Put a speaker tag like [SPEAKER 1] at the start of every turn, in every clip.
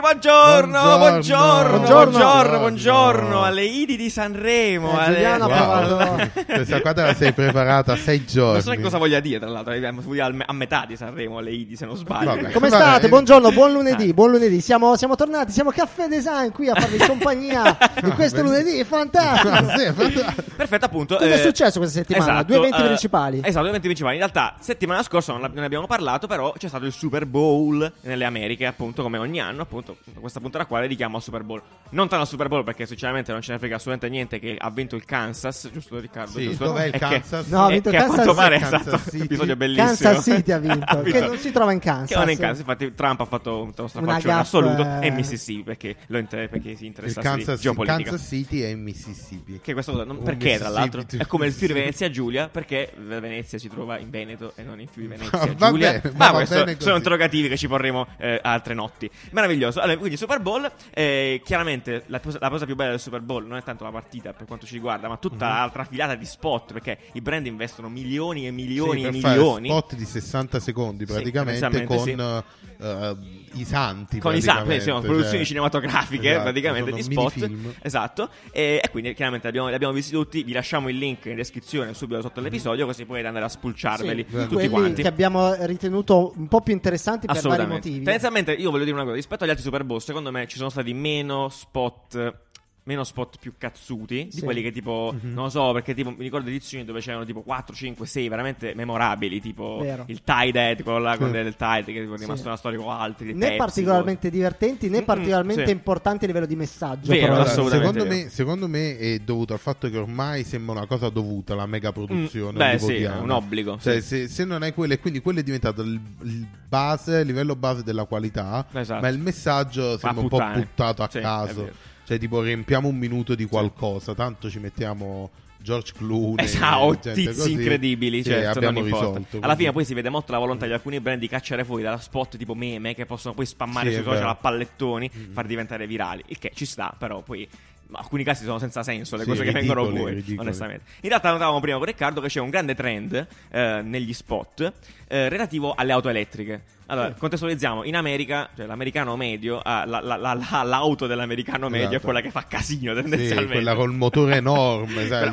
[SPEAKER 1] buongiorno, buongiorno,
[SPEAKER 2] Buongiorno.
[SPEAKER 1] buongiorno, buongiorno,
[SPEAKER 2] Buongiorno.
[SPEAKER 1] alle Idi di Sanremo.
[SPEAKER 3] Eh,
[SPEAKER 1] alle-
[SPEAKER 3] Giuliano ha
[SPEAKER 1] Guarda.
[SPEAKER 3] provato-
[SPEAKER 2] Questa qua te la sei preparata sei giorni.
[SPEAKER 1] Non so neanche cosa voglia dire, tra l'altro, arriviamo su- al- a metà di Sanremo alle Idi, se non sbaglio.
[SPEAKER 2] Vabbè.
[SPEAKER 3] Come
[SPEAKER 2] Vabbè.
[SPEAKER 1] eh.
[SPEAKER 3] state? Buongiorno, buon lunedì, buon lunedì. Siamo, siamo tornati, siamo Caffè Design qui a farvi compagnia di
[SPEAKER 1] Ah,
[SPEAKER 3] questo lunedì, fantastico.
[SPEAKER 2] Ah, sì, è fatto-
[SPEAKER 1] Perfetto, appunto.
[SPEAKER 3] Esatto. Cosa è successo questa settimana? Due eventi
[SPEAKER 1] eh,
[SPEAKER 3] principali.
[SPEAKER 1] Esatto, due eventi principali. In realtà, settimana scorsa non ne abbiamo parlato, però c'è stato il Super Bowl nelle Americhe, appunto, come ogni anno. Appunto, questa puntata qua la richiamo al Super Bowl. Non tanto al Super Bowl, perché sinceramente non ce ne frega assolutamente niente che ha vinto il Kansas, giusto Riccardo?
[SPEAKER 2] Sì,
[SPEAKER 1] giusto?
[SPEAKER 2] dov'è il
[SPEAKER 1] E che-
[SPEAKER 2] Kansas?
[SPEAKER 3] No, ha
[SPEAKER 1] e
[SPEAKER 3] vinto
[SPEAKER 1] che
[SPEAKER 3] il Kansas
[SPEAKER 1] a quanto pare,
[SPEAKER 2] Kansas
[SPEAKER 1] esatto,
[SPEAKER 2] City.
[SPEAKER 1] episodio bellissimo.
[SPEAKER 3] Kansas City ha vinto, che
[SPEAKER 1] vinto.
[SPEAKER 3] non si trova in Kansas.
[SPEAKER 1] Che non è in Kansas, infatti Trump ha fatto un strafaccione
[SPEAKER 3] gaffe-
[SPEAKER 1] assoluto
[SPEAKER 3] eh.
[SPEAKER 1] e Mississippi perché, lo inter- perché si
[SPEAKER 2] Il
[SPEAKER 1] interessa di
[SPEAKER 2] Kansas,
[SPEAKER 1] geopolitica.
[SPEAKER 2] Kansas City e il Mississippi.
[SPEAKER 1] Che questa cosa non-
[SPEAKER 2] Un
[SPEAKER 1] perché tra l'altro
[SPEAKER 2] Mississippi,
[SPEAKER 1] è come il Friuli
[SPEAKER 2] Mississippi.
[SPEAKER 1] Venezia Giulia perché la Venezia si trova in Veneto e non in Friuli
[SPEAKER 2] Va
[SPEAKER 1] Venezia
[SPEAKER 2] bene,
[SPEAKER 1] Giulia
[SPEAKER 2] ma
[SPEAKER 1] ma
[SPEAKER 2] va
[SPEAKER 1] questo
[SPEAKER 2] bene così.
[SPEAKER 1] sono interrogativi che ci porremo eh, altre notti meraviglioso allora, quindi Super Bowl eh, chiaramente la, cosa- la cosa più bella del Super Bowl non è tanto la partita per quanto ci riguarda ma tutta
[SPEAKER 2] Mhm.
[SPEAKER 1] l'altra filata di spot perché i brand investono milioni e milioni
[SPEAKER 2] Sì,
[SPEAKER 1] e
[SPEAKER 2] per fare
[SPEAKER 1] milioni
[SPEAKER 2] spot di 60 secondi
[SPEAKER 1] Sì,
[SPEAKER 2] praticamente con
[SPEAKER 1] essenzialmente,
[SPEAKER 2] eh, i santi
[SPEAKER 1] con i sappi,
[SPEAKER 2] praticamente,
[SPEAKER 1] sono
[SPEAKER 2] cioè-
[SPEAKER 1] produzioni cinematografiche
[SPEAKER 2] Esatto,
[SPEAKER 1] praticamente
[SPEAKER 2] sono
[SPEAKER 1] di spot.
[SPEAKER 2] minifilm.
[SPEAKER 1] Esatto. E, e quindi chiaramente li abbiamo, li abbiamo visti tutti. Vi lasciamo il link in descrizione subito sotto l'episodio, così potete andare a spulciarveli
[SPEAKER 3] Mm-hmm. Sì,
[SPEAKER 1] tutti
[SPEAKER 3] quelli
[SPEAKER 1] quanti.
[SPEAKER 3] che abbiamo ritenuto un po' più interessanti per vari
[SPEAKER 1] Assolutamente.
[SPEAKER 3] motivi.
[SPEAKER 1] Tendenzialmente, io voglio dire una cosa: rispetto agli altri Super Bowl, secondo me ci sono stati meno spot. Meno spot più cazzuti di
[SPEAKER 3] Sì. Mm-hmm.
[SPEAKER 1] quelli che tipo, non lo so, perché tipo mi ricordo edizioni dove c'erano tipo 4, 5, 6 veramente memorabili, tipo
[SPEAKER 3] Vero.
[SPEAKER 1] il tie con quello là con
[SPEAKER 2] Sì.
[SPEAKER 1] del tie che è rimasto
[SPEAKER 3] Sì.
[SPEAKER 1] una storia con altri.
[SPEAKER 3] Né
[SPEAKER 1] pezzi,
[SPEAKER 3] particolarmente divertenti né
[SPEAKER 1] Mm,
[SPEAKER 3] particolarmente
[SPEAKER 1] sì.
[SPEAKER 3] importanti a livello di messaggio.
[SPEAKER 1] Vero,
[SPEAKER 3] però.
[SPEAKER 2] Allora,
[SPEAKER 1] assolutamente
[SPEAKER 2] secondo,
[SPEAKER 1] vero.
[SPEAKER 2] me, secondo me è dovuto al fatto che ormai sembra una cosa dovuta la mega produzione.
[SPEAKER 1] Mm, beh,
[SPEAKER 2] di
[SPEAKER 1] sì,
[SPEAKER 2] pochi anni.
[SPEAKER 1] è un obbligo,
[SPEAKER 2] Cioè,
[SPEAKER 1] sì.
[SPEAKER 2] se, se non è quello, e quindi quello è diventato il, il base, il livello base della qualità,
[SPEAKER 1] Esatto.
[SPEAKER 2] ma il messaggio sembra un po'
[SPEAKER 1] puttane.
[SPEAKER 2] buttato a
[SPEAKER 1] Sì, è
[SPEAKER 2] caso.
[SPEAKER 1] vero.
[SPEAKER 2] Cioè, tipo, riempiamo un minuto di qualcosa, tanto ci mettiamo. George Clooney,
[SPEAKER 1] Esatto,
[SPEAKER 2] gente
[SPEAKER 1] tizi
[SPEAKER 2] così,
[SPEAKER 1] incredibili,
[SPEAKER 2] che
[SPEAKER 1] certo,
[SPEAKER 2] abbiamo
[SPEAKER 1] non importa.
[SPEAKER 2] risolto.
[SPEAKER 1] Alla fine
[SPEAKER 2] quindi.
[SPEAKER 1] poi si vede molto la volontà di alcuni brand di cacciare fuori dalla spot tipo meme che possono poi spammare
[SPEAKER 2] Sì,
[SPEAKER 1] sui
[SPEAKER 2] è
[SPEAKER 1] social
[SPEAKER 2] vero.
[SPEAKER 1] a
[SPEAKER 2] Mm.
[SPEAKER 1] pallettoni, far diventare virali, il che ci sta, però poi ma alcuni casi sono senza senso le
[SPEAKER 2] Sì,
[SPEAKER 1] cose che
[SPEAKER 2] ridicoli,
[SPEAKER 1] vengono fuori,
[SPEAKER 2] ridicoli.
[SPEAKER 1] onestamente. In realtà notavamo prima con Riccardo che c'è un grande trend eh, negli spot eh, relativo alle auto elettriche. Allora, contestualizziamo, in America, cioè l'americano medio, ah, la- la- la- la- l'auto dell'americano medio è
[SPEAKER 2] Esatto.
[SPEAKER 1] quella che fa casino
[SPEAKER 2] Sì,
[SPEAKER 1] tendenzialmente.
[SPEAKER 2] quella col motore enorme, sai?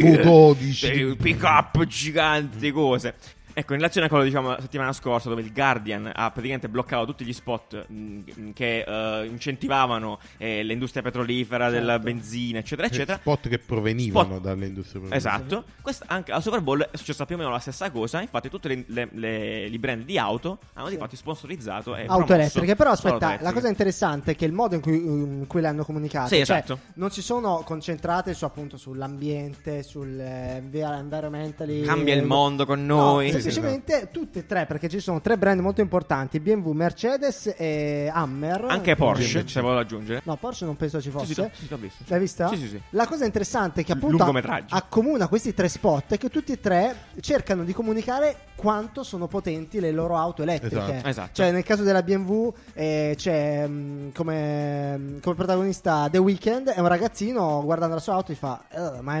[SPEAKER 1] Sì,
[SPEAKER 2] V12.
[SPEAKER 1] pick up giganti, cose. Ecco, in relazione a quello diciamo la settimana scorsa, dove il Guardian ha praticamente bloccato tutti gli spot mh, che eh, incentivavano eh, l'industria petrolifera, della benzina, eccetera, eccetera.
[SPEAKER 2] Certo. Spot che provenivano
[SPEAKER 1] Spot-
[SPEAKER 2] dalle industrie produttive.
[SPEAKER 1] Esatto, Questa- anche al Super Bowl è successa più o meno la stessa cosa. Infatti, tutte le, le- le- gli brand di auto hanno di fatto sponsorizzato e
[SPEAKER 3] auto
[SPEAKER 1] promosso
[SPEAKER 3] elettriche. Però
[SPEAKER 1] solo auto
[SPEAKER 3] aspetta, la
[SPEAKER 1] elettriche.
[SPEAKER 3] cosa interessante è che il modo in cui, in cui le hanno comunicate,
[SPEAKER 1] Sì,
[SPEAKER 3] cioè,
[SPEAKER 1] esatto.
[SPEAKER 3] non si sono concentrate su, appunto, sull'ambiente, sul eh, environmentally.
[SPEAKER 1] cambia il mondo con
[SPEAKER 3] Eh, No,
[SPEAKER 1] noi.
[SPEAKER 2] sì, sì,
[SPEAKER 3] semplicemente tutte e tre, perché ci sono tre brand molto importanti: BMW, Mercedes e Hammer.
[SPEAKER 1] Anche Porsche, se vuole aggiungere.
[SPEAKER 3] No, Porsche non penso
[SPEAKER 1] Sì,
[SPEAKER 3] ci fosse.
[SPEAKER 1] sì, l'ho- sì, l'ho visto.
[SPEAKER 3] L'hai vista?
[SPEAKER 1] Sì, sì, sì.
[SPEAKER 3] La cosa interessante è che
[SPEAKER 1] L-
[SPEAKER 3] appunto a-
[SPEAKER 1] lungometraggio.
[SPEAKER 3] accomuna questi tre spot è che tutti e tre cercano di comunicare quanto sono potenti le loro auto elettriche.
[SPEAKER 2] Esatto.
[SPEAKER 1] Esatto.
[SPEAKER 3] Cioè nel caso della BMW eh, c'è mh, come, come protagonista The Weeknd è un ragazzino guardando la sua auto e fa "Eh, ma è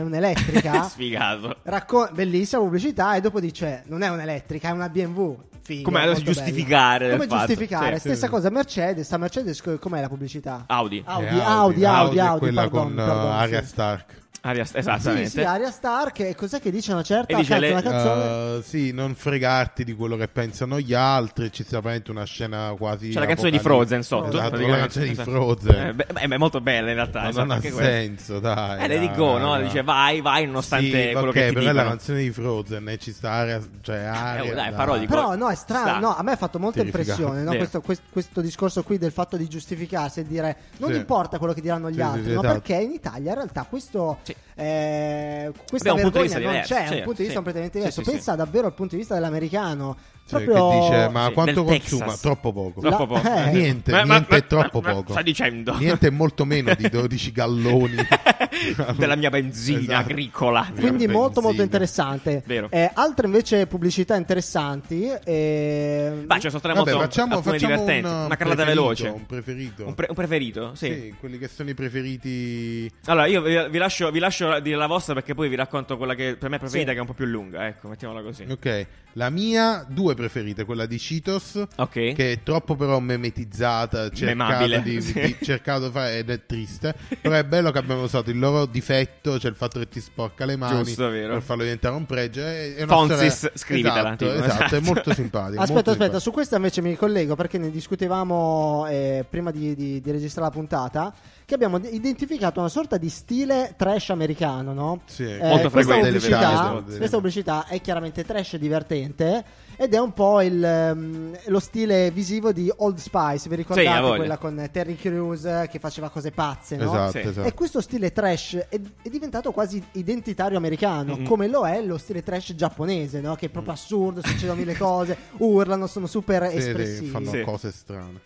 [SPEAKER 3] un'elettrica?
[SPEAKER 1] Sfigato.
[SPEAKER 3] Racco- bellissima pubblicità e dopo dice non è un'elettrica è una BMW Figo,
[SPEAKER 1] Come la
[SPEAKER 3] molto
[SPEAKER 1] giustificare
[SPEAKER 3] bella. come
[SPEAKER 1] il fatto.
[SPEAKER 3] giustificare
[SPEAKER 1] Sì, Ah, sì,
[SPEAKER 3] stessa
[SPEAKER 2] sì.
[SPEAKER 3] cosa Mercedes a Mercedes co- com'è la pubblicità
[SPEAKER 1] Audi.
[SPEAKER 3] Audi,
[SPEAKER 2] Eh,
[SPEAKER 3] Audi, Audi, Audi,
[SPEAKER 2] è
[SPEAKER 3] Audi,
[SPEAKER 2] quella
[SPEAKER 3] pardon,
[SPEAKER 2] con
[SPEAKER 3] pardon,
[SPEAKER 2] eh, Arya
[SPEAKER 3] sì.
[SPEAKER 2] Stark.
[SPEAKER 1] Aria,
[SPEAKER 3] Ah, Sì,
[SPEAKER 1] esattamente.
[SPEAKER 3] sì, Aria Stark, e cos'è che dice una certa
[SPEAKER 1] E dice
[SPEAKER 3] canta
[SPEAKER 1] le-
[SPEAKER 3] una canzone?
[SPEAKER 2] Eh, sì, non fregarti di quello che pensano gli altri. Ci sta veramente una scena quasi.
[SPEAKER 1] C'è la canzone di
[SPEAKER 2] apocalittica.
[SPEAKER 1] Frozen sotto.
[SPEAKER 2] Esatto, la
[SPEAKER 1] praticamente.
[SPEAKER 2] canzone di
[SPEAKER 1] Esatto.
[SPEAKER 2] Frozen.
[SPEAKER 1] Eh, beh, beh, è molto bella in realtà.
[SPEAKER 2] Ma
[SPEAKER 1] esatto,
[SPEAKER 2] non ha
[SPEAKER 1] anche quella.
[SPEAKER 2] senso, dai.
[SPEAKER 1] Eh, le
[SPEAKER 2] dai,
[SPEAKER 1] dico, no?
[SPEAKER 2] dai.
[SPEAKER 1] Dice vai, vai, nonostante
[SPEAKER 2] Sì,
[SPEAKER 1] quello
[SPEAKER 2] ok,
[SPEAKER 1] che ti
[SPEAKER 2] però è la
[SPEAKER 1] dicono.
[SPEAKER 2] canzone di Frozen e ci sta Aria. Cioè, Aria.
[SPEAKER 1] oh, dai, parodico.
[SPEAKER 3] Però no, è strano,
[SPEAKER 1] Sta.
[SPEAKER 3] no, a me ha fatto molta
[SPEAKER 2] Terrificante.
[SPEAKER 3] impressione no,
[SPEAKER 1] Vero.
[SPEAKER 3] questo, quest- questo discorso qui del fatto di giustificarsi e dire non
[SPEAKER 2] Sì.
[SPEAKER 3] importa quello che diranno gli
[SPEAKER 2] Sì, sì,
[SPEAKER 3] altri,
[SPEAKER 2] sì,
[SPEAKER 3] ma
[SPEAKER 2] esatto.
[SPEAKER 3] perché in Italia in realtà questo,
[SPEAKER 1] Sì.
[SPEAKER 3] eh, questa
[SPEAKER 1] Abbiamo un punto di
[SPEAKER 3] vergogna
[SPEAKER 1] vista diverso,
[SPEAKER 3] non c'è, è un
[SPEAKER 1] certo,
[SPEAKER 3] punto di vista
[SPEAKER 1] sì.
[SPEAKER 3] completamente
[SPEAKER 1] Sì,
[SPEAKER 3] diverso.
[SPEAKER 1] sì, sì.
[SPEAKER 3] Pensa davvero al punto di vista dell'americano,
[SPEAKER 2] Cioè,
[SPEAKER 3] proprio
[SPEAKER 2] che dice, ma
[SPEAKER 1] Sì,
[SPEAKER 2] quanto
[SPEAKER 1] del Texas.
[SPEAKER 2] consuma? Troppo poco.
[SPEAKER 3] La-
[SPEAKER 1] Troppo poco.
[SPEAKER 3] eh.
[SPEAKER 2] Niente, niente è troppo
[SPEAKER 1] ma-
[SPEAKER 2] poco.
[SPEAKER 1] Sta dicendo.
[SPEAKER 2] Niente è molto meno di 12 galloni Esatto.
[SPEAKER 1] Della mia benzina agricola.
[SPEAKER 3] Quindi
[SPEAKER 2] Benzina.
[SPEAKER 3] molto molto interessante.
[SPEAKER 1] Vero.
[SPEAKER 3] Eh, altre invece pubblicità interessanti. eh,
[SPEAKER 1] Ma ce ne sono state
[SPEAKER 2] Vabbè,
[SPEAKER 1] molto
[SPEAKER 2] facciamo,
[SPEAKER 1] alcune
[SPEAKER 2] facciamo
[SPEAKER 1] divertenti.
[SPEAKER 2] un, uh,
[SPEAKER 1] una carrellata
[SPEAKER 2] preferito,
[SPEAKER 1] veloce.
[SPEAKER 2] Un preferito.
[SPEAKER 1] Un pre- un preferito?
[SPEAKER 2] sì. quelli che sono i preferiti.
[SPEAKER 1] Allora, io vi, vi lascio, vi lascio dire la vostra perché poi vi racconto quella che per me è preferita,
[SPEAKER 3] Sì.
[SPEAKER 1] che è un po' più lunga. Ecco, mettiamola così.
[SPEAKER 2] Ok, la mia due preferite, quella di Cheetos,
[SPEAKER 1] Ok.
[SPEAKER 2] che è troppo però memetizzata, cercata
[SPEAKER 1] Memabile,
[SPEAKER 2] di,
[SPEAKER 1] sì.
[SPEAKER 2] di- cercato di fare ed è triste, però è bello che abbiano usato il loro difetto, cioè il fatto che ti sporca le mani
[SPEAKER 1] Giusto, è vero.
[SPEAKER 2] per farlo diventare un pregio. È, è una
[SPEAKER 1] Fonzis,
[SPEAKER 2] storia-
[SPEAKER 1] scrivitela,
[SPEAKER 2] Esatto,
[SPEAKER 1] tipo,
[SPEAKER 2] esatto, è
[SPEAKER 1] esatto.
[SPEAKER 2] molto simpatico. molto
[SPEAKER 3] Aspetta, aspetta,
[SPEAKER 2] simpatico.
[SPEAKER 3] su questa invece mi ricollego perché ne discutevamo eh, prima di, di- di registrare la puntata. Che abbiamo d- identificato una sorta di stile trash americano, no? Eh,
[SPEAKER 2] Sì,
[SPEAKER 1] molto
[SPEAKER 3] questa
[SPEAKER 1] frequente,
[SPEAKER 3] pubblicità,
[SPEAKER 1] delle
[SPEAKER 2] volte.
[SPEAKER 3] questa pubblicità è chiaramente trash e divertente ed è un po' il, ehm, lo stile visivo di Old Spice. Vi
[SPEAKER 1] Sì, ha
[SPEAKER 3] ricordate
[SPEAKER 1] voglia.
[SPEAKER 3] quella con Terry Crews eh, che faceva cose pazze, no?
[SPEAKER 2] Esatto,
[SPEAKER 1] Sì.
[SPEAKER 2] esatto.
[SPEAKER 3] E questo stile trash è, è diventato quasi identitario americano,
[SPEAKER 1] Mm-mm.
[SPEAKER 3] come lo è lo stile trash giapponese, no? che è proprio assurdo, succedono mille cose, urlano, sono super
[SPEAKER 2] Mm. Sì, sì,
[SPEAKER 3] espressivi.
[SPEAKER 2] fanno
[SPEAKER 1] Sì.
[SPEAKER 2] cose strane.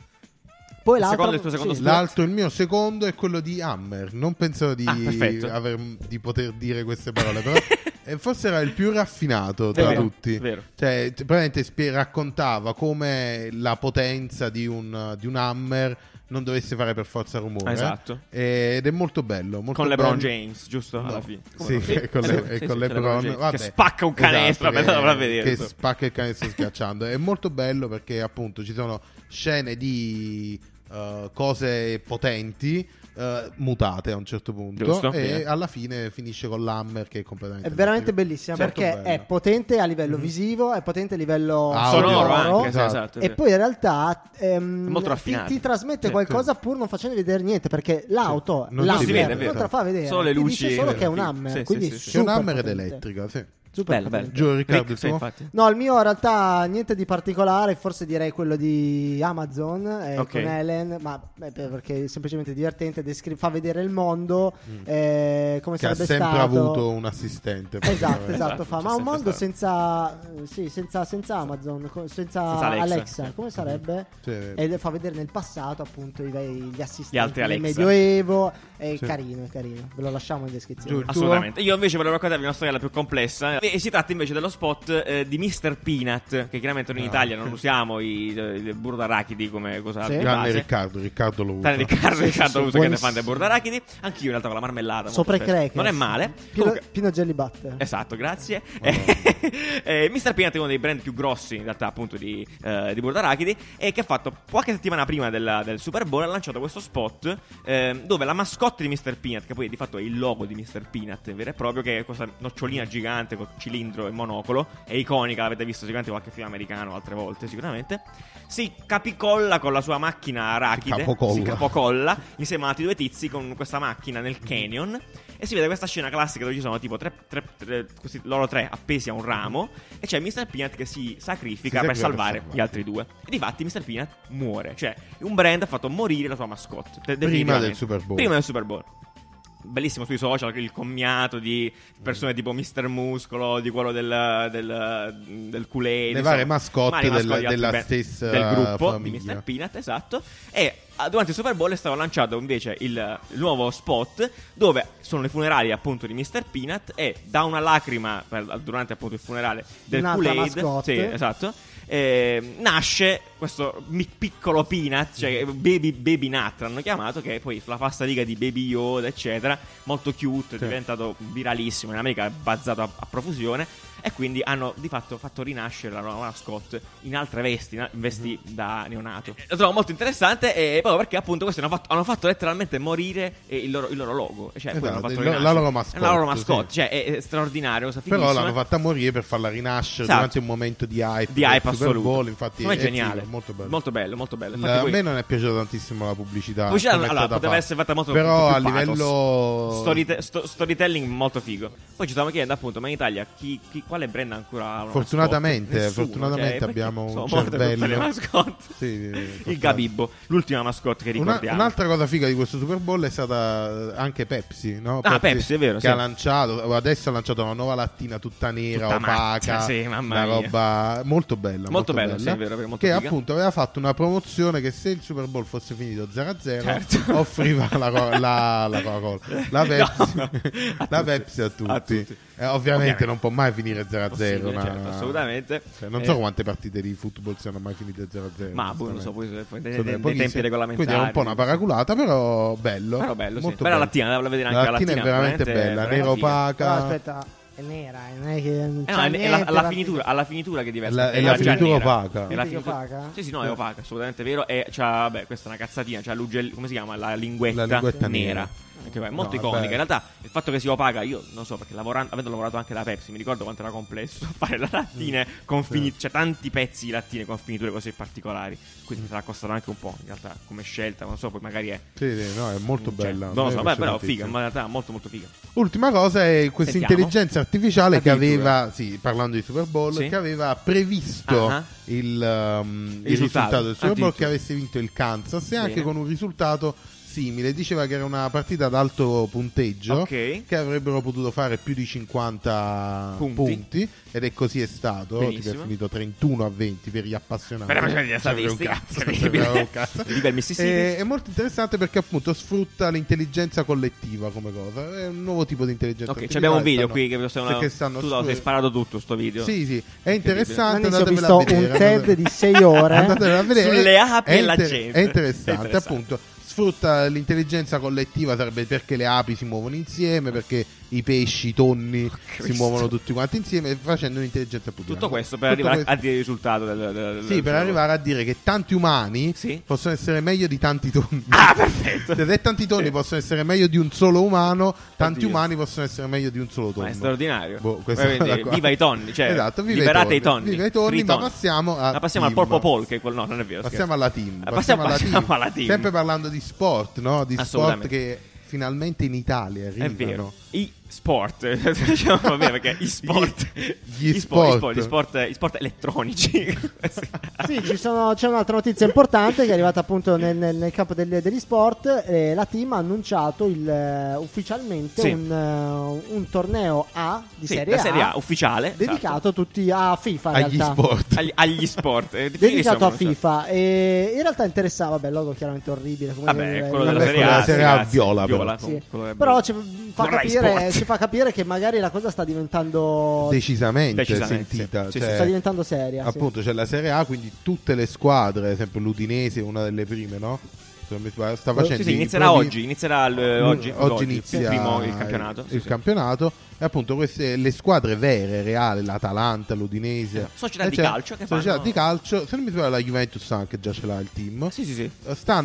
[SPEAKER 3] Poi
[SPEAKER 1] Il
[SPEAKER 3] l'altro,
[SPEAKER 1] secondo- il tuo secondo
[SPEAKER 3] sì.
[SPEAKER 1] stile?
[SPEAKER 2] L'altro, il mio secondo, è quello di Hammer. Non pensavo di,
[SPEAKER 1] Ah, perfetto.
[SPEAKER 2] aver- di poter dire queste parole, però eh, forse era il più raffinato tra
[SPEAKER 1] vero,
[SPEAKER 2] tutti.
[SPEAKER 1] vero.
[SPEAKER 2] Cioè, t- praticamente spie- raccontava come la potenza di un, di un Hammer non dovesse fare per forza rumore.
[SPEAKER 1] Esatto.
[SPEAKER 2] Eh, Ed è molto bello. molto
[SPEAKER 1] Con LeBron
[SPEAKER 2] bello.
[SPEAKER 1] James, giusto? Alla
[SPEAKER 2] No.
[SPEAKER 1] fine.
[SPEAKER 2] Sì,
[SPEAKER 1] Come no?
[SPEAKER 2] e con,
[SPEAKER 1] è
[SPEAKER 2] le-
[SPEAKER 1] vero,
[SPEAKER 2] e
[SPEAKER 1] sì,
[SPEAKER 2] con
[SPEAKER 1] sì,
[SPEAKER 2] LeBron.
[SPEAKER 1] James,
[SPEAKER 2] vabbè.
[SPEAKER 1] Che spacca un canestro,
[SPEAKER 2] Esatto,
[SPEAKER 1] vabbè,
[SPEAKER 2] che-
[SPEAKER 1] dovrà vedere.
[SPEAKER 2] Che spacca il canestro schiacciando. È molto bello perché, appunto, ci sono scene di eh, cose potenti. eh, mutate a un certo punto
[SPEAKER 1] Giusto,
[SPEAKER 2] e
[SPEAKER 1] bene.
[SPEAKER 2] alla fine finisce con l'hammer che è completamente
[SPEAKER 3] È veramente
[SPEAKER 2] divertito.
[SPEAKER 3] bellissima
[SPEAKER 2] Molto
[SPEAKER 3] perché
[SPEAKER 2] Certo, bello.
[SPEAKER 3] è potente a livello visivo, è potente a livello
[SPEAKER 2] Ah,
[SPEAKER 1] Sonoro
[SPEAKER 2] Audio.
[SPEAKER 1] anche, sì,
[SPEAKER 2] Esatto.
[SPEAKER 1] esatto.
[SPEAKER 3] E
[SPEAKER 1] sì.
[SPEAKER 3] poi in realtà ehm,
[SPEAKER 1] È molto
[SPEAKER 3] ti,
[SPEAKER 1] raffinato.
[SPEAKER 3] ti trasmette
[SPEAKER 1] Sì,
[SPEAKER 3] qualcosa pur non facendo vedere niente perché l'auto
[SPEAKER 2] Non si
[SPEAKER 3] l'hammer,
[SPEAKER 1] vede, è vero.
[SPEAKER 3] non te la fa vedere,
[SPEAKER 1] Solo le
[SPEAKER 3] ti
[SPEAKER 1] luci
[SPEAKER 3] dice solo
[SPEAKER 1] del
[SPEAKER 3] che è un
[SPEAKER 1] film.
[SPEAKER 3] hammer,
[SPEAKER 1] Sì, sì,
[SPEAKER 3] quindi
[SPEAKER 1] sì, sì.
[SPEAKER 2] C'è un
[SPEAKER 3] super
[SPEAKER 2] hammer ed
[SPEAKER 3] potente.
[SPEAKER 2] elettrica sì.
[SPEAKER 3] Super
[SPEAKER 1] Bello, bello.
[SPEAKER 3] potente.
[SPEAKER 2] Giuro, Riccardo,
[SPEAKER 1] Rick,
[SPEAKER 2] il
[SPEAKER 1] sì,
[SPEAKER 2] tuo?
[SPEAKER 1] infatti.
[SPEAKER 3] No, il mio in realtà niente di particolare, forse direi quello di Amazon eh,
[SPEAKER 1] Ok.
[SPEAKER 3] con Ellen, ma beh, per- perché è semplicemente divertente, descri- fa vedere il mondo
[SPEAKER 1] Mm.
[SPEAKER 3] eh, come
[SPEAKER 2] che ha
[SPEAKER 3] sarebbe
[SPEAKER 2] sempre
[SPEAKER 3] stato.
[SPEAKER 2] avuto un assistente
[SPEAKER 3] Esatto,
[SPEAKER 2] praticamente.
[SPEAKER 1] Esatto,
[SPEAKER 3] esatto, fa.
[SPEAKER 1] c'è
[SPEAKER 3] ma un
[SPEAKER 1] sempre
[SPEAKER 3] mondo
[SPEAKER 1] stato.
[SPEAKER 3] senza, eh, sì, senza, senza Amazon, co- senza,
[SPEAKER 1] Senza Alexa.
[SPEAKER 3] Alexa, come sarebbe?
[SPEAKER 2] Cioè,
[SPEAKER 3] E le fa vedere nel passato appunto i, i- gli assistenti
[SPEAKER 1] Gli altri
[SPEAKER 3] del
[SPEAKER 1] Alexa.
[SPEAKER 3] Medioevo, è
[SPEAKER 2] Sì.
[SPEAKER 3] carino, è carino, ve lo lasciamo in
[SPEAKER 2] Giù,
[SPEAKER 3] descrizione.
[SPEAKER 2] il tuo?
[SPEAKER 1] Assolutamente. Io invece volevo raccontarvi una storia più complessa. E si tratta invece dello spot eh, di Mr. Peanut, che chiaramente noi in
[SPEAKER 2] Ah.
[SPEAKER 1] Italia non usiamo i, il burro d'arachidi come cosa
[SPEAKER 3] Sì.
[SPEAKER 1] di
[SPEAKER 2] grande
[SPEAKER 1] base.
[SPEAKER 2] Riccardo Riccardo lo usa
[SPEAKER 1] Tane di Carlo
[SPEAKER 3] Sì, sì,
[SPEAKER 1] Riccardo esatto, uso che
[SPEAKER 3] sì,
[SPEAKER 1] ne
[SPEAKER 3] buonissimo.
[SPEAKER 1] fanno dei burro d'arachidi. Anch'io in realtà con la marmellata. molto
[SPEAKER 3] Sopra i
[SPEAKER 1] spesso.
[SPEAKER 3] crackers.
[SPEAKER 1] Non è male.
[SPEAKER 3] Pino,
[SPEAKER 1] Comunque-
[SPEAKER 3] Pino Jelly Butter.
[SPEAKER 1] Esatto, grazie.
[SPEAKER 2] Madonna.
[SPEAKER 1] Eh, Mr. Peanut è uno dei brand più grossi, in realtà, appunto, di, eh, di burro d'arachidi. E che ha fatto qualche settimana prima della- del Super Bowl, ha lanciato questo spot ehm, dove la mascotte di Mr. Peanut, che poi di fatto è il logo di Mr. Peanut, vero e proprio, che è questa nocciolina gigante con cilindro e monocolo, è iconica, l'avete visto sicuramente in qualche film americano altre volte, sicuramente. Si capicolla con la sua macchina arachide.
[SPEAKER 2] capocolla.
[SPEAKER 1] Si capocolla insieme ad altri due tizi con questa macchina nel canyon. E si vede questa scena classica dove ci sono tipo tre, tre- tre- questi loro tre appesi a un ramo e c'è Mr. Peanut che si sacrifica per
[SPEAKER 2] Si sacrifica per
[SPEAKER 1] salvare
[SPEAKER 2] salvare.
[SPEAKER 1] gli altri due. E difatti Mr. Peanut muore, cioè un brand ha fatto morire la sua mascotte. de-
[SPEAKER 2] Prima del
[SPEAKER 1] definitivamente.
[SPEAKER 2] Super Bowl.
[SPEAKER 1] Prima del Super Bowl. Bellissimo sui social il commiato di persone tipo Mr. Muscolo, di quello del, del, del culé.
[SPEAKER 2] Le
[SPEAKER 1] insomma,
[SPEAKER 2] varie mascotte
[SPEAKER 1] varie mascotte
[SPEAKER 2] della-
[SPEAKER 1] di altri
[SPEAKER 2] della
[SPEAKER 1] brand-
[SPEAKER 2] stessa
[SPEAKER 1] del gruppo di
[SPEAKER 2] famiglia.
[SPEAKER 1] Mr. Peanut, esatto. E ah, durante il Super Bowl è stato lanciato invece il, il nuovo spot dove sono i funerali appunto di Mr. Peanut e da una lacrima per- durante appunto il funerale del
[SPEAKER 3] Un'altra
[SPEAKER 1] Kool-Aid.
[SPEAKER 3] mascotte.
[SPEAKER 1] Sì, esatto. eh, nasce questo mi- piccolo peanut, cioè baby, baby nut l'hanno chiamato, che è poi sulla fastadiga di Baby Yoda, eccetera, molto cute, è
[SPEAKER 2] Sì.
[SPEAKER 1] diventato viralissimo in America, è bazzato a, a profusione. E quindi hanno di fatto fatto rinascere la nuova mascotte in altre vesti, in vesti da neonato. Mm-hmm. Eh, Lo trovo molto interessante, eh, proprio perché appunto questi hanno fatto, hanno fatto letteralmente morire eh, il, loro, il loro logo. Cioè, poi
[SPEAKER 2] Esatto,
[SPEAKER 1] hanno fatto
[SPEAKER 2] il lo-
[SPEAKER 1] rinascere.
[SPEAKER 2] la loro
[SPEAKER 1] È La loro
[SPEAKER 2] mascotte, sì.
[SPEAKER 1] mascotte, cioè è, è straordinario, cosa
[SPEAKER 2] però
[SPEAKER 1] fighissima.
[SPEAKER 2] l'hanno fatta morire per farla rinascere
[SPEAKER 1] Esatto.
[SPEAKER 2] durante un momento di hype
[SPEAKER 1] di
[SPEAKER 2] del
[SPEAKER 1] hype
[SPEAKER 2] Super
[SPEAKER 1] assoluto.
[SPEAKER 2] Bowl, infatti
[SPEAKER 1] Secondo me
[SPEAKER 2] è
[SPEAKER 1] è geniale.
[SPEAKER 2] figo, molto bello
[SPEAKER 1] Molto bello, molto bello. Infatti
[SPEAKER 2] a
[SPEAKER 1] poi-
[SPEAKER 2] me non è piaciuta tantissimo la pubblicità.
[SPEAKER 1] Pubblicità,
[SPEAKER 2] come Ah, è
[SPEAKER 1] allora,
[SPEAKER 2] stata
[SPEAKER 1] poteva essere fatta molto
[SPEAKER 2] Però
[SPEAKER 1] più
[SPEAKER 2] a
[SPEAKER 1] pathos.
[SPEAKER 2] livello
[SPEAKER 1] Storyte- sto- storytelling molto figo. Poi ci stavamo chiedendo appunto, ma in Italia chi, chi- quale brand ha ancora una mascotte?
[SPEAKER 2] Fortunatamente,
[SPEAKER 1] Nessuno,
[SPEAKER 2] fortunatamente
[SPEAKER 1] cioè,
[SPEAKER 2] abbiamo
[SPEAKER 1] perché
[SPEAKER 2] un
[SPEAKER 1] sono morte tutte le
[SPEAKER 2] cervello.
[SPEAKER 1] mascotte.
[SPEAKER 2] Sì, sì, sì,
[SPEAKER 1] Il
[SPEAKER 2] fortunatamente.
[SPEAKER 1] Gabibbo, l'ultima mascotte che
[SPEAKER 2] Una-
[SPEAKER 1] ricordiamo.
[SPEAKER 2] un'altra cosa figa di questo Super Bowl è stata eh, anche Pepsi, no?
[SPEAKER 1] Ah, Pepsi, è vero,
[SPEAKER 2] Che
[SPEAKER 1] sì.
[SPEAKER 2] ha lanciato, adesso ha lanciato una nuova lattina tutta nera,
[SPEAKER 1] Tutta
[SPEAKER 2] opaca,
[SPEAKER 1] matta, sì, mamma
[SPEAKER 2] una
[SPEAKER 1] mia.
[SPEAKER 2] roba molto bella.
[SPEAKER 1] Molto
[SPEAKER 2] Molto,
[SPEAKER 1] bella,
[SPEAKER 2] bella,
[SPEAKER 1] sì, è vero, è vero, molto
[SPEAKER 2] Che
[SPEAKER 1] figa.
[SPEAKER 2] appunto aveva fatto una promozione che se il Super Bowl fosse finito 0-0,
[SPEAKER 1] Certo.
[SPEAKER 2] offriva la, co- la, la Coca-Cola, la Pepsi,
[SPEAKER 1] No, a
[SPEAKER 2] la
[SPEAKER 1] tutti.
[SPEAKER 2] Pepsi a tutti.
[SPEAKER 1] A tutti.
[SPEAKER 2] Eh, ovviamente,
[SPEAKER 1] Ovviamente.
[SPEAKER 2] non può mai finire 0-0.
[SPEAKER 1] Possibile,
[SPEAKER 2] ma-
[SPEAKER 1] certo, assolutamente.
[SPEAKER 2] Cioè, non so
[SPEAKER 1] Eh,
[SPEAKER 2] quante partite di football siano mai finite 0-0.
[SPEAKER 1] Ma boh, non lo so,
[SPEAKER 2] onestamente.
[SPEAKER 1] poi se- poi dei,
[SPEAKER 2] Sono
[SPEAKER 1] dei- dei
[SPEAKER 2] pochissime.
[SPEAKER 1] tempi regolamentari.
[SPEAKER 2] Quindi è un po' una paraculata, però bello.
[SPEAKER 1] Però bello, sì.
[SPEAKER 2] Molto
[SPEAKER 1] Bella lattina, la volevo vedere anche la
[SPEAKER 2] lattina. è
[SPEAKER 1] lattina,
[SPEAKER 2] veramente
[SPEAKER 1] veramente
[SPEAKER 2] bella,
[SPEAKER 1] bella,
[SPEAKER 2] nero
[SPEAKER 1] figa.
[SPEAKER 2] opaca.
[SPEAKER 3] Però Ah, aspetta, è nera, eh, non è che non
[SPEAKER 1] Eh
[SPEAKER 3] c'ha
[SPEAKER 1] no, è- è la-
[SPEAKER 3] niente,
[SPEAKER 1] alla, finitura, alla finitura che diversa.
[SPEAKER 2] È la- è la
[SPEAKER 1] era già
[SPEAKER 2] finitura
[SPEAKER 1] nera.
[SPEAKER 2] opaca.
[SPEAKER 1] È la
[SPEAKER 3] Dici
[SPEAKER 1] finitura
[SPEAKER 3] opaca?
[SPEAKER 1] Sì, sì, no, è opaca, assolutamente vero. E c'ha, beh, questa è una cazzatina, c'ha l'ugel, come si chiama? La linguetta,
[SPEAKER 2] La linguetta
[SPEAKER 1] nera.
[SPEAKER 2] nera.
[SPEAKER 1] Anche qua, è molto
[SPEAKER 2] No, vabbè.
[SPEAKER 1] iconica. In realtà il fatto che sia opaca, io non so, perché lavorando, avendo lavorato anche da Pepsi, mi ricordo quanto era complesso fare la lattine
[SPEAKER 2] Mm.
[SPEAKER 1] con fini- cioè tanti pezzi di lattine con finiture così particolari. Quindi sarà costato anche un po', in realtà, come scelta, non so, poi magari è...
[SPEAKER 2] Sì, sì, no, è molto
[SPEAKER 1] cioè,
[SPEAKER 2] bella.
[SPEAKER 1] Non lo so,
[SPEAKER 2] A me
[SPEAKER 1] beh,
[SPEAKER 2] piace
[SPEAKER 1] però
[SPEAKER 2] tantissimo.
[SPEAKER 1] figa, ma in realtà molto molto figa.
[SPEAKER 2] Ultima cosa è questa
[SPEAKER 1] Sentiamo.
[SPEAKER 2] intelligenza artificiale che
[SPEAKER 1] Addirittura.
[SPEAKER 2] aveva, sì, parlando di Super Bowl,
[SPEAKER 1] Sì.
[SPEAKER 2] che aveva previsto
[SPEAKER 1] Ah.
[SPEAKER 2] il, um, il
[SPEAKER 1] Risultato.
[SPEAKER 2] risultato del Super Bowl
[SPEAKER 1] Addirittura.
[SPEAKER 2] che avesse vinto il Kansas e anche
[SPEAKER 1] Bene.
[SPEAKER 2] con un risultato simile. Diceva che era una partita ad alto punteggio
[SPEAKER 1] Ok.
[SPEAKER 2] che avrebbero potuto fare più di 50
[SPEAKER 1] Punti.
[SPEAKER 2] punti, ed è così è stato.
[SPEAKER 1] Benissimo.
[SPEAKER 2] Tipo è finito 31 a 20 per gli appassionati.
[SPEAKER 1] Per la maggior parte degli
[SPEAKER 2] Serve un
[SPEAKER 1] statisti.
[SPEAKER 2] cazzo,
[SPEAKER 1] Incredibile.
[SPEAKER 2] serve un cazzo.
[SPEAKER 1] Viva il Mississippi.
[SPEAKER 2] E- è molto interessante perché appunto sfrutta l'intelligenza collettiva come cosa. È un nuovo tipo di intelligenza
[SPEAKER 1] Ok, ci
[SPEAKER 2] artificiale,
[SPEAKER 1] abbiamo un video
[SPEAKER 2] stanno-
[SPEAKER 1] qui che possiamo...
[SPEAKER 2] che stanno
[SPEAKER 1] tu no,
[SPEAKER 2] scu-
[SPEAKER 1] sei sparato tutto sto video.
[SPEAKER 2] Sì, sì, è
[SPEAKER 3] Anni
[SPEAKER 2] interessante.
[SPEAKER 3] ho
[SPEAKER 2] Andatevela
[SPEAKER 3] visto
[SPEAKER 2] a vedere,
[SPEAKER 3] un TED
[SPEAKER 2] andate-
[SPEAKER 3] di 6 ore.
[SPEAKER 2] andatevela Ah, a vedere.
[SPEAKER 1] Sulle
[SPEAKER 2] È-
[SPEAKER 1] api
[SPEAKER 2] è
[SPEAKER 1] e la
[SPEAKER 2] inter-
[SPEAKER 1] gente.
[SPEAKER 2] È interessante,
[SPEAKER 1] È interessante.
[SPEAKER 2] appunto. Sfrutta l'intelligenza collettiva, sarebbe perché le api si muovono insieme, perché i pesci, i tonni si
[SPEAKER 1] Cristo.
[SPEAKER 2] muovono tutti quanti insieme, facendo un'intelligenza appunto.
[SPEAKER 1] Tutto questo per arrivare
[SPEAKER 2] questo-
[SPEAKER 1] a dire il risultato del, del- del-
[SPEAKER 2] Sì, per arrivare a dire che tanti umani
[SPEAKER 1] Sì.
[SPEAKER 2] possono essere meglio di tanti tonni.
[SPEAKER 1] Ah, perfetto.
[SPEAKER 2] Se tanti tonni possono essere meglio di un solo umano, tanti
[SPEAKER 1] Oddio.
[SPEAKER 2] umani possono essere meglio di un solo tonno.
[SPEAKER 1] Ma è straordinario.
[SPEAKER 2] Boh, questa
[SPEAKER 1] Voglio
[SPEAKER 2] è una
[SPEAKER 1] dire,
[SPEAKER 2] qua.
[SPEAKER 1] viva i tonni, cioè,
[SPEAKER 2] Esatto, viva
[SPEAKER 1] liberate i
[SPEAKER 2] i
[SPEAKER 1] tonni.
[SPEAKER 2] tonni. Viva i tonni,
[SPEAKER 1] Free
[SPEAKER 2] ma
[SPEAKER 1] tonni.
[SPEAKER 2] passiamo a
[SPEAKER 1] Ma passiamo al
[SPEAKER 2] Tim.
[SPEAKER 1] Porpo Paul che è quel no, non è vero.
[SPEAKER 2] Passiamo alla team.
[SPEAKER 1] Ah, passiamo- passiamo alla team.
[SPEAKER 2] Sempre parlando di sport, no? Di sport
[SPEAKER 1] Assolutamente.
[SPEAKER 2] che finalmente in Italia
[SPEAKER 1] scherzo.
[SPEAKER 2] arrivano.
[SPEAKER 1] È vero. I sport, diciamo vabbè, perché i sport,
[SPEAKER 2] Gli- gli
[SPEAKER 1] I sport,
[SPEAKER 2] sport.
[SPEAKER 1] gli sport, gli sport elettronici.
[SPEAKER 3] Sì, ci sono- c'è un'altra notizia importante che è arrivata appunto nel, nel- nel campo degli, degli sport. eh, la team ha annunciato il, eh, ufficialmente
[SPEAKER 1] Sì.
[SPEAKER 3] un, eh, un torneo A di
[SPEAKER 1] Sì,
[SPEAKER 3] serie,
[SPEAKER 1] la Serie A eh, esatto. ufficiale,
[SPEAKER 3] dedicato tutti a FIFA. In
[SPEAKER 2] Agli
[SPEAKER 3] realtà.
[SPEAKER 2] sport.
[SPEAKER 1] esatto, agli, agli sport, Eh,
[SPEAKER 3] Dedicato a
[SPEAKER 1] definirli sono-
[SPEAKER 3] FIFA. E in realtà interessava, vabbè, il logo chiaramente orribile. Come
[SPEAKER 1] Vabbè,
[SPEAKER 3] il-
[SPEAKER 1] quello
[SPEAKER 3] il-
[SPEAKER 1] della
[SPEAKER 2] Vabbè,
[SPEAKER 1] Serie
[SPEAKER 2] quello
[SPEAKER 1] A,
[SPEAKER 2] della Serie A
[SPEAKER 1] ragazzi,
[SPEAKER 2] viola, però.
[SPEAKER 1] viola
[SPEAKER 3] Sì.
[SPEAKER 1] quello è-
[SPEAKER 3] Però ci fa,
[SPEAKER 1] Vorrei
[SPEAKER 3] capire,
[SPEAKER 1] sport.
[SPEAKER 3] ci fa capire che magari la cosa sta diventando,
[SPEAKER 2] Decisamente,
[SPEAKER 1] Decisamente,
[SPEAKER 2] sentita.
[SPEAKER 1] sì. Sì,
[SPEAKER 2] cioè,
[SPEAKER 1] sì,
[SPEAKER 3] sta diventando seria. sì.
[SPEAKER 2] appunto, c'è la Serie A, quindi tutte le squadre, ad esempio l'Udinese, è una delle prime, no? Se non mi sbaglio, Sta facendo
[SPEAKER 1] Sì, sì,
[SPEAKER 2] i
[SPEAKER 1] inizierà
[SPEAKER 2] provi-
[SPEAKER 1] oggi, inizierà il- eh,
[SPEAKER 2] Mm,
[SPEAKER 1] oggi, oggi
[SPEAKER 2] inizia
[SPEAKER 1] il primo il campionato.
[SPEAKER 2] il
[SPEAKER 1] sì, sì.
[SPEAKER 2] campionato. E appunto queste le squadre vere, reali, l'Atalanta, l'Udinese.
[SPEAKER 1] Esatto, società di
[SPEAKER 2] eccetera,
[SPEAKER 1] calcio che
[SPEAKER 2] società
[SPEAKER 1] fanno-
[SPEAKER 2] di calcio, se non mi sbaglio la Juventus anche già ce l'ha il team.
[SPEAKER 1] Sì, sì, sì.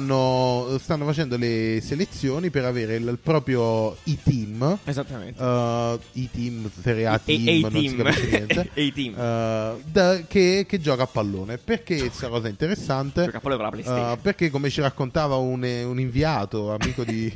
[SPEAKER 2] Stanno, stanno facendo le selezioni per avere il, proprio i team.
[SPEAKER 1] Esattamente.
[SPEAKER 2] eh, I team, Serie A
[SPEAKER 1] E-
[SPEAKER 2] team,
[SPEAKER 1] e i
[SPEAKER 2] non si
[SPEAKER 1] team.
[SPEAKER 2] capisce niente.
[SPEAKER 1] E i team.
[SPEAKER 2] Eh, da- che, che gioca a pallone. Perché questa cosa è interessante?
[SPEAKER 1] Gioca a pallone con la PlayStation.
[SPEAKER 2] Uh, perché come ci raccontava un, un inviato amico di,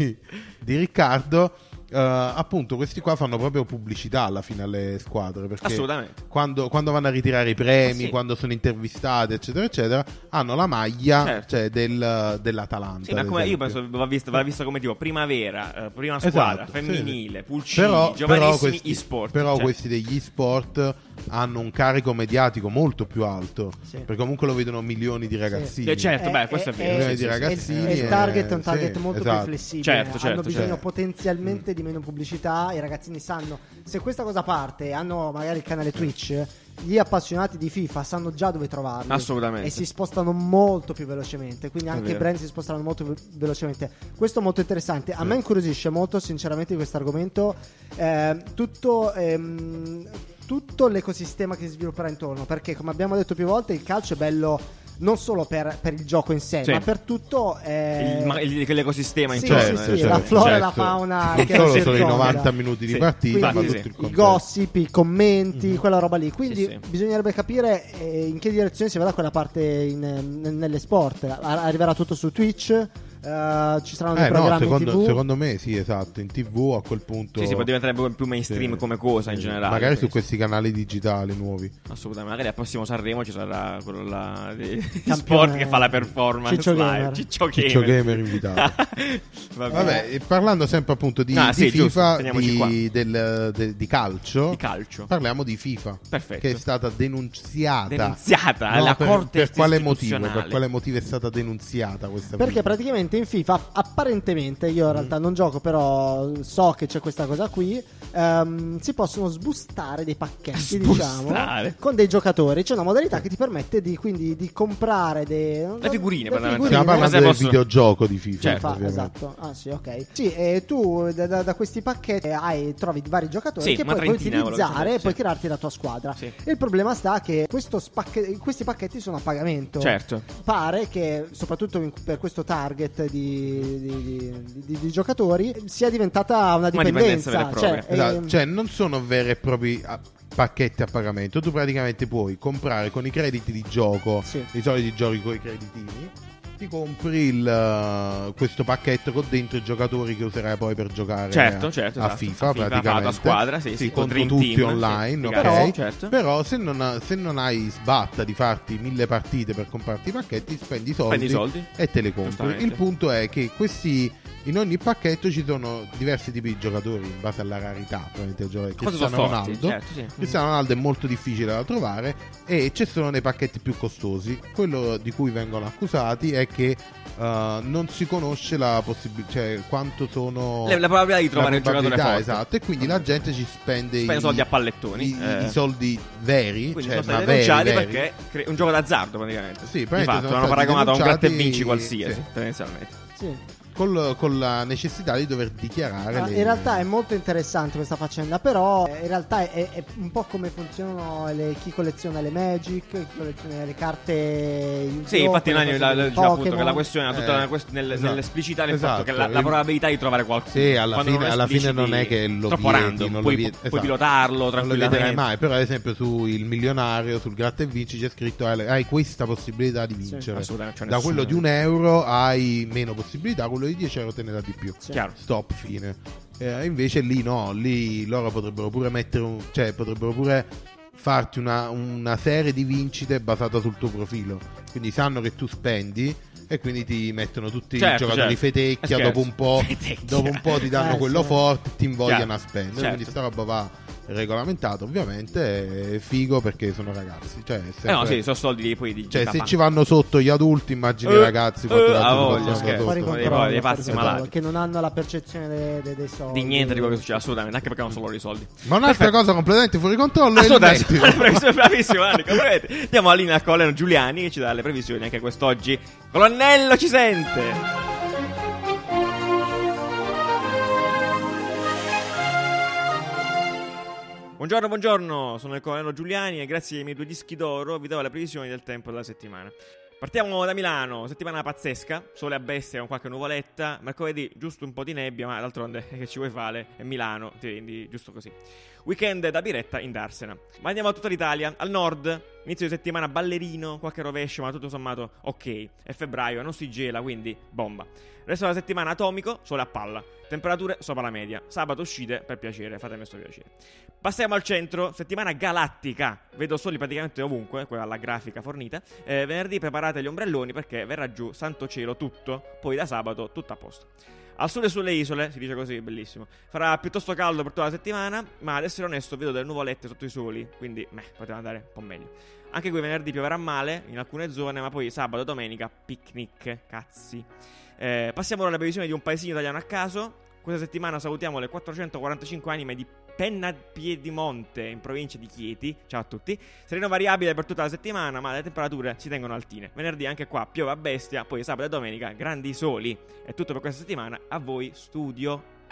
[SPEAKER 2] di Riccardo uh, appunto questi qua fanno proprio pubblicità alla fine alle squadre perché
[SPEAKER 1] Assolutamente.
[SPEAKER 2] quando, quando vanno a ritirare i premi
[SPEAKER 1] Ah, sì.
[SPEAKER 2] quando sono intervistati eccetera eccetera hanno la maglia
[SPEAKER 1] Certo.
[SPEAKER 2] cioè, del- dell'Atalanta
[SPEAKER 1] Sì, ma
[SPEAKER 2] ad
[SPEAKER 1] come io
[SPEAKER 2] esempio.
[SPEAKER 1] penso va vista, va vista come tipo primavera, eh, prima squadra,
[SPEAKER 2] Esatto, sì,
[SPEAKER 1] femminile,
[SPEAKER 2] sì.
[SPEAKER 1] pulcini, giovanissimi, e-sport.
[SPEAKER 2] però
[SPEAKER 1] cioè,
[SPEAKER 2] questi degli e-sport hanno un carico mediatico molto più alto
[SPEAKER 3] Sì.
[SPEAKER 2] perché comunque lo vedono milioni di ragazzini
[SPEAKER 1] Eh, certo,
[SPEAKER 3] Eh,
[SPEAKER 1] beh, questo è
[SPEAKER 3] eh,
[SPEAKER 1] vero.
[SPEAKER 2] eh,
[SPEAKER 1] sì,
[SPEAKER 2] di
[SPEAKER 1] sì, sì,
[SPEAKER 2] ragazzi.
[SPEAKER 1] sì.
[SPEAKER 2] ragazzini
[SPEAKER 3] E il target è un
[SPEAKER 2] eh,
[SPEAKER 3] target
[SPEAKER 2] sì,
[SPEAKER 3] molto più
[SPEAKER 2] esatto.
[SPEAKER 3] flessibile.
[SPEAKER 1] Certo, certo,
[SPEAKER 3] hanno bisogno
[SPEAKER 2] certo.
[SPEAKER 3] potenzialmente di meno pubblicità. I ragazzini sanno se questa cosa parte, hanno magari il canale Twitch. Gli appassionati di FIFA sanno già dove trovarli
[SPEAKER 1] Assolutamente.
[SPEAKER 3] e si spostano molto più velocemente. Quindi
[SPEAKER 1] È
[SPEAKER 3] anche i
[SPEAKER 1] vero.
[SPEAKER 3] brand si spostano molto ve- velocemente. Questo è molto interessante. A
[SPEAKER 2] Sì.
[SPEAKER 3] me incuriosisce molto, sinceramente, di questo argomento. eh, tutto. ehm, tutto l'ecosistema che si svilupperà intorno perché come abbiamo detto più volte il calcio è bello non solo per, per il gioco in sé
[SPEAKER 1] Sì.
[SPEAKER 3] ma per tutto eh,
[SPEAKER 1] Il- ma- il- l'ecosistema
[SPEAKER 3] Sì,
[SPEAKER 1] intorno.
[SPEAKER 3] sì,
[SPEAKER 1] eh,
[SPEAKER 3] sì,
[SPEAKER 1] cioè,
[SPEAKER 3] la flora e la
[SPEAKER 2] certo.
[SPEAKER 3] fauna
[SPEAKER 2] non
[SPEAKER 3] che
[SPEAKER 2] solo
[SPEAKER 3] la
[SPEAKER 2] sono i
[SPEAKER 3] circonda.
[SPEAKER 2] 90 minuti di
[SPEAKER 1] Sì,
[SPEAKER 2] partita ma
[SPEAKER 1] infatti, sì.
[SPEAKER 2] tutto
[SPEAKER 1] Mhm.
[SPEAKER 2] il
[SPEAKER 3] i
[SPEAKER 2] contesto.
[SPEAKER 3] gossip, i commenti, quella roba lì. Quindi
[SPEAKER 1] Sì, sì.
[SPEAKER 3] bisognerebbe capire eh, in che direzione si va da quella parte in, eh, nelle sport. Ar- Arriverà tutto su Twitch, eh, ci saranno dei
[SPEAKER 2] Eh, no,
[SPEAKER 3] programmi
[SPEAKER 2] secondo,
[SPEAKER 3] TV.
[SPEAKER 2] secondo me sì, esatto. In tv a quel punto.
[SPEAKER 1] Sì, sì, può diventare più- più mainstream
[SPEAKER 2] Sì.
[SPEAKER 1] come cosa in
[SPEAKER 2] Sì,
[SPEAKER 1] generale.
[SPEAKER 2] Magari su
[SPEAKER 1] quindi.
[SPEAKER 2] questi canali digitali nuovi.
[SPEAKER 1] Assolutamente, magari al prossimo Sanremo ci sarà quello là di- di
[SPEAKER 3] Campione-
[SPEAKER 1] sport che fa la performance
[SPEAKER 3] Ciccio
[SPEAKER 1] live.
[SPEAKER 3] Gamer.
[SPEAKER 1] Ciccio Gamer,
[SPEAKER 2] Ciccio Gamer invitato.
[SPEAKER 1] Vabbè.
[SPEAKER 2] Vabbè, e parlando sempre appunto di,
[SPEAKER 1] Ah,
[SPEAKER 2] di
[SPEAKER 1] sì, giusto,
[SPEAKER 2] FIFA,
[SPEAKER 1] teniamoci qua.
[SPEAKER 2] di, del- de- di calcio,
[SPEAKER 1] Di calcio.
[SPEAKER 2] parliamo di FIFA.
[SPEAKER 1] Perfetto.
[SPEAKER 2] Che è stata denunziata.
[SPEAKER 1] Denunziata
[SPEAKER 2] No,
[SPEAKER 1] alla
[SPEAKER 2] per,
[SPEAKER 1] corte
[SPEAKER 2] per quale motivo?
[SPEAKER 1] istituzionale.
[SPEAKER 2] Per quale motivo è stata denunziata questa
[SPEAKER 3] Perché
[SPEAKER 2] FIFA?
[SPEAKER 3] Solitamente in FIFA, apparentemente, io
[SPEAKER 1] Mm-hmm.
[SPEAKER 3] in realtà non gioco, però so che c'è questa cosa qui. ehm, si possono sbustare dei pacchetti,
[SPEAKER 1] Sbustare?
[SPEAKER 3] diciamo, con dei giocatori. C'è una modalità che ti permette di, quindi, di comprare dei, non-
[SPEAKER 1] Le figurine,
[SPEAKER 3] delle
[SPEAKER 1] praticamente.
[SPEAKER 2] Stiamo
[SPEAKER 1] Sì, ma
[SPEAKER 2] parlando
[SPEAKER 1] se
[SPEAKER 2] del
[SPEAKER 1] possono-
[SPEAKER 2] videogioco di FIFA.
[SPEAKER 1] Certo.
[SPEAKER 3] Fa-
[SPEAKER 2] ovviamente.
[SPEAKER 3] esatto, ah sì, ok. Sì, e tu da, da- da questi pacchetti hai, trovi vari giocatori
[SPEAKER 1] Sì,
[SPEAKER 3] che
[SPEAKER 1] una
[SPEAKER 3] poi puoi
[SPEAKER 1] trentina, quello che
[SPEAKER 3] utilizzare
[SPEAKER 1] sono,
[SPEAKER 3] e puoi
[SPEAKER 1] sì.
[SPEAKER 3] crearti la tua squadra.
[SPEAKER 1] Sì.
[SPEAKER 3] Il problema sta che questo spacche- questi pacchetti sono a pagamento.
[SPEAKER 1] Certo.
[SPEAKER 3] Pare che, soprattutto in- per questo target di, di- di- di- di giocatori, sia diventata una
[SPEAKER 1] dipendenza
[SPEAKER 3] dipendenza.
[SPEAKER 1] vera e propria.
[SPEAKER 3] Cioè,
[SPEAKER 2] Esatto,
[SPEAKER 3] ehm,
[SPEAKER 2] cioè non sono veri e propri ah, pacchetti a pagamento, tu praticamente puoi comprare con i crediti di gioco,
[SPEAKER 3] Sì.
[SPEAKER 2] i soliti giochi con i creditini, ti compri il, eh, questo pacchetto con dentro i giocatori che userai poi per giocare
[SPEAKER 1] Certo,
[SPEAKER 2] a,
[SPEAKER 1] certo,
[SPEAKER 2] a
[SPEAKER 1] esatto.
[SPEAKER 2] FIFA,
[SPEAKER 1] A FIFA,
[SPEAKER 2] praticamente.
[SPEAKER 1] a squadra, sì, sì, col
[SPEAKER 2] contro
[SPEAKER 1] Dream
[SPEAKER 2] tutti
[SPEAKER 1] Team,
[SPEAKER 2] online,
[SPEAKER 1] sì,
[SPEAKER 2] ok?
[SPEAKER 1] però- certo.
[SPEAKER 2] Però se non, ha- se non hai sbatta di farti mille partite per comprarti i pacchetti, spendi i soldi,
[SPEAKER 1] Prendi i soldi.
[SPEAKER 2] e te le compri.
[SPEAKER 1] Giustamente.
[SPEAKER 2] Il punto è che questi in ogni pacchetto ci sono diversi tipi di giocatori in base alla rarità. Ovviamente giocatori.
[SPEAKER 1] Cosa
[SPEAKER 2] Cristiano
[SPEAKER 1] sono forti,
[SPEAKER 2] Ronaldo.
[SPEAKER 1] certo, sì.
[SPEAKER 2] Cristiano Ronaldo è molto difficile da trovare e ci sono nei pacchetti più costosi. Quello di cui vengono accusati è che eh, non si conosce la possibilità, cioè quanto sono
[SPEAKER 1] Le- la probabilità di trovare
[SPEAKER 2] la
[SPEAKER 1] un giocatore
[SPEAKER 2] probabilità,
[SPEAKER 1] forte.
[SPEAKER 2] Esatto, e quindi la gente ci spende,
[SPEAKER 1] Spende
[SPEAKER 2] i
[SPEAKER 1] soldi a pallettoni,
[SPEAKER 2] i,
[SPEAKER 1] eh.
[SPEAKER 2] i soldi veri,
[SPEAKER 1] Quindi sono
[SPEAKER 2] cioè,
[SPEAKER 1] stati
[SPEAKER 2] ma veri,
[SPEAKER 1] denunciati
[SPEAKER 2] veri.
[SPEAKER 1] perché cre- è un gioco d'azzardo praticamente.
[SPEAKER 2] Sì, praticamente
[SPEAKER 1] Infatti,
[SPEAKER 2] sono
[SPEAKER 1] l'hanno
[SPEAKER 2] stati
[SPEAKER 1] paragonato a un gratta e
[SPEAKER 2] denunciati-
[SPEAKER 1] vinci qualsiasi,
[SPEAKER 2] sì.
[SPEAKER 1] tendenzialmente.
[SPEAKER 3] sì.
[SPEAKER 2] Col- con la necessità di dover dichiarare
[SPEAKER 3] Ah,
[SPEAKER 2] le-
[SPEAKER 3] In realtà è molto interessante questa faccenda, però eh, in realtà è, è un po' come funzionano le- chi colleziona le Magic, chi colleziona le carte. Yu-Gi-Oh,
[SPEAKER 1] Sì, infatti
[SPEAKER 3] quelle
[SPEAKER 1] Nanni
[SPEAKER 3] cose lì,
[SPEAKER 1] la- diceva appunto
[SPEAKER 3] Pokémon.
[SPEAKER 1] che la questione era tutta
[SPEAKER 2] Eh,
[SPEAKER 1] nella quest- nel-
[SPEAKER 2] esatto.
[SPEAKER 1] nell'esplicitare il fatto che la,
[SPEAKER 2] Esatto.
[SPEAKER 1] la probabilità di trovare qualcuno
[SPEAKER 2] Sì, alla
[SPEAKER 1] quando
[SPEAKER 2] fine- alla fine non è
[SPEAKER 1] espliciti,
[SPEAKER 2] che lo
[SPEAKER 1] troppo
[SPEAKER 2] vieti,
[SPEAKER 1] random,
[SPEAKER 2] non lo
[SPEAKER 1] puoi,
[SPEAKER 2] vieti,
[SPEAKER 1] puoi
[SPEAKER 2] esatto.
[SPEAKER 1] pilotarlo
[SPEAKER 2] non lo vedrai
[SPEAKER 1] tranquillamente.
[SPEAKER 2] mai però ad esempio su Il Milionario sul Gratta e Vinci c'è scritto hai, hai questa possibilità di
[SPEAKER 3] Sì,
[SPEAKER 2] vincere
[SPEAKER 1] assolutamente, non c'è
[SPEAKER 2] da quello di
[SPEAKER 1] nessuno.
[SPEAKER 2] un euro hai meno possibilità quello di 10 euro te ne dà di più
[SPEAKER 3] Sì.
[SPEAKER 1] Chiaro.
[SPEAKER 2] stop fine Eh, invece lì no lì loro potrebbero pure mettere un, cioè potrebbero pure farti una, una serie di vincite basata sul tuo profilo quindi sanno che tu spendi e quindi ti mettono tutti
[SPEAKER 1] Certo,
[SPEAKER 2] i giocatori
[SPEAKER 1] certo.
[SPEAKER 2] fetecchia
[SPEAKER 1] Eh,
[SPEAKER 2] dopo
[SPEAKER 1] scherzo.
[SPEAKER 2] un po'
[SPEAKER 1] Fetecchia.
[SPEAKER 2] dopo un po' ti danno
[SPEAKER 3] Eh,
[SPEAKER 2] quello
[SPEAKER 3] sì.
[SPEAKER 2] forte ti invogliano
[SPEAKER 1] Chiaro.
[SPEAKER 2] a spendere
[SPEAKER 1] Certo.
[SPEAKER 2] quindi sta roba va regolamentata ovviamente è figo perché sono ragazzi cioè, è sempre-
[SPEAKER 1] Eh no, sì, sono soldi lì poi di
[SPEAKER 2] cioè,
[SPEAKER 1] da
[SPEAKER 2] se
[SPEAKER 1] banca.
[SPEAKER 2] ci vanno sotto gli adulti immagini i
[SPEAKER 1] Eh,
[SPEAKER 2] ragazzi
[SPEAKER 1] eh,
[SPEAKER 2] fatturati
[SPEAKER 1] ah, oh,
[SPEAKER 2] sotto gli
[SPEAKER 1] no,
[SPEAKER 3] Sono
[SPEAKER 1] scherzo.
[SPEAKER 3] fuori
[SPEAKER 2] adulti.
[SPEAKER 1] dei-
[SPEAKER 3] controllo,
[SPEAKER 1] dei pazzi
[SPEAKER 3] fuori
[SPEAKER 1] malati.
[SPEAKER 3] controllo, che non hanno la percezione dei, dei, dei soldi
[SPEAKER 1] di niente di quello che succede assolutamente anche perché non sono loro i soldi
[SPEAKER 2] ma un'altra
[SPEAKER 1] Perfetto.
[SPEAKER 2] cosa completamente fuori controllo è il
[SPEAKER 1] Assolutamente,
[SPEAKER 2] mettilo.
[SPEAKER 1] bravissimo, bravissimo Anni, complimenti. Andiamo a linea Colin Giuliani che ci dà le previsioni anche quest'oggi. Colonnello ci sente! Buongiorno, buongiorno, sono il colonnello Giuliani e grazie ai miei due dischi d'oro vi do le previsioni del tempo della settimana. Partiamo da Milano, settimana pazzesca, sole a bestia con qualche nuvoletta, mercoledì giusto un po' di nebbia, ma d'altronde eh, che ci vuoi fare? È Milano, ti rendi giusto così. Weekend da Biretta in Darsena. Ma andiamo a tutta l'Italia, al nord, inizio di settimana ballerino, qualche rovescio, ma tutto sommato ok. È febbraio, non si gela, quindi bomba. Resto della settimana atomico, sole a palla. Temperature sopra la media. Sabato uscite, per piacere, fatemi sto piacere. Passiamo al centro, settimana galattica. Vedo soli praticamente ovunque, quella alla grafica fornita. Eh, venerdì preparate gli ombrelloni perché verrà giù, santo cielo, tutto. Poi da sabato tutto a posto. Al sole sulle isole, si dice così, bellissimo. Farà piuttosto caldo per tutta la settimana, ma ad essere onesto vedo delle nuvolette sotto i soli, quindi meh, poteva andare un po' meglio. Anche qui venerdì pioverà male in alcune zone, ma poi sabato e domenica picnic, cazzi. Eh, passiamo ora alla previsione di un paesino italiano a caso. Questa settimana salutiamo le 445 anime di Penna Piedimonte in provincia di Chieti. Ciao a tutti. Sereno variabile per tutta la settimana, ma le temperature si tengono altine. Venerdì anche qua piove a bestia, poi sabato e domenica grandi soli. È tutto per questa settimana. A voi studio.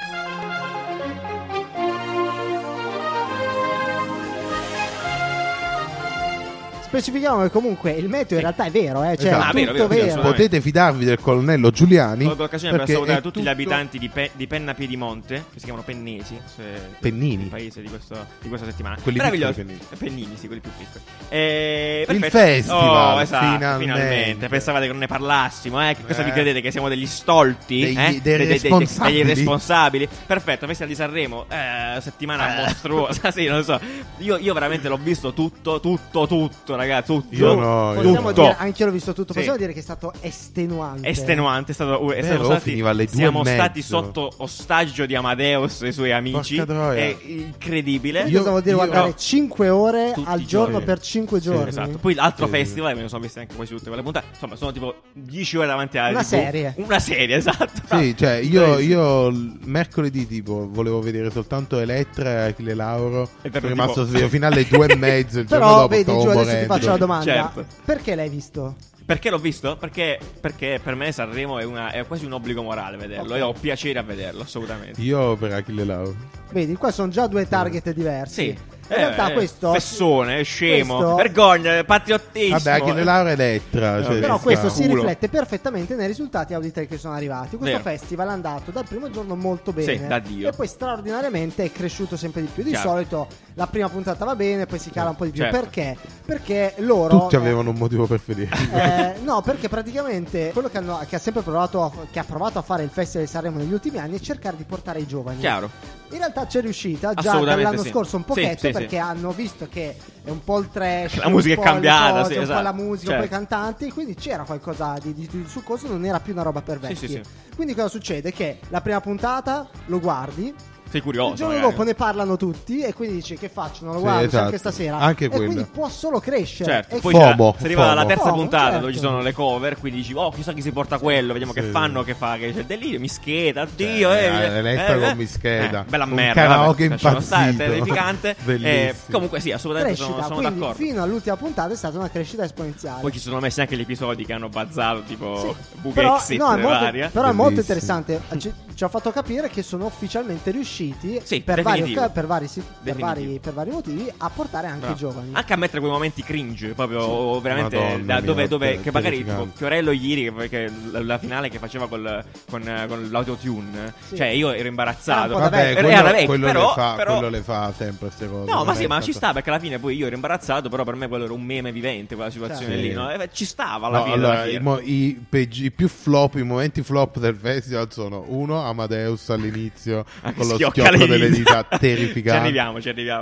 [SPEAKER 3] specifichiamo che comunque il meteo in realtà è vero eh, cioè
[SPEAKER 2] Esatto.
[SPEAKER 3] è tutto
[SPEAKER 1] Ah, vero, vero,
[SPEAKER 3] vero,
[SPEAKER 1] sì, assolutamente.
[SPEAKER 2] potete fidarvi del colonnello Giuliani
[SPEAKER 1] Colgo l'occasione per
[SPEAKER 2] perché
[SPEAKER 1] salutare
[SPEAKER 2] è
[SPEAKER 1] tutti gli
[SPEAKER 2] tutto-
[SPEAKER 1] abitanti di, Pe- di Penna Piedimonte, che si chiamano Pennesi. se-
[SPEAKER 2] Pennini.
[SPEAKER 1] Il paese di, questo- di questa settimana.
[SPEAKER 2] Quelli
[SPEAKER 1] Meraviglioso. Eh,
[SPEAKER 2] piccoli
[SPEAKER 1] Pennini, sì, quelli più piccoli. Eh,
[SPEAKER 2] Il
[SPEAKER 1] perfetto.
[SPEAKER 2] festival,
[SPEAKER 1] Oh, esatto, finalmente.
[SPEAKER 2] finalmente.
[SPEAKER 1] Pensavate che non ne parlassimo, eh? Che cosa
[SPEAKER 2] Eh.
[SPEAKER 1] vi credete? Che siamo degli stolti?
[SPEAKER 2] Degli-
[SPEAKER 1] eh?
[SPEAKER 2] dei
[SPEAKER 1] De- de- de-
[SPEAKER 2] responsabili.
[SPEAKER 1] degli responsabili. Perfetto, festival di Sanremo, eh, settimana
[SPEAKER 2] Eh.
[SPEAKER 1] mostruosa. sì, non lo so. Io, io veramente l'ho visto tutto, tutto, tutto. ragazzi. Tutto.
[SPEAKER 2] Io no, io
[SPEAKER 1] tutto.
[SPEAKER 3] Possiamo dire, anche io l'ho visto tutto,
[SPEAKER 1] Sì.
[SPEAKER 3] possiamo dire che è stato estenuante.
[SPEAKER 1] Estenuante, è stato, è
[SPEAKER 2] Beh,
[SPEAKER 1] stato
[SPEAKER 2] oh,
[SPEAKER 1] stati-
[SPEAKER 2] finiva alle due e
[SPEAKER 1] siamo
[SPEAKER 2] mezzo.
[SPEAKER 1] stati sotto ostaggio di Amadeus e i suoi amici.
[SPEAKER 2] Porca troia.
[SPEAKER 1] È incredibile.
[SPEAKER 3] Io,
[SPEAKER 2] Io-
[SPEAKER 3] cosa vuol dire
[SPEAKER 2] io-
[SPEAKER 1] no.
[SPEAKER 3] guardare 5 ore
[SPEAKER 1] Tutti
[SPEAKER 3] al
[SPEAKER 1] i
[SPEAKER 3] giorno
[SPEAKER 1] giorni.
[SPEAKER 3] per 5
[SPEAKER 2] Sì,
[SPEAKER 3] giorni?
[SPEAKER 1] Esatto. Poi l'altro
[SPEAKER 2] Sì.
[SPEAKER 1] festival, me ne sono viste anche quasi tutte quelle puntate. Insomma, sono tipo 10 ore davanti alla
[SPEAKER 3] Una
[SPEAKER 1] TV.
[SPEAKER 3] serie.
[SPEAKER 1] Una serie, esatto.
[SPEAKER 2] Sì, cioè io,
[SPEAKER 1] Crazy.
[SPEAKER 2] io l- mercoledì tipo volevo vedere soltanto Elettra e Achille Lauro.
[SPEAKER 1] E per
[SPEAKER 2] Sono
[SPEAKER 1] tipo-
[SPEAKER 2] rimasto sveglio fino alle due e mezzo. Il giorno
[SPEAKER 3] Però
[SPEAKER 2] dopo
[SPEAKER 3] vedi,
[SPEAKER 2] stavo
[SPEAKER 3] giù adesso ti
[SPEAKER 2] morendo.
[SPEAKER 3] faccio la domanda.
[SPEAKER 1] Certo.
[SPEAKER 3] Perché l'hai visto?
[SPEAKER 1] Perché l'ho visto? Perché, perché per me Sanremo è, una- è quasi un obbligo morale vederlo.
[SPEAKER 3] Ok.
[SPEAKER 1] Io ho piacere a vederlo, assolutamente.
[SPEAKER 2] Io per Achille Lauro.
[SPEAKER 3] Vedi, qua sono già due target diversi.
[SPEAKER 1] Sì.
[SPEAKER 3] In
[SPEAKER 1] Eh,
[SPEAKER 3] realtà
[SPEAKER 1] eh,
[SPEAKER 3] questo...
[SPEAKER 1] Fessone, scemo,
[SPEAKER 3] questo-
[SPEAKER 1] vergogna, patriottismo.
[SPEAKER 2] Vabbè, Achille Lauro e Elettra. Cioè,
[SPEAKER 1] Vabbè.
[SPEAKER 3] Però
[SPEAKER 2] ci
[SPEAKER 3] questo
[SPEAKER 2] sta.
[SPEAKER 3] si
[SPEAKER 1] Culo.
[SPEAKER 3] riflette perfettamente nei risultati auditari che sono arrivati. Questo
[SPEAKER 1] Vero.
[SPEAKER 3] festival è andato dal primo giorno molto bene.
[SPEAKER 1] Sì, da Dio.
[SPEAKER 3] E poi straordinariamente è cresciuto sempre di più. Di
[SPEAKER 1] Chiaro.
[SPEAKER 3] solito la prima puntata va bene, poi si cala un po' di più.
[SPEAKER 1] Certo.
[SPEAKER 3] Perché? Perché loro...
[SPEAKER 2] Tutti
[SPEAKER 3] eh,
[SPEAKER 2] avevano un motivo per fedele.
[SPEAKER 3] Eh, no, perché praticamente quello che, hanno- che ha sempre provato a, che ha provato a fare il Festival di Sanremo negli ultimi anni è cercare di portare i giovani.
[SPEAKER 1] Eh, Chiaro.
[SPEAKER 3] In realtà c'è riuscita già
[SPEAKER 1] Assolutamente
[SPEAKER 3] dall'anno
[SPEAKER 1] sì.
[SPEAKER 3] scorso un
[SPEAKER 1] Sì,
[SPEAKER 3] pochetto
[SPEAKER 1] sì, sì.
[SPEAKER 3] perché hanno visto che è un po' il trash,
[SPEAKER 1] La musica
[SPEAKER 3] un
[SPEAKER 1] è
[SPEAKER 3] po' le
[SPEAKER 1] cambiata,
[SPEAKER 3] cose,
[SPEAKER 1] sì,
[SPEAKER 3] un po'
[SPEAKER 1] esatto.
[SPEAKER 3] la musica, un po' i
[SPEAKER 1] Certo.
[SPEAKER 3] cantanti, quindi c'era qualcosa di, di, di succoso, non era più una roba per
[SPEAKER 1] Sì,
[SPEAKER 3] vecchi.
[SPEAKER 1] sì, sì.
[SPEAKER 3] Quindi cosa succede? Che la prima puntata lo guardi,
[SPEAKER 1] Sei
[SPEAKER 3] il
[SPEAKER 1] curioso.
[SPEAKER 3] giorno
[SPEAKER 1] magari.
[SPEAKER 3] dopo ne parlano tutti e quindi dici che faccio, non lo
[SPEAKER 2] Sì,
[SPEAKER 3] guardo,
[SPEAKER 2] esatto.
[SPEAKER 3] c'è anche stasera.
[SPEAKER 2] Anche
[SPEAKER 3] e
[SPEAKER 2] quello.
[SPEAKER 3] quindi può solo crescere.
[SPEAKER 1] Certo,
[SPEAKER 3] E
[SPEAKER 1] poi
[SPEAKER 2] Fomo,
[SPEAKER 1] c'è la- si arriva alla
[SPEAKER 2] fomo.
[SPEAKER 1] terza
[SPEAKER 3] Fomo,
[SPEAKER 1] puntata
[SPEAKER 3] certo.
[SPEAKER 1] dove ci sono le cover, quindi dici "Oh, chissà chi si porta quello, vediamo
[SPEAKER 2] Sì.
[SPEAKER 1] che fanno, che fa, che c'è il delirio, mischeta, addio,
[SPEAKER 2] Cioè,
[SPEAKER 1] eh,
[SPEAKER 3] ah,
[SPEAKER 2] eh, Elettra
[SPEAKER 1] eh,
[SPEAKER 2] con
[SPEAKER 1] eh.
[SPEAKER 2] Mischeta.
[SPEAKER 1] Eh, bella
[SPEAKER 2] Un
[SPEAKER 1] merda,
[SPEAKER 2] karaoke
[SPEAKER 1] vabbè, lasciamo stare,
[SPEAKER 2] impazzito.
[SPEAKER 1] terrificante. eh,
[SPEAKER 2] Bellissimo.
[SPEAKER 1] comunque sì, assolutamente
[SPEAKER 3] crescita,
[SPEAKER 1] sono, sono
[SPEAKER 3] quindi
[SPEAKER 1] d'accordo.
[SPEAKER 3] fino all'ultima puntata è stata una crescita esponenziale.
[SPEAKER 1] Poi ci sono messi anche gli episodi che hanno bazzato, tipo
[SPEAKER 3] Sì.
[SPEAKER 1] Bug
[SPEAKER 3] però,
[SPEAKER 1] Exit
[SPEAKER 3] no, è molto,
[SPEAKER 1] varia.
[SPEAKER 3] però è molto
[SPEAKER 2] Bellissimo.
[SPEAKER 3] interessante. Ci, ci ha fatto capire che sono ufficialmente riusciti
[SPEAKER 1] Sì,
[SPEAKER 3] per, vari,
[SPEAKER 1] definitivo.
[SPEAKER 3] per vari si- per
[SPEAKER 1] Definitivo.
[SPEAKER 3] vari- per vari motivi a portare anche
[SPEAKER 1] Bravo. Ah,
[SPEAKER 3] i giovani.
[SPEAKER 1] Anche a mettere quei momenti cringe, proprio o veramente
[SPEAKER 2] Madonna
[SPEAKER 1] da
[SPEAKER 2] mia,
[SPEAKER 1] dove, dove-
[SPEAKER 2] te-
[SPEAKER 1] che magari
[SPEAKER 2] terrificante.
[SPEAKER 1] tipo, Fiorello ieri che, che la, la finale che faceva col, con, eh, con l'autotune,
[SPEAKER 3] Sì.
[SPEAKER 1] cioè io ero imbarazzato.
[SPEAKER 3] Era un po' da
[SPEAKER 2] Vabbè,
[SPEAKER 1] Era-
[SPEAKER 2] quello,
[SPEAKER 1] era vecchio,
[SPEAKER 2] quello
[SPEAKER 1] però,
[SPEAKER 2] le fa,
[SPEAKER 1] però-
[SPEAKER 2] quello le fa sempre queste cose.
[SPEAKER 1] No,
[SPEAKER 2] Non
[SPEAKER 1] ma
[SPEAKER 2] è
[SPEAKER 1] sì, ma ci
[SPEAKER 2] tanto-
[SPEAKER 1] sta perché alla fine poi io ero imbarazzato, però per me quello era un meme vivente quella situazione
[SPEAKER 2] Certo.
[SPEAKER 1] lì,
[SPEAKER 2] Sì.
[SPEAKER 1] no? Eh, ci stava alla
[SPEAKER 2] No,
[SPEAKER 1] fine. alla
[SPEAKER 2] allora,
[SPEAKER 1] fine.
[SPEAKER 2] i, mo- i peggi- i più flop, i momenti flop del festival sono uno, Amadeus all'inizio
[SPEAKER 1] Ah, che
[SPEAKER 2] con lo
[SPEAKER 1] schiocca
[SPEAKER 2] schiocco
[SPEAKER 1] le
[SPEAKER 2] delle dita
[SPEAKER 1] dita.
[SPEAKER 2] terrificante.
[SPEAKER 1] Ci arriviamo, ci arriviamo.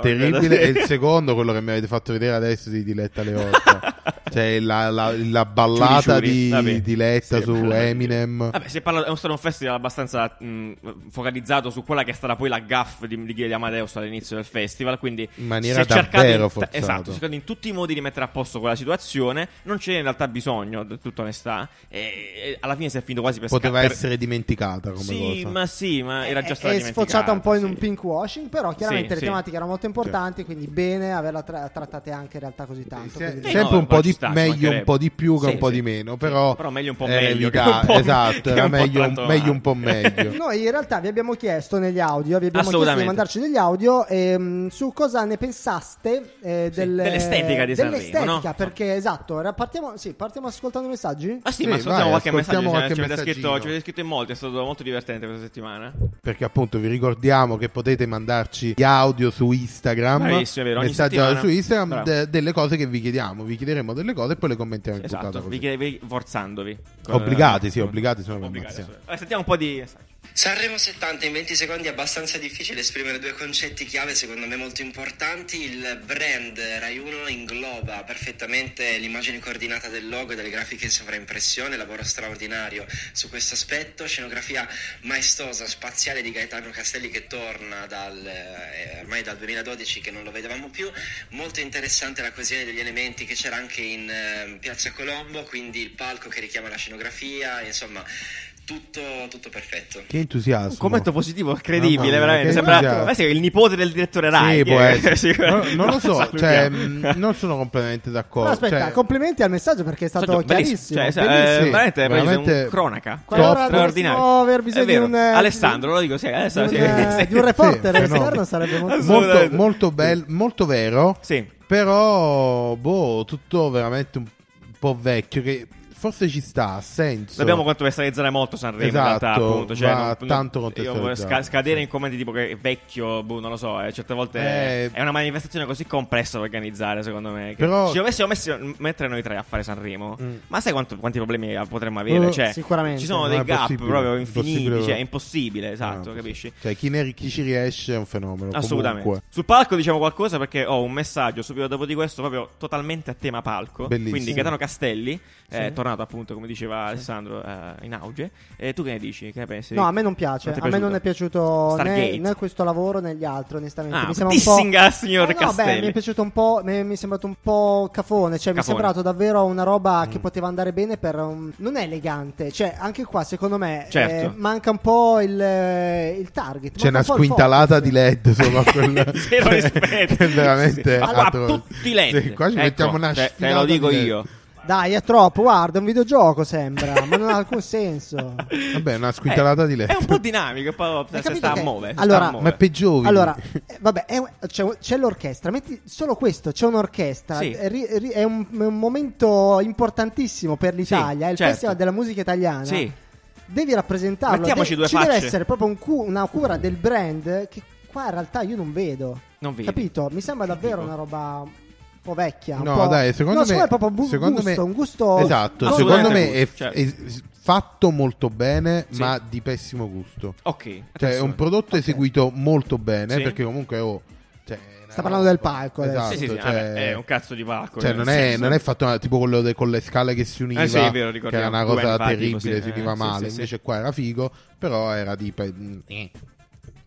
[SPEAKER 2] Terribile. e il secondo, quello che mi avete fatto vedere adesso di Diletta Leotta. cioè la, la- la ballata
[SPEAKER 1] Ciuri, ciuri. Vabbè.
[SPEAKER 2] di Diletta
[SPEAKER 1] Sì,
[SPEAKER 2] su
[SPEAKER 1] vabbè.
[SPEAKER 2] Eminem.
[SPEAKER 1] Vabbè, si è, parlato, è stato un festival abbastanza mh, focalizzato su quella che è stata poi la gaff di, di, di Amadeus all'inizio del festival, quindi
[SPEAKER 2] In maniera
[SPEAKER 1] si è cercato
[SPEAKER 2] davvero
[SPEAKER 1] in-
[SPEAKER 2] forzata.
[SPEAKER 1] Esatto, si è cercato in tutti i modi di mettere a posto quella situazione, non c'è in realtà bisogno, d- tutta onestà, e, e alla fine si è finito quasi per
[SPEAKER 2] Poteva
[SPEAKER 1] sca- per-
[SPEAKER 2] essere dimenticata come
[SPEAKER 1] Sì,
[SPEAKER 2] cosa.
[SPEAKER 1] ma sì, ma era
[SPEAKER 3] È-
[SPEAKER 1] già stata
[SPEAKER 3] è sfociata
[SPEAKER 1] dimenticata,
[SPEAKER 3] un po' in
[SPEAKER 1] sì.
[SPEAKER 3] un pink washing, però chiaramente
[SPEAKER 1] Sì,
[SPEAKER 3] le
[SPEAKER 1] sì.
[SPEAKER 3] tematiche erano molto importanti, quindi bene averla tra- trattate anche in realtà così tanto.
[SPEAKER 2] Se-
[SPEAKER 3] quindi-
[SPEAKER 1] Eh
[SPEAKER 2] sempre
[SPEAKER 1] no,
[SPEAKER 2] un po'
[SPEAKER 1] ci
[SPEAKER 2] di
[SPEAKER 1] sta, ci
[SPEAKER 2] meglio un
[SPEAKER 1] mancherebbe.
[SPEAKER 2] po' di più che
[SPEAKER 1] Sì,
[SPEAKER 2] un po'
[SPEAKER 1] sì.
[SPEAKER 2] di meno però,
[SPEAKER 1] Però meglio un po'
[SPEAKER 2] era
[SPEAKER 1] meglio che
[SPEAKER 2] evita-
[SPEAKER 1] un po'-
[SPEAKER 2] esatto
[SPEAKER 1] che
[SPEAKER 2] era
[SPEAKER 1] un po'
[SPEAKER 2] meglio,
[SPEAKER 1] tratto
[SPEAKER 2] meglio un po'
[SPEAKER 1] male.
[SPEAKER 2] meglio
[SPEAKER 3] Noi in realtà vi abbiamo chiesto negli audio, vi abbiamo chiesto di
[SPEAKER 1] Assolutamente.
[SPEAKER 3] mandarci degli audio ehm, su cosa ne pensaste eh,
[SPEAKER 1] Sì,
[SPEAKER 3] del-
[SPEAKER 1] dell'estetica di Sanremo,
[SPEAKER 3] dell'estetica,
[SPEAKER 1] no?
[SPEAKER 3] perché esatto, era- partiamo, sì, partiamo ascoltando i messaggi.
[SPEAKER 1] Ma Ah, sì,
[SPEAKER 2] Sì,
[SPEAKER 1] ma
[SPEAKER 2] vai,
[SPEAKER 1] ascoltiamo qualche
[SPEAKER 2] ascoltiamo
[SPEAKER 1] messaggio, cioè,
[SPEAKER 2] qualche
[SPEAKER 1] ci, avete scritto,
[SPEAKER 2] messaggino.
[SPEAKER 1] ci avete scritto in molti, è stato molto divertente questa settimana.
[SPEAKER 2] perché appunto vi ricordiamo che potete mandarci gli audio su Instagram
[SPEAKER 1] Bravissimo, è vero, ogni
[SPEAKER 2] messaggi
[SPEAKER 1] settimana.
[SPEAKER 2] su Instagram
[SPEAKER 1] Bravo.
[SPEAKER 2] de- delle cose che vi chiediamo vi chiederemo delle cose e poi le commentiamo in
[SPEAKER 1] Esatto,
[SPEAKER 2] puntata così.
[SPEAKER 1] vi chiedevi forzandovi.
[SPEAKER 2] Obbligati, sì, obbligati, se no vi
[SPEAKER 1] Obbligati,
[SPEAKER 2] ammazziamo.
[SPEAKER 1] sì. Eh, Sentiamo un po' di...
[SPEAKER 4] Sanremo 70 in 20 secondi è abbastanza difficile esprimere due concetti chiave secondo me molto importanti. Il brand Rai 1 ingloba perfettamente l'immagine coordinata del logo e delle grafiche in sovraimpressione, lavoro straordinario su questo aspetto, scenografia maestosa, spaziale di Gaetano Castelli che torna dal, eh, ormai dal 2012 che non lo vedevamo più, molto interessante la coesione degli elementi che c'era anche in eh, Piazza Colombo, quindi il palco che richiama la scenografia, insomma tutto, tutto perfetto.
[SPEAKER 2] che entusiasmo
[SPEAKER 1] Un commento positivo,
[SPEAKER 2] boh. Mamma
[SPEAKER 1] credibile,
[SPEAKER 2] mia,
[SPEAKER 1] veramente.
[SPEAKER 2] che
[SPEAKER 1] Sembra
[SPEAKER 2] entusiasmo.
[SPEAKER 1] ma sei il nipote del direttore Rai.
[SPEAKER 2] sì,
[SPEAKER 1] che-
[SPEAKER 2] può essere.
[SPEAKER 1] eh, sicuramente- Esatto,
[SPEAKER 2] No, non lo so,
[SPEAKER 1] salutiamo.
[SPEAKER 2] cioè, mh, non sono completamente d'accordo.
[SPEAKER 3] Però aspetta,
[SPEAKER 2] cioè-
[SPEAKER 3] complimenti al messaggio perché è stato
[SPEAKER 1] Messaggio
[SPEAKER 3] chiarissimo.
[SPEAKER 1] bellissimo, cioè, eh,
[SPEAKER 2] bellissimo.
[SPEAKER 1] veramente,
[SPEAKER 2] Sì,
[SPEAKER 1] veramente
[SPEAKER 2] veramente
[SPEAKER 1] un cronaca
[SPEAKER 3] Qualora
[SPEAKER 1] Top, straordinario.
[SPEAKER 3] dovessimo aver bisogno
[SPEAKER 1] È vero.
[SPEAKER 3] di un, eh,
[SPEAKER 1] Alessandro, lo dico, sì,
[SPEAKER 3] di, un,
[SPEAKER 1] Alessandro, sì,
[SPEAKER 3] eh,
[SPEAKER 1] sì.
[SPEAKER 3] di un reporter
[SPEAKER 2] Sì,
[SPEAKER 3] esterno
[SPEAKER 2] no.
[SPEAKER 3] sarebbe molto
[SPEAKER 1] Assolutamente.
[SPEAKER 2] molto, molto bello, molto vero.
[SPEAKER 1] Sì.
[SPEAKER 2] Però, boh, tutto veramente un po' vecchio. Che forse ci sta, ha senso.
[SPEAKER 1] Dobbiamo contestualizzare molto Sanremo in realtà,
[SPEAKER 2] Esatto,
[SPEAKER 1] appunto. Cioè,
[SPEAKER 2] va
[SPEAKER 1] non-
[SPEAKER 2] tanto
[SPEAKER 1] io
[SPEAKER 2] contestualizzato.
[SPEAKER 1] vorrei sca- scadere in commenti tipo che è vecchio, boh, non lo so. eh, certe volte
[SPEAKER 2] Eh.
[SPEAKER 1] è una manifestazione così complessa da organizzare, secondo me. Che
[SPEAKER 2] Però-
[SPEAKER 1] Ci dovessimo messi- mettere noi tre a fare Sanremo,
[SPEAKER 2] Mm.
[SPEAKER 1] ma sai quanto- quanti problemi potremmo avere?
[SPEAKER 2] Eh,
[SPEAKER 1] Cioè,
[SPEAKER 3] sicuramente.
[SPEAKER 1] Ci sono
[SPEAKER 2] Non
[SPEAKER 1] dei
[SPEAKER 2] è
[SPEAKER 1] gap
[SPEAKER 2] possibile,
[SPEAKER 1] proprio
[SPEAKER 2] impossibile.
[SPEAKER 1] infiniti, cioè è impossibile, esatto,
[SPEAKER 2] Ah,
[SPEAKER 1] capisci?
[SPEAKER 2] Cioè, chi, ne- chi ci riesce è un fenomeno.
[SPEAKER 1] Assolutamente.
[SPEAKER 2] Eh, comunque.
[SPEAKER 1] Sul palco diciamo qualcosa perché ho un messaggio subito dopo di questo, proprio totalmente a tema palco.
[SPEAKER 2] Bellissimo.
[SPEAKER 1] Quindi
[SPEAKER 2] Sì.
[SPEAKER 1] Gaetano Castelli eh,
[SPEAKER 3] Sì.
[SPEAKER 1] è tornato appunto, come diceva Alessandro, eh, in auge. E tu che ne dici? Che ne pensi?
[SPEAKER 3] No, a me non piace.
[SPEAKER 1] ti
[SPEAKER 3] a me non è piaciuto né,
[SPEAKER 1] Stargate.
[SPEAKER 3] né questo lavoro né gli altri, onestamente.
[SPEAKER 1] Ah,
[SPEAKER 3] mi sembra un po'.
[SPEAKER 1] dissing al signor
[SPEAKER 3] Eh no, beh,
[SPEAKER 1] Castelli.
[SPEAKER 3] mi è piaciuto un po'. Mi mi è sembrato un po' cafone. Cioè, mi è
[SPEAKER 1] Cafone.
[SPEAKER 3] sembrato davvero una roba
[SPEAKER 2] Mm.
[SPEAKER 3] che poteva andare bene per. un- Non è elegante. Cioè, anche qua, secondo me, eh,
[SPEAKER 1] Certo.
[SPEAKER 3] manca un po' il, eh, il target.
[SPEAKER 2] C'è una
[SPEAKER 3] manca un po' il
[SPEAKER 2] squintalata
[SPEAKER 3] focus.
[SPEAKER 2] di LED sopra quella.
[SPEAKER 1] Zero rispetto.
[SPEAKER 2] che è veramente.
[SPEAKER 1] Sì, sì. Allora,
[SPEAKER 2] atroce.
[SPEAKER 1] tutti LED.
[SPEAKER 2] Sì, qua ci
[SPEAKER 1] Ecco,
[SPEAKER 2] mettiamo una
[SPEAKER 1] te- te
[SPEAKER 2] sfilata
[SPEAKER 1] lo dico
[SPEAKER 2] di LED.
[SPEAKER 1] io.
[SPEAKER 3] Dai, è troppo. Guarda, è un videogioco sembra, ma non ha alcun senso.
[SPEAKER 2] Vabbè, una squintalata
[SPEAKER 1] Eh,
[SPEAKER 2] di LED.
[SPEAKER 1] È un po' dinamico, poi
[SPEAKER 3] Hai
[SPEAKER 1] si
[SPEAKER 3] capito
[SPEAKER 1] sta a
[SPEAKER 3] che-
[SPEAKER 1] muovere. si
[SPEAKER 3] Allora-
[SPEAKER 1] sta a
[SPEAKER 2] Ma
[SPEAKER 1] muovere.
[SPEAKER 2] è peggiore.
[SPEAKER 3] Allora, eh, vabbè, è un- c'è, c'è l'orchestra, metti solo questo, c'è un'orchestra,
[SPEAKER 1] Sì.
[SPEAKER 3] eh, ri- ri- è, un, è un momento importantissimo per l'Italia, è il
[SPEAKER 1] certo.
[SPEAKER 3] Festival della Musica Italiana.
[SPEAKER 1] Sì.
[SPEAKER 3] Devi rappresentarlo,
[SPEAKER 1] Mettiamoci due
[SPEAKER 3] ci deve
[SPEAKER 1] facce.
[SPEAKER 3] essere proprio un cu- una cura del brand che qua in realtà io non vedo.
[SPEAKER 1] Non vedi.
[SPEAKER 3] Capito? Mi sembra davvero
[SPEAKER 1] Tipo?
[SPEAKER 3] una roba un po' vecchia. un
[SPEAKER 2] No,
[SPEAKER 3] po'-
[SPEAKER 2] dai, secondo
[SPEAKER 3] no,
[SPEAKER 2] me.
[SPEAKER 3] è proprio un bu-
[SPEAKER 2] secondo
[SPEAKER 3] gusto,
[SPEAKER 2] me-
[SPEAKER 3] un gusto.
[SPEAKER 2] Esatto,
[SPEAKER 1] Assolutamente
[SPEAKER 2] secondo me è,
[SPEAKER 1] gusto,
[SPEAKER 2] è fatto molto bene,
[SPEAKER 1] Cioè- Sì.
[SPEAKER 2] ma di pessimo gusto.
[SPEAKER 1] Ok.
[SPEAKER 2] Cioè, è
[SPEAKER 1] attenzione.
[SPEAKER 2] un prodotto eseguito molto bene,
[SPEAKER 1] Sì.
[SPEAKER 2] perché comunque oh, cioè, è una
[SPEAKER 3] Sta parlando del
[SPEAKER 2] roba-
[SPEAKER 3] palco adesso.
[SPEAKER 2] Esatto,
[SPEAKER 1] Sì, sì, sì,
[SPEAKER 2] cioè,
[SPEAKER 1] vabbè, è un cazzo di palco.
[SPEAKER 2] cioè,
[SPEAKER 1] nel
[SPEAKER 2] non, è,
[SPEAKER 1] senso.
[SPEAKER 2] non è fatto una- tipo quello de- con le scale che si univa,
[SPEAKER 1] Eh sì, è vero,
[SPEAKER 2] che
[SPEAKER 1] ricordiamo,
[SPEAKER 2] era una
[SPEAKER 1] due
[SPEAKER 2] cosa
[SPEAKER 1] anni fa,
[SPEAKER 2] terribile,
[SPEAKER 1] tipo, sì,
[SPEAKER 2] si univa
[SPEAKER 1] eh, sì,
[SPEAKER 2] male.
[SPEAKER 1] sì, sì.
[SPEAKER 2] Invece qua era figo, però era di... pe- eh.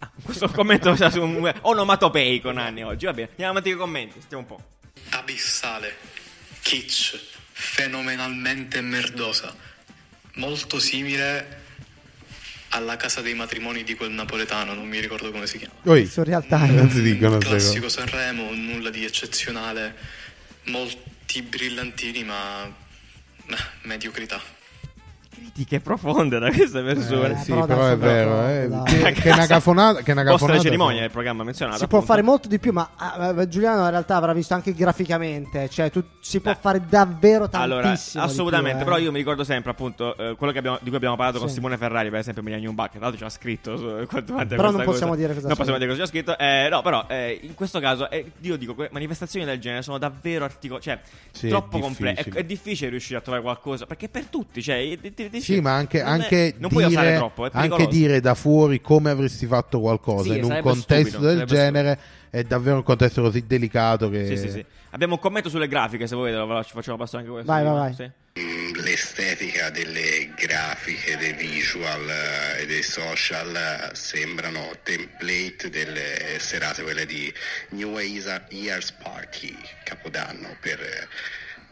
[SPEAKER 1] Questo commento è su un Oh, onomatopeico, Nanni, oggi. Va bene, andiamo avanti con i commenti, stiamo un po'.
[SPEAKER 5] abissale, kitsch, fenomenalmente merdosa, molto simile alla casa dei matrimoni di quel napoletano, non mi ricordo come si chiama.
[SPEAKER 2] Oi,
[SPEAKER 3] Su Real
[SPEAKER 2] non
[SPEAKER 3] Time.
[SPEAKER 2] si dicono
[SPEAKER 5] Un
[SPEAKER 2] queste cose.
[SPEAKER 5] classico Sanremo, nulla di eccezionale, molti brillantini ma eh, mediocrità.
[SPEAKER 1] Critiche profonde da questa persona.
[SPEAKER 2] Eh, sì,
[SPEAKER 3] però
[SPEAKER 2] però,
[SPEAKER 3] adesso
[SPEAKER 2] è vero,
[SPEAKER 3] proprio,
[SPEAKER 2] eh.
[SPEAKER 3] dai.
[SPEAKER 2] che, che è una cafonata, che è una
[SPEAKER 1] Posta
[SPEAKER 2] cafonata
[SPEAKER 1] la cerimonia del programma menzionato.
[SPEAKER 3] Si può
[SPEAKER 1] appunto.
[SPEAKER 3] fare molto di più, ma ah, eh, Giuliano in realtà avrà visto anche graficamente, cioè tu, si può
[SPEAKER 1] Beh.
[SPEAKER 3] fare davvero
[SPEAKER 1] Allora,
[SPEAKER 3] tantissimo. di
[SPEAKER 1] assolutamente,
[SPEAKER 3] più, eh.
[SPEAKER 1] però io mi ricordo sempre appunto eh, quello che abbiamo- di cui abbiamo parlato con
[SPEAKER 3] Sì.
[SPEAKER 1] Simone Ferrari, per esempio Millennium Back, tra l'altro ci ha scritto su, quanto- quanto è
[SPEAKER 3] Però non
[SPEAKER 1] questa
[SPEAKER 3] possiamo dire cosa
[SPEAKER 1] Non
[SPEAKER 3] c'è.
[SPEAKER 1] possiamo dire cosa ci ha scritto. Eh, no, però eh, in questo caso eh, io dico que- manifestazioni del genere sono davvero articolate, cioè
[SPEAKER 2] Sì,
[SPEAKER 1] troppo
[SPEAKER 2] è
[SPEAKER 1] complesse, è,
[SPEAKER 2] difficile.
[SPEAKER 1] è difficile riuscire a trovare qualcosa, perché è per tutti, cioè è- è- è-
[SPEAKER 2] Sì, ma anche,
[SPEAKER 1] non è-
[SPEAKER 2] anche
[SPEAKER 1] non puoi
[SPEAKER 2] dire,
[SPEAKER 1] usare troppo, è
[SPEAKER 2] anche
[SPEAKER 1] pericoloso.
[SPEAKER 2] dire da fuori come avresti fatto qualcosa
[SPEAKER 1] Sì,
[SPEAKER 2] in un
[SPEAKER 1] sarebbe
[SPEAKER 2] contesto
[SPEAKER 1] stupido,
[SPEAKER 2] del
[SPEAKER 1] sarebbe
[SPEAKER 2] genere è davvero un contesto così delicato che
[SPEAKER 1] Sì, sì, sì. Abbiamo un commento sulle grafiche, se volete, lo ci facciamo passare anche questo.
[SPEAKER 3] Vai,
[SPEAKER 1] prima,
[SPEAKER 3] vai, vai.
[SPEAKER 1] sì.
[SPEAKER 6] Mm, l'estetica delle grafiche, dei visual eh, e dei social eh, sembrano template delle eh, serate, quelle di New Asia Year's Party, Capodanno per eh,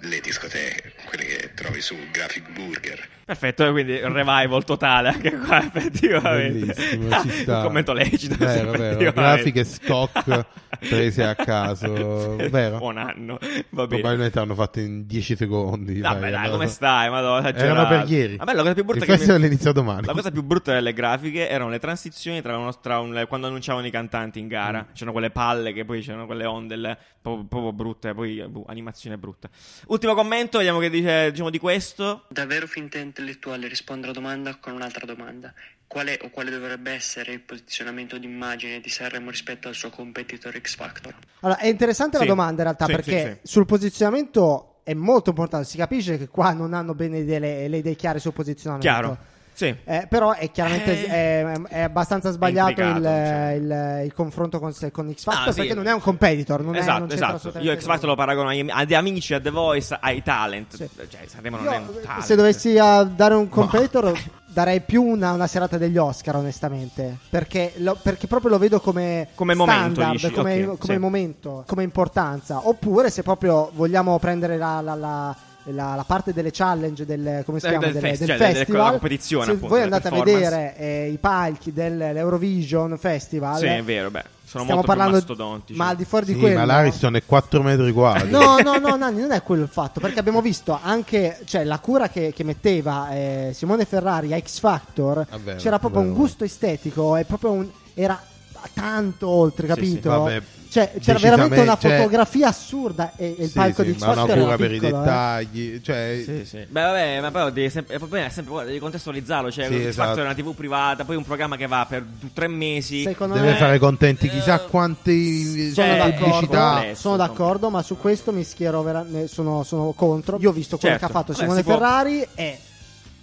[SPEAKER 6] le discoteche, quelle che trovi su Graphic Burger.
[SPEAKER 1] Perfetto, quindi un revival totale anche qua, effettivamente.
[SPEAKER 2] Bellissimo, ci sta.
[SPEAKER 1] Un commento lecito.
[SPEAKER 2] Vero,
[SPEAKER 1] sì,
[SPEAKER 2] vero.
[SPEAKER 1] effettivamente.
[SPEAKER 2] Grafiche stock prese a caso, vero?
[SPEAKER 1] Buon anno, va bene.
[SPEAKER 2] probabilmente hanno fatto in 10 secondi.
[SPEAKER 1] Vabbè,
[SPEAKER 2] sai,
[SPEAKER 1] dai,
[SPEAKER 2] allora-
[SPEAKER 1] come stai? Madonna,
[SPEAKER 2] Erano per ieri.
[SPEAKER 1] Vabbè, la cosa più brutta
[SPEAKER 2] Il
[SPEAKER 1] che mi-
[SPEAKER 2] festival è inizia domani.
[SPEAKER 1] La cosa più brutta delle grafiche erano le transizioni tra, uno, tra un- quando annunciavano i cantanti in gara.
[SPEAKER 2] Mm.
[SPEAKER 1] C'erano quelle palle che poi c'erano quelle onde le- proprio, proprio brutte, poi boh, animazione brutta. Ultimo commento, vediamo che dice diciamo di questo.
[SPEAKER 7] Davvero finta intellettuale risponde alla domanda con un'altra domanda. Qual è o quale dovrebbe essere il posizionamento d'immagine di Sanremo rispetto al suo competitore X Factor?
[SPEAKER 3] Allora, è interessante
[SPEAKER 1] Sì.
[SPEAKER 3] la domanda in realtà,
[SPEAKER 1] Sì,
[SPEAKER 3] perché
[SPEAKER 1] sì,
[SPEAKER 3] sul posizionamento è molto importante, si capisce che qua non hanno bene idee- le, le idee chiare sul posizionamento.
[SPEAKER 1] Chiaro. Sì.
[SPEAKER 3] Eh, però è chiaramente
[SPEAKER 1] Eh.
[SPEAKER 3] è, è abbastanza sbagliato il,
[SPEAKER 1] intricato, cioè.
[SPEAKER 3] il- il confronto con, se- con X Factor
[SPEAKER 1] Ah, sì.
[SPEAKER 3] perché non è un competitor, non
[SPEAKER 1] esatto,
[SPEAKER 3] è, non c'entra
[SPEAKER 1] esatto.
[SPEAKER 3] assolutamente
[SPEAKER 1] Io X Factor lo
[SPEAKER 3] nulla.
[SPEAKER 1] paragono agli- agli amici, a The Voice, ai talent.
[SPEAKER 3] Sì.
[SPEAKER 1] Cioè, Sanremo non
[SPEAKER 3] Io,
[SPEAKER 1] è un talent.
[SPEAKER 3] se dovessi eh, dare un competitor, darei più una, una serata degli Oscar, onestamente. Perché, lo- perché proprio lo vedo come,
[SPEAKER 1] Come
[SPEAKER 3] standard,
[SPEAKER 1] momento, dici?
[SPEAKER 3] come,
[SPEAKER 1] Ok,
[SPEAKER 3] come
[SPEAKER 1] sì.
[SPEAKER 3] momento, come importanza. Oppure, se proprio vogliamo prendere la. la- la- la- la parte delle challenge del, come si
[SPEAKER 1] Del-
[SPEAKER 3] chiama,
[SPEAKER 1] del
[SPEAKER 3] delle-
[SPEAKER 1] fest-
[SPEAKER 3] del
[SPEAKER 1] cioè, delle-
[SPEAKER 3] festival
[SPEAKER 1] della competizione,
[SPEAKER 3] se
[SPEAKER 1] appunto,
[SPEAKER 3] voi
[SPEAKER 1] delle
[SPEAKER 3] andate a
[SPEAKER 1] performance.
[SPEAKER 3] vedere eh, i palchi dell'Eurovision Festival
[SPEAKER 1] Sì, è vero, beh, sono molto
[SPEAKER 3] stiamo
[SPEAKER 1] più
[SPEAKER 3] parlando
[SPEAKER 1] mastodontici.
[SPEAKER 3] ma al di fuori di
[SPEAKER 2] Sì,
[SPEAKER 3] quello
[SPEAKER 2] ma l'Ariston è 4 metri quadri.
[SPEAKER 3] No, no, no, Nanni, non è quello il fatto. Perché abbiamo visto anche cioè, la cura che, che metteva eh, Simone Ferrari a X Factor.
[SPEAKER 2] Vabbè,
[SPEAKER 3] c'era proprio
[SPEAKER 2] vabbè,
[SPEAKER 3] un
[SPEAKER 2] vabbè.
[SPEAKER 3] gusto estetico. È proprio un, era tanto oltre,
[SPEAKER 1] Sì,
[SPEAKER 3] capito?
[SPEAKER 1] sì,
[SPEAKER 2] vabbè,
[SPEAKER 3] Cioè, c'era
[SPEAKER 2] decisamente,
[SPEAKER 3] veramente una
[SPEAKER 2] cioè-
[SPEAKER 3] fotografia assurda e, e il
[SPEAKER 2] Sì,
[SPEAKER 3] palco
[SPEAKER 2] sì,
[SPEAKER 3] di X
[SPEAKER 2] ma una
[SPEAKER 3] Factor era
[SPEAKER 2] cura per i
[SPEAKER 3] piccolo, eh.
[SPEAKER 2] dettagli, cioè
[SPEAKER 1] Sì, sì. Beh, vabbè, ma però devi sempre, il problema è sempre, guarda, devi contestualizzarlo. Cioè,
[SPEAKER 2] Sì,
[SPEAKER 1] X Factor
[SPEAKER 2] esatto.
[SPEAKER 1] è una TV privata, poi un programma che va per du- tre mesi.
[SPEAKER 3] Secondo
[SPEAKER 2] deve
[SPEAKER 3] me-
[SPEAKER 2] fare contenti chissà quanti
[SPEAKER 1] Sono
[SPEAKER 2] eh,
[SPEAKER 1] d'accordo.
[SPEAKER 2] pubblicità.
[SPEAKER 1] Complesso,
[SPEAKER 3] Eh, Sono
[SPEAKER 1] Cioè, insomma.
[SPEAKER 3] d'accordo, ma su questo mi schiero vera- ne- sono, sono contro. Io ho visto quello
[SPEAKER 1] Certo.
[SPEAKER 3] che ha fatto
[SPEAKER 1] Vabbè,
[SPEAKER 3] Simone
[SPEAKER 1] si può-
[SPEAKER 3] Ferrari e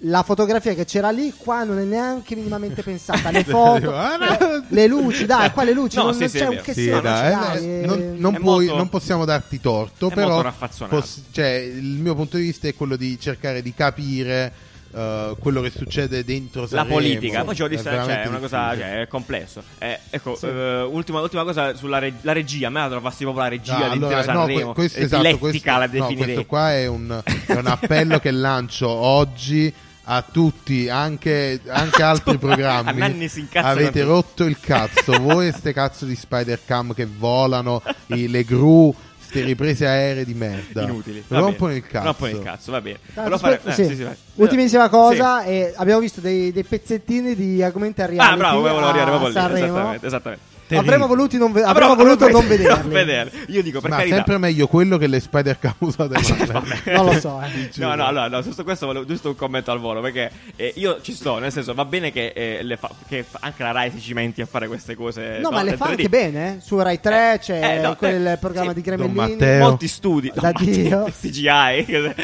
[SPEAKER 3] la fotografia che c'era lì qua non è neanche minimamente pensata. Le foto,
[SPEAKER 2] Ah, no.
[SPEAKER 3] le luci, dai, qua le luci,
[SPEAKER 1] No,
[SPEAKER 3] non,
[SPEAKER 1] sì,
[SPEAKER 3] non
[SPEAKER 1] sì, è
[SPEAKER 3] c'è un
[SPEAKER 1] vero.
[SPEAKER 3] che
[SPEAKER 1] Eh
[SPEAKER 2] Sì,
[SPEAKER 3] sia,
[SPEAKER 2] dai,
[SPEAKER 3] non ci
[SPEAKER 2] eh,
[SPEAKER 3] dai, eh.
[SPEAKER 2] non, non
[SPEAKER 1] È
[SPEAKER 2] puoi-
[SPEAKER 1] molto-
[SPEAKER 2] non possiamo darti torto,
[SPEAKER 1] è molto
[SPEAKER 2] però
[SPEAKER 1] raffazzonato.
[SPEAKER 2] cioè, il mio punto di vista è quello di cercare di capire eh, quello che succede dentro
[SPEAKER 1] la
[SPEAKER 2] Sanremo.
[SPEAKER 1] politica, poi ce lo
[SPEAKER 2] È
[SPEAKER 1] disse, cioè,
[SPEAKER 2] veramente
[SPEAKER 1] è una cosa,
[SPEAKER 2] difficile.
[SPEAKER 1] cioè, è complesso. Eh, ecco,
[SPEAKER 3] Sì.
[SPEAKER 1] eh, ultima, ultima cosa sulla reg- la regia, a me la trovassi proprio la regia
[SPEAKER 2] No,
[SPEAKER 1] di
[SPEAKER 2] Ah, allora,
[SPEAKER 1] intero
[SPEAKER 2] no,
[SPEAKER 1] Sanremo,
[SPEAKER 2] que- questo,
[SPEAKER 1] elettrica
[SPEAKER 2] esatto, questo,
[SPEAKER 1] la
[SPEAKER 2] no,
[SPEAKER 1] definirei.
[SPEAKER 2] questo qua è un, è un appello che lancio oggi a tutti, anche, anche altri
[SPEAKER 1] A
[SPEAKER 2] programmi.
[SPEAKER 1] Nanni si incazza
[SPEAKER 2] Avete
[SPEAKER 1] tantissimo.
[SPEAKER 2] rotto il cazzo, voi e ste cazzo di Spider-Cam che volano, i- le gru, ste riprese aeree di merda.
[SPEAKER 1] Inutili. va bene.
[SPEAKER 2] Rompono il cazzo.
[SPEAKER 1] Rompono il cazzo, va bene.
[SPEAKER 3] Tanto,
[SPEAKER 1] Volevo fare-
[SPEAKER 3] aspetta,
[SPEAKER 1] eh,
[SPEAKER 3] sì.
[SPEAKER 1] sì, sì, vai.
[SPEAKER 3] Ultimissima
[SPEAKER 1] Sì.
[SPEAKER 3] cosa, eh, abbiamo visto dei, dei pezzettini di argomenti a reality
[SPEAKER 1] Ah, bravo, volevo
[SPEAKER 3] a
[SPEAKER 1] arrivare proprio lì.
[SPEAKER 3] Sanremo.
[SPEAKER 1] Esattamente, esattamente.
[SPEAKER 3] Avremmo voluto non, ve-
[SPEAKER 1] Ah,
[SPEAKER 3] avremmo
[SPEAKER 1] però-
[SPEAKER 3] voluto non
[SPEAKER 1] avremmo-
[SPEAKER 3] vederli.
[SPEAKER 1] vederli. Io dico, per
[SPEAKER 2] Ma
[SPEAKER 1] carità.
[SPEAKER 2] sempre meglio quello che le Spider-Cam usate male.
[SPEAKER 3] Non lo so, eh.
[SPEAKER 1] No, no, allora, no, su questo volevo giusto un commento al volo, perché eh, io ci sto, nel senso, va bene che, eh, le fa- che fa- anche la Rai si cimenti a fare queste cose.
[SPEAKER 3] No, ma le
[SPEAKER 1] del
[SPEAKER 3] fa
[SPEAKER 1] 3D.
[SPEAKER 3] anche bene, eh. su Rai 3 c'è
[SPEAKER 1] Eh, no,
[SPEAKER 3] quel
[SPEAKER 1] eh,
[SPEAKER 3] programma
[SPEAKER 1] sì.
[SPEAKER 3] di
[SPEAKER 2] Don
[SPEAKER 3] Gremellini.
[SPEAKER 2] Matteo.
[SPEAKER 1] Molti studi.
[SPEAKER 3] Da Dio.
[SPEAKER 1] CGI.
[SPEAKER 3] le,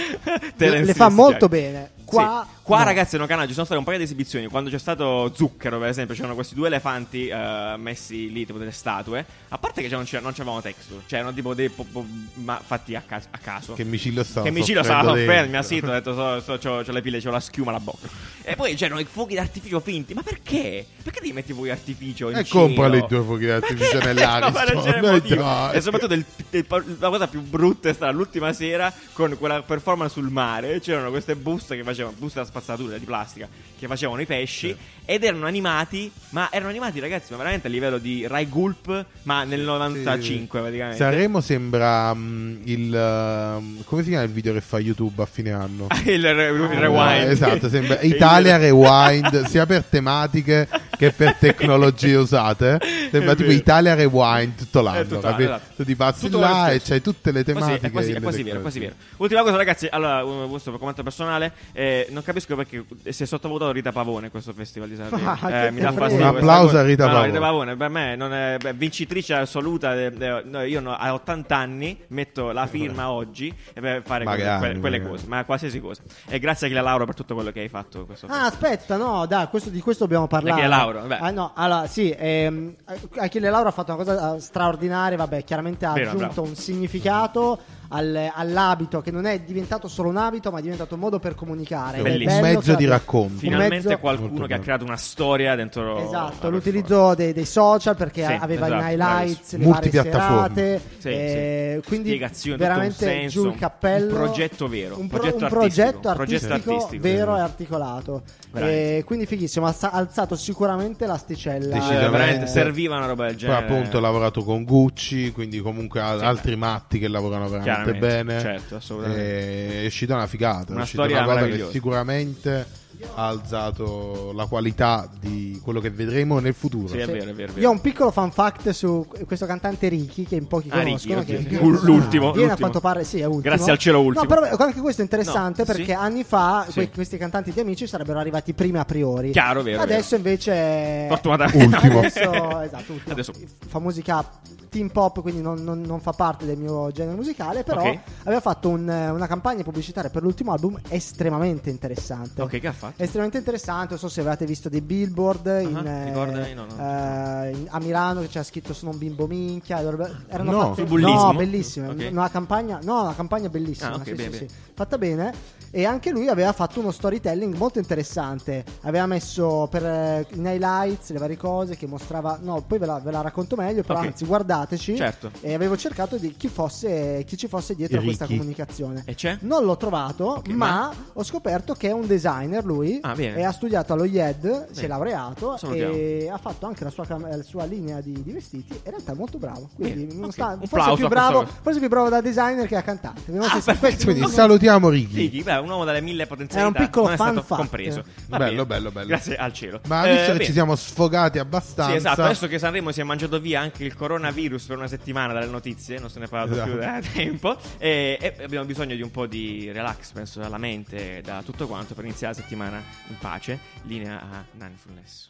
[SPEAKER 1] Terence
[SPEAKER 3] le fa
[SPEAKER 1] CGI.
[SPEAKER 3] molto bene. Qua,
[SPEAKER 1] Sì. Qua,
[SPEAKER 3] no.
[SPEAKER 1] ragazzi, no, canale, ci sono state un paio di esibizioni. Quando c'è stato Zucchero, per esempio, c'erano questi due elefanti eh, messi lì, tipo delle statue. A parte che cioè, non, c'era- non c'erano texture, cioè erano tipo dei po- po- ma fatti a, cas- a caso.
[SPEAKER 2] Che Micillo stava
[SPEAKER 1] Che Micillo stava
[SPEAKER 2] soffrendo
[SPEAKER 1] soffrendo, mi ha
[SPEAKER 2] dentro.
[SPEAKER 1] sito, ho detto, so, so, c'ho, c'ho le pile, c'ho la schiuma alla bocca. E poi c'erano i fuochi d'artificio finti. Ma perché? Perché devi mettere i fuochi d'artificio in
[SPEAKER 2] E
[SPEAKER 1] giro?
[SPEAKER 2] comprali i tuoi fuochi d'artificio
[SPEAKER 1] Perché?
[SPEAKER 2] nell'Ariston,
[SPEAKER 1] No, ma non c'è
[SPEAKER 2] dai,
[SPEAKER 1] motivo.
[SPEAKER 2] dai.
[SPEAKER 1] E soprattutto il- il- la cosa più brutta è stata l'ultima sera con quella performance sul mare. C'erano queste buste che facevano, buste da spazzatura di plastica, che facevano i pesci ed erano animati, ma erano animati ragazzi, ma veramente a livello di Rai Gulp, ma nel 95 praticamente.
[SPEAKER 2] Sanremo sembra mm, il ehm, come si chiama il video che fa YouTube a fine anno?
[SPEAKER 1] il, re- il rewind
[SPEAKER 2] Eh, esatto, sembra Italia Rewind sia per tematiche che per tecnologie usate. Sembra
[SPEAKER 1] È
[SPEAKER 2] tipo
[SPEAKER 1] vero.
[SPEAKER 2] Rewind tutto l'anno, tutto
[SPEAKER 1] Eh, tutto l'anno, esatto.
[SPEAKER 2] Tu ti passi
[SPEAKER 1] Tutto quello
[SPEAKER 2] là
[SPEAKER 1] che
[SPEAKER 2] e
[SPEAKER 1] succede.
[SPEAKER 2] c'hai tutte le
[SPEAKER 1] È quasi-
[SPEAKER 2] tematiche.
[SPEAKER 1] È quasi,
[SPEAKER 2] e
[SPEAKER 1] è
[SPEAKER 2] le
[SPEAKER 1] quasi vero, è quasi vero.
[SPEAKER 2] tecnologie.
[SPEAKER 1] Ultima cosa, ragazzi. Allora, un- questo per commento personale. eh, non capisco perché si è sottovalutato Rita Pavone questo festival di Sanremo.
[SPEAKER 3] Ah,
[SPEAKER 1] Eh, mi dà
[SPEAKER 3] che
[SPEAKER 1] fastidio.
[SPEAKER 2] Un
[SPEAKER 1] questa
[SPEAKER 2] applauso
[SPEAKER 1] cosa.
[SPEAKER 2] a Rita
[SPEAKER 1] No, no,
[SPEAKER 2] Pavone.
[SPEAKER 1] Rita Pavone, per me non è beh, vincitrice assoluta. eh, eh, no, io no, a 80 anni metto la firma oggi eh, per fare quelle-
[SPEAKER 2] Magari,
[SPEAKER 1] quelle, quelle
[SPEAKER 2] magari.
[SPEAKER 1] cose, ma qualsiasi cosa. E grazie a Achille Lauro per tutto quello che hai fatto. Questo
[SPEAKER 3] Ah, aspetta, no, dai, questo- di questo dobbiamo parlare.
[SPEAKER 1] Achille Lauro, vabbè.
[SPEAKER 3] Ah, no, allora, sì, ehm, Achille Lauro ha fatto una cosa eh, straordinaria, vabbè, chiaramente ha
[SPEAKER 1] Vero,
[SPEAKER 3] aggiunto
[SPEAKER 1] bravo.
[SPEAKER 3] un significato al- all'abito che non è diventato solo un abito, ma è diventato un modo per comunicare. Ed è
[SPEAKER 1] Bellissimo.
[SPEAKER 2] Un
[SPEAKER 3] bello
[SPEAKER 2] mezzo
[SPEAKER 3] che
[SPEAKER 2] di
[SPEAKER 3] abbia-
[SPEAKER 2] racconto.
[SPEAKER 1] Finalmente
[SPEAKER 3] mezzo-
[SPEAKER 2] Molto
[SPEAKER 1] qualcuno che ha
[SPEAKER 2] bello.
[SPEAKER 1] creato una storia dentro.
[SPEAKER 3] Esatto,
[SPEAKER 1] alla
[SPEAKER 3] l'utilizzo dei, dei social perché
[SPEAKER 1] ah, Sì,
[SPEAKER 3] aveva
[SPEAKER 1] esatto,
[SPEAKER 3] in highlights, le varie
[SPEAKER 2] Multipiattaforma.
[SPEAKER 3] serate,
[SPEAKER 1] Sì,
[SPEAKER 3] eh,
[SPEAKER 1] sì.
[SPEAKER 3] quindi
[SPEAKER 1] Spiegazioni, tutto
[SPEAKER 3] veramente
[SPEAKER 1] un senso,
[SPEAKER 3] giù il cappello,
[SPEAKER 1] un progetto vero,
[SPEAKER 3] un,
[SPEAKER 1] un
[SPEAKER 3] pro-
[SPEAKER 1] progetto
[SPEAKER 3] un progetto
[SPEAKER 1] artistico, un progetto
[SPEAKER 3] artistico
[SPEAKER 1] artistico,
[SPEAKER 3] vero
[SPEAKER 2] sì.
[SPEAKER 3] e articolato.
[SPEAKER 1] Veramente.
[SPEAKER 3] Eh, quindi fighissimo, ha alza- alzato sicuramente l'asticella.
[SPEAKER 1] Eh, veramente
[SPEAKER 2] Eh,
[SPEAKER 1] serviva una roba del
[SPEAKER 2] Poi
[SPEAKER 1] genere.
[SPEAKER 2] appunto ha lavorato con Gucci, quindi comunque ha
[SPEAKER 1] Cioè, Sì,
[SPEAKER 2] altri matti che lavorano veramente
[SPEAKER 1] Chiaramente,
[SPEAKER 2] bene.
[SPEAKER 1] certo, assolutamente.
[SPEAKER 2] E È uscita una figata,
[SPEAKER 1] Una
[SPEAKER 2] è uscita
[SPEAKER 1] storia
[SPEAKER 2] una cosa che
[SPEAKER 1] meravigliosa.
[SPEAKER 2] sicuramente ha alzato la qualità di quello che vedremo nel futuro.
[SPEAKER 1] Sì, è vero, è vero. è vero.
[SPEAKER 3] Io ho un piccolo fan fact su questo cantante Ricky che in pochi
[SPEAKER 1] Ah,
[SPEAKER 3] conoscono.
[SPEAKER 1] Ricky,
[SPEAKER 3] che-
[SPEAKER 1] ok. Ul- l'ultimo,
[SPEAKER 3] Viene
[SPEAKER 1] l'ultimo.
[SPEAKER 3] a quanto pare, sì, è ultimo.
[SPEAKER 1] Grazie al cielo ultimo.
[SPEAKER 3] No, però anche questo è interessante
[SPEAKER 1] No,
[SPEAKER 3] perché
[SPEAKER 1] sì.
[SPEAKER 3] anni fa
[SPEAKER 1] Sì.
[SPEAKER 3] que- questi cantanti di amici sarebbero arrivati prima a priori.
[SPEAKER 1] Chiaro, vero,
[SPEAKER 3] Adesso invece...
[SPEAKER 1] Fortunatamente.
[SPEAKER 2] Ultimo.
[SPEAKER 3] Adesso, esatto, ultimo.
[SPEAKER 1] Adesso-
[SPEAKER 3] fa musica teen pop, quindi non, non- non fa parte del mio genere musicale, però
[SPEAKER 1] Ok.
[SPEAKER 3] aveva fatto un- una campagna pubblicitaria per l'ultimo album estremamente interessante.
[SPEAKER 1] Ok, che ha fatto?
[SPEAKER 3] Estremamente interessante, non so se avevate visto dei billboard in,
[SPEAKER 1] Ah,
[SPEAKER 3] eh,
[SPEAKER 1] ricordami, no, no.
[SPEAKER 3] eh, in- a Milano che c'era scritto sono un bimbo minchia. allora, Erano
[SPEAKER 2] No.
[SPEAKER 3] fatte,
[SPEAKER 1] Sul bullismo?
[SPEAKER 3] no, bellissime.
[SPEAKER 1] Ok.
[SPEAKER 3] Una campagna, no, una campagna bellissima.
[SPEAKER 1] Ah, ok,
[SPEAKER 3] sì,
[SPEAKER 1] bene,
[SPEAKER 3] sì,
[SPEAKER 1] bene.
[SPEAKER 3] sì. Fatta bene. E anche lui aveva fatto uno storytelling molto interessante. Aveva messo per, eh, in highlights le varie cose che mostrava. No, poi ve la, ve la racconto meglio. Però
[SPEAKER 1] Ok.
[SPEAKER 3] anzi, guardate aiutateci.
[SPEAKER 1] Certo.
[SPEAKER 3] E avevo cercato di chi, fosse, chi ci fosse dietro a questa
[SPEAKER 2] Ricchi.
[SPEAKER 3] comunicazione.
[SPEAKER 1] E c'è?
[SPEAKER 3] Non l'ho trovato, ma, ho scoperto che è un designer lui.
[SPEAKER 1] Ah, bene.
[SPEAKER 3] E ha studiato allo IED, si
[SPEAKER 1] Bene.
[SPEAKER 3] è laureato
[SPEAKER 1] Salutiamo.
[SPEAKER 3] e ha fatto anche la sua, cam- eh, la sua linea di, di vestiti. e In realtà è molto bravo. Quindi
[SPEAKER 1] Bene,
[SPEAKER 3] non
[SPEAKER 1] ok.
[SPEAKER 3] sta-
[SPEAKER 1] Un
[SPEAKER 3] forse,
[SPEAKER 1] plauso
[SPEAKER 3] più
[SPEAKER 1] a questo
[SPEAKER 3] bravo,
[SPEAKER 1] ragazzo.
[SPEAKER 3] forse più bravo da designer che da cantante. Abbiamo
[SPEAKER 1] Ah,
[SPEAKER 3] visto-
[SPEAKER 1] perfetto.
[SPEAKER 3] questo-
[SPEAKER 2] Quindi salutiamo Righi.
[SPEAKER 1] Righi, beh, un uomo dalle mille potenzialità.
[SPEAKER 3] Era un piccolo
[SPEAKER 1] non è stato
[SPEAKER 3] fan fact.
[SPEAKER 1] compreso. Va
[SPEAKER 2] Bello,
[SPEAKER 1] bene.
[SPEAKER 2] bello, bello.
[SPEAKER 1] Grazie al cielo.
[SPEAKER 2] Ma
[SPEAKER 1] Eh,
[SPEAKER 2] visto che
[SPEAKER 1] bene.
[SPEAKER 2] ci siamo sfogati abbastanza,
[SPEAKER 1] Sì, esatto. Adesso che Sanremo si è mangiato via anche il coronavirus per una settimana dalle notizie, non se ne è parlato
[SPEAKER 2] Esatto.
[SPEAKER 1] più da tempo. E, e abbiamo bisogno di un po' di relax, penso, dalla mente, da tutto quanto, per iniziare la settimana in pace. Linea a Nanfulness.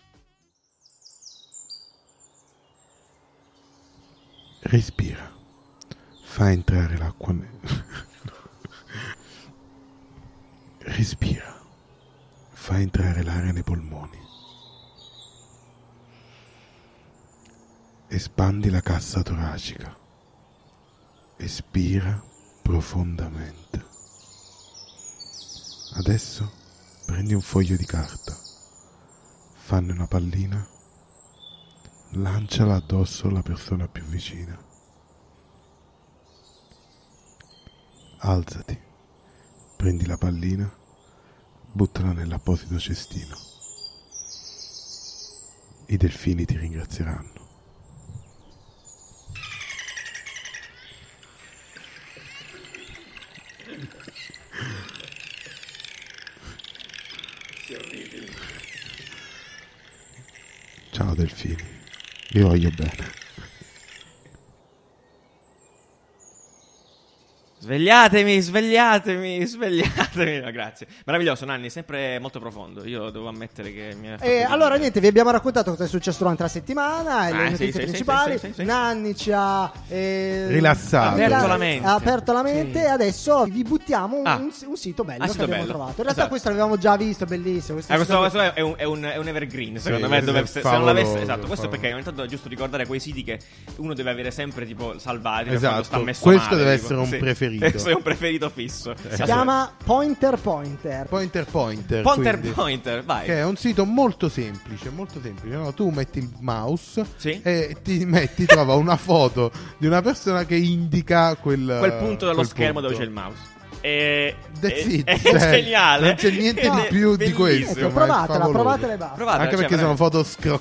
[SPEAKER 2] respira, fa entrare l'acqua. ne- respira, fa entrare l'aria nei polmoni. Espandi la cassa toracica. Espira profondamente. Adesso prendi un foglio di carta, fanne una pallina lanciala addosso alla persona più vicina. Alzati, prendi la pallina, buttala nell'apposito cestino. I delfini ti ringrazieranno. Ciao delfini, vi voglio bene.
[SPEAKER 1] Svegliatemi, svegliatemi, svegliatemi. No, grazie. Meraviglioso, Nanni, sempre molto profondo. Io devo ammettere che mi ha fatto
[SPEAKER 3] E
[SPEAKER 1] venire-
[SPEAKER 3] Eh, allora niente, vi abbiamo raccontato cosa è successo durante la settimana, e
[SPEAKER 1] Ah,
[SPEAKER 3] le
[SPEAKER 1] sì,
[SPEAKER 3] notizie
[SPEAKER 1] sì, sì,
[SPEAKER 3] principali.
[SPEAKER 1] sì, sì, sì, sì.
[SPEAKER 3] Nanni ci ha eh,
[SPEAKER 2] Rilassato.
[SPEAKER 1] Aperto la
[SPEAKER 3] ha-
[SPEAKER 1] mente.
[SPEAKER 3] Ha aperto la mente e adesso vi buttiamo un,
[SPEAKER 1] Ah.
[SPEAKER 3] un- un sito bello
[SPEAKER 1] Ah,
[SPEAKER 3] che
[SPEAKER 1] sito
[SPEAKER 3] abbiamo
[SPEAKER 1] bello.
[SPEAKER 3] trovato. In realtà
[SPEAKER 1] Esatto.
[SPEAKER 3] questo l'avevamo già visto, bellissimo.
[SPEAKER 1] Eh, questo,
[SPEAKER 3] sito-
[SPEAKER 1] questo è, un, è un- è un evergreen, secondo
[SPEAKER 2] Sì,
[SPEAKER 1] me.
[SPEAKER 2] questo
[SPEAKER 1] Dove,
[SPEAKER 2] è
[SPEAKER 1] se, se non l'avesse,
[SPEAKER 2] favoloso,
[SPEAKER 1] esatto, questo
[SPEAKER 2] favoloso.
[SPEAKER 1] perché ogni tanto è giusto ricordare quei siti che uno deve avere sempre tipo salvati per
[SPEAKER 2] Esatto,
[SPEAKER 1] quando sta messo
[SPEAKER 2] questo
[SPEAKER 1] male,
[SPEAKER 2] deve
[SPEAKER 1] tipo.
[SPEAKER 2] essere un preferito. Eh,
[SPEAKER 1] Deve essere un preferito fisso.
[SPEAKER 3] si chiama Pointer Pointer.
[SPEAKER 2] Pointer Pointer.
[SPEAKER 1] Pointer
[SPEAKER 2] quindi,
[SPEAKER 1] Pointer, vai.
[SPEAKER 2] Che è un sito molto semplice, molto semplice. no? Tu metti il mouse
[SPEAKER 1] Sì.
[SPEAKER 2] e ti metti, trova una foto di una persona che indica quel,
[SPEAKER 1] Quel punto dello
[SPEAKER 2] eh, quel
[SPEAKER 1] schermo dove
[SPEAKER 2] punto.
[SPEAKER 1] c'è il mouse. E,
[SPEAKER 2] That's
[SPEAKER 1] e-
[SPEAKER 2] it,
[SPEAKER 1] è
[SPEAKER 2] cioè,
[SPEAKER 1] geniale.
[SPEAKER 2] non c'è niente di
[SPEAKER 1] Ed è
[SPEAKER 2] più di questo.
[SPEAKER 1] bellissimo.
[SPEAKER 3] Ecco,
[SPEAKER 2] ma è
[SPEAKER 3] provatela,
[SPEAKER 2] favoloso.
[SPEAKER 3] provatela e basta.
[SPEAKER 1] Provatela,
[SPEAKER 2] Anche
[SPEAKER 1] cioè,
[SPEAKER 2] perché sono
[SPEAKER 1] veramente.
[SPEAKER 2] foto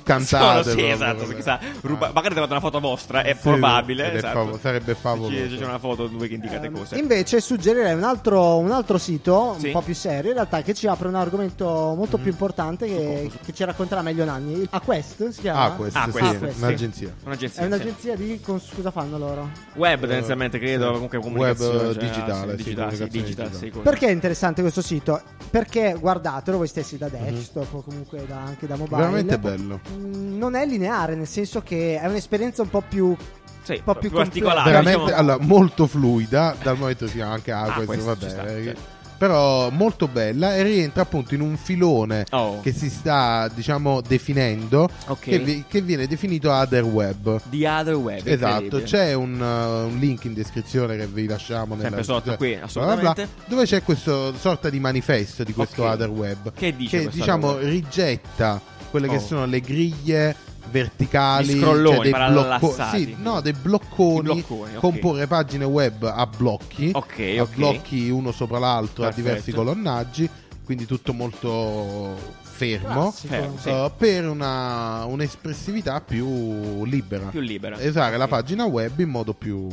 [SPEAKER 1] Sono-
[SPEAKER 2] scroccantate.
[SPEAKER 1] sì,
[SPEAKER 2] proprio,
[SPEAKER 1] esatto,
[SPEAKER 2] vabbè.
[SPEAKER 1] chissà, ruba-
[SPEAKER 2] Ah.
[SPEAKER 1] magari trovate una foto vostra, è
[SPEAKER 2] Sì,
[SPEAKER 1] probabile.
[SPEAKER 2] ed è
[SPEAKER 1] esatto.
[SPEAKER 2] favo- sarebbe favoloso.
[SPEAKER 1] Ci- C'è una foto due che indicate
[SPEAKER 3] Ehm,
[SPEAKER 1] cose.
[SPEAKER 3] Invece suggerirei un altro, un altro sito,
[SPEAKER 1] Sì. Mm.
[SPEAKER 3] un po' più serio, in realtà che ci apre un argomento molto più importante che, che ci racconterà meglio Nanni. A Quest si chiama?
[SPEAKER 2] Ah, questo,
[SPEAKER 1] Ah,
[SPEAKER 2] sì,
[SPEAKER 1] questo,
[SPEAKER 3] sì.
[SPEAKER 2] un'agenzia.
[SPEAKER 1] Un'agenzia.
[SPEAKER 3] È
[SPEAKER 1] sì.
[SPEAKER 3] un'agenzia di... cons- cosa fanno loro?
[SPEAKER 1] Web tendenzialmente credo, comunque
[SPEAKER 2] Eh, web,
[SPEAKER 1] comunicazione
[SPEAKER 2] eh,
[SPEAKER 1] cioè,
[SPEAKER 2] digitale,
[SPEAKER 1] sì,
[SPEAKER 2] sì,
[SPEAKER 1] digitale, sì,
[SPEAKER 2] comunicazione
[SPEAKER 1] digitale,
[SPEAKER 2] digitale.
[SPEAKER 1] sì, come-
[SPEAKER 3] Perché è interessante questo sito? Perché guardatelo voi stessi da
[SPEAKER 1] Mhm.
[SPEAKER 3] desktop o comunque da- anche da mobile.
[SPEAKER 2] Veramente bello.
[SPEAKER 3] Mm, Non è lineare, nel senso che è un'esperienza un po' più
[SPEAKER 1] Sì,
[SPEAKER 3] un po' più
[SPEAKER 1] particolare,
[SPEAKER 3] completa.
[SPEAKER 2] Veramente
[SPEAKER 1] diciamo-
[SPEAKER 2] allora, molto fluida, dal momento che si chiama anche ah,
[SPEAKER 1] Ah,
[SPEAKER 2] questo,
[SPEAKER 1] questo
[SPEAKER 2] vabbè.
[SPEAKER 1] ci sta,
[SPEAKER 2] eh,
[SPEAKER 1] certo.
[SPEAKER 2] Però molto bella e rientra appunto in un filone
[SPEAKER 1] Oh.
[SPEAKER 2] che si sta, diciamo, definendo,
[SPEAKER 1] Ok.
[SPEAKER 2] che, vi- che viene definito other web.
[SPEAKER 1] The Other Web.
[SPEAKER 2] Esatto,
[SPEAKER 1] incredibile.
[SPEAKER 2] c'è un, uh, un link in descrizione che vi lasciamo
[SPEAKER 1] Sempre
[SPEAKER 2] nella
[SPEAKER 1] sotto qui,
[SPEAKER 2] eh, cioè, bla bla
[SPEAKER 1] assolutamente.
[SPEAKER 2] bla, dove c'è questo sorta di manifesto di questo
[SPEAKER 1] Ok.
[SPEAKER 2] other web
[SPEAKER 1] Che dice questo
[SPEAKER 2] diciamo
[SPEAKER 1] other web?
[SPEAKER 2] rigetta quelle che
[SPEAKER 1] Oh.
[SPEAKER 2] sono le griglie verticali,
[SPEAKER 1] Gli scrolloni,
[SPEAKER 2] cioè dei blocco-
[SPEAKER 1] parallassati.
[SPEAKER 2] sì, no, dei blocconi,
[SPEAKER 1] I blocconi, ok.
[SPEAKER 2] comporre pagine web a blocchi,
[SPEAKER 1] Ok,
[SPEAKER 2] a
[SPEAKER 1] ok.
[SPEAKER 2] blocchi uno sopra l'altro
[SPEAKER 1] Perfetto.
[SPEAKER 2] a diversi colonnaggi, quindi tutto molto fermo.
[SPEAKER 3] classico.
[SPEAKER 1] Fermo, sì.
[SPEAKER 2] eh, per una, un'espressività più libera
[SPEAKER 1] più libera.
[SPEAKER 2] usare Esatto, la
[SPEAKER 1] Ok.
[SPEAKER 2] pagina web in modo più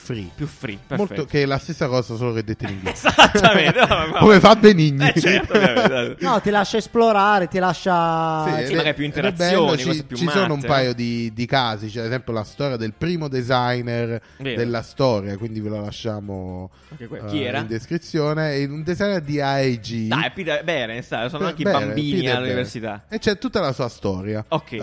[SPEAKER 2] free.
[SPEAKER 1] più free, perfetto.
[SPEAKER 2] Molto, che è la stessa cosa, solo che detta in inglese.
[SPEAKER 1] Esattamente. no, ma-
[SPEAKER 2] Come fa Benigni.
[SPEAKER 1] Eh, certo, ovviamente.
[SPEAKER 3] No, ti lascia esplorare, ti lascia...
[SPEAKER 2] Sì,
[SPEAKER 1] sì,
[SPEAKER 2] ed è-
[SPEAKER 1] magari più
[SPEAKER 2] ed è
[SPEAKER 1] interazioni,
[SPEAKER 2] bello, ci,
[SPEAKER 1] cose più
[SPEAKER 2] ci sono un
[SPEAKER 1] matte.
[SPEAKER 2] paio di, di casi, c'è ad esempio la storia del primo designer
[SPEAKER 1] Vero.
[SPEAKER 2] della storia, quindi ve la lasciamo
[SPEAKER 1] Anche que-
[SPEAKER 2] eh,
[SPEAKER 1] chi era?
[SPEAKER 2] in descrizione. È un designer di AEG.
[SPEAKER 1] Dai, Peter Beren, sa, sono anche
[SPEAKER 2] Beh,
[SPEAKER 1] i bambini
[SPEAKER 2] Peter
[SPEAKER 1] all'università.
[SPEAKER 2] Bear. E c'è tutta la sua storia.
[SPEAKER 1] Ok.
[SPEAKER 2] Eh,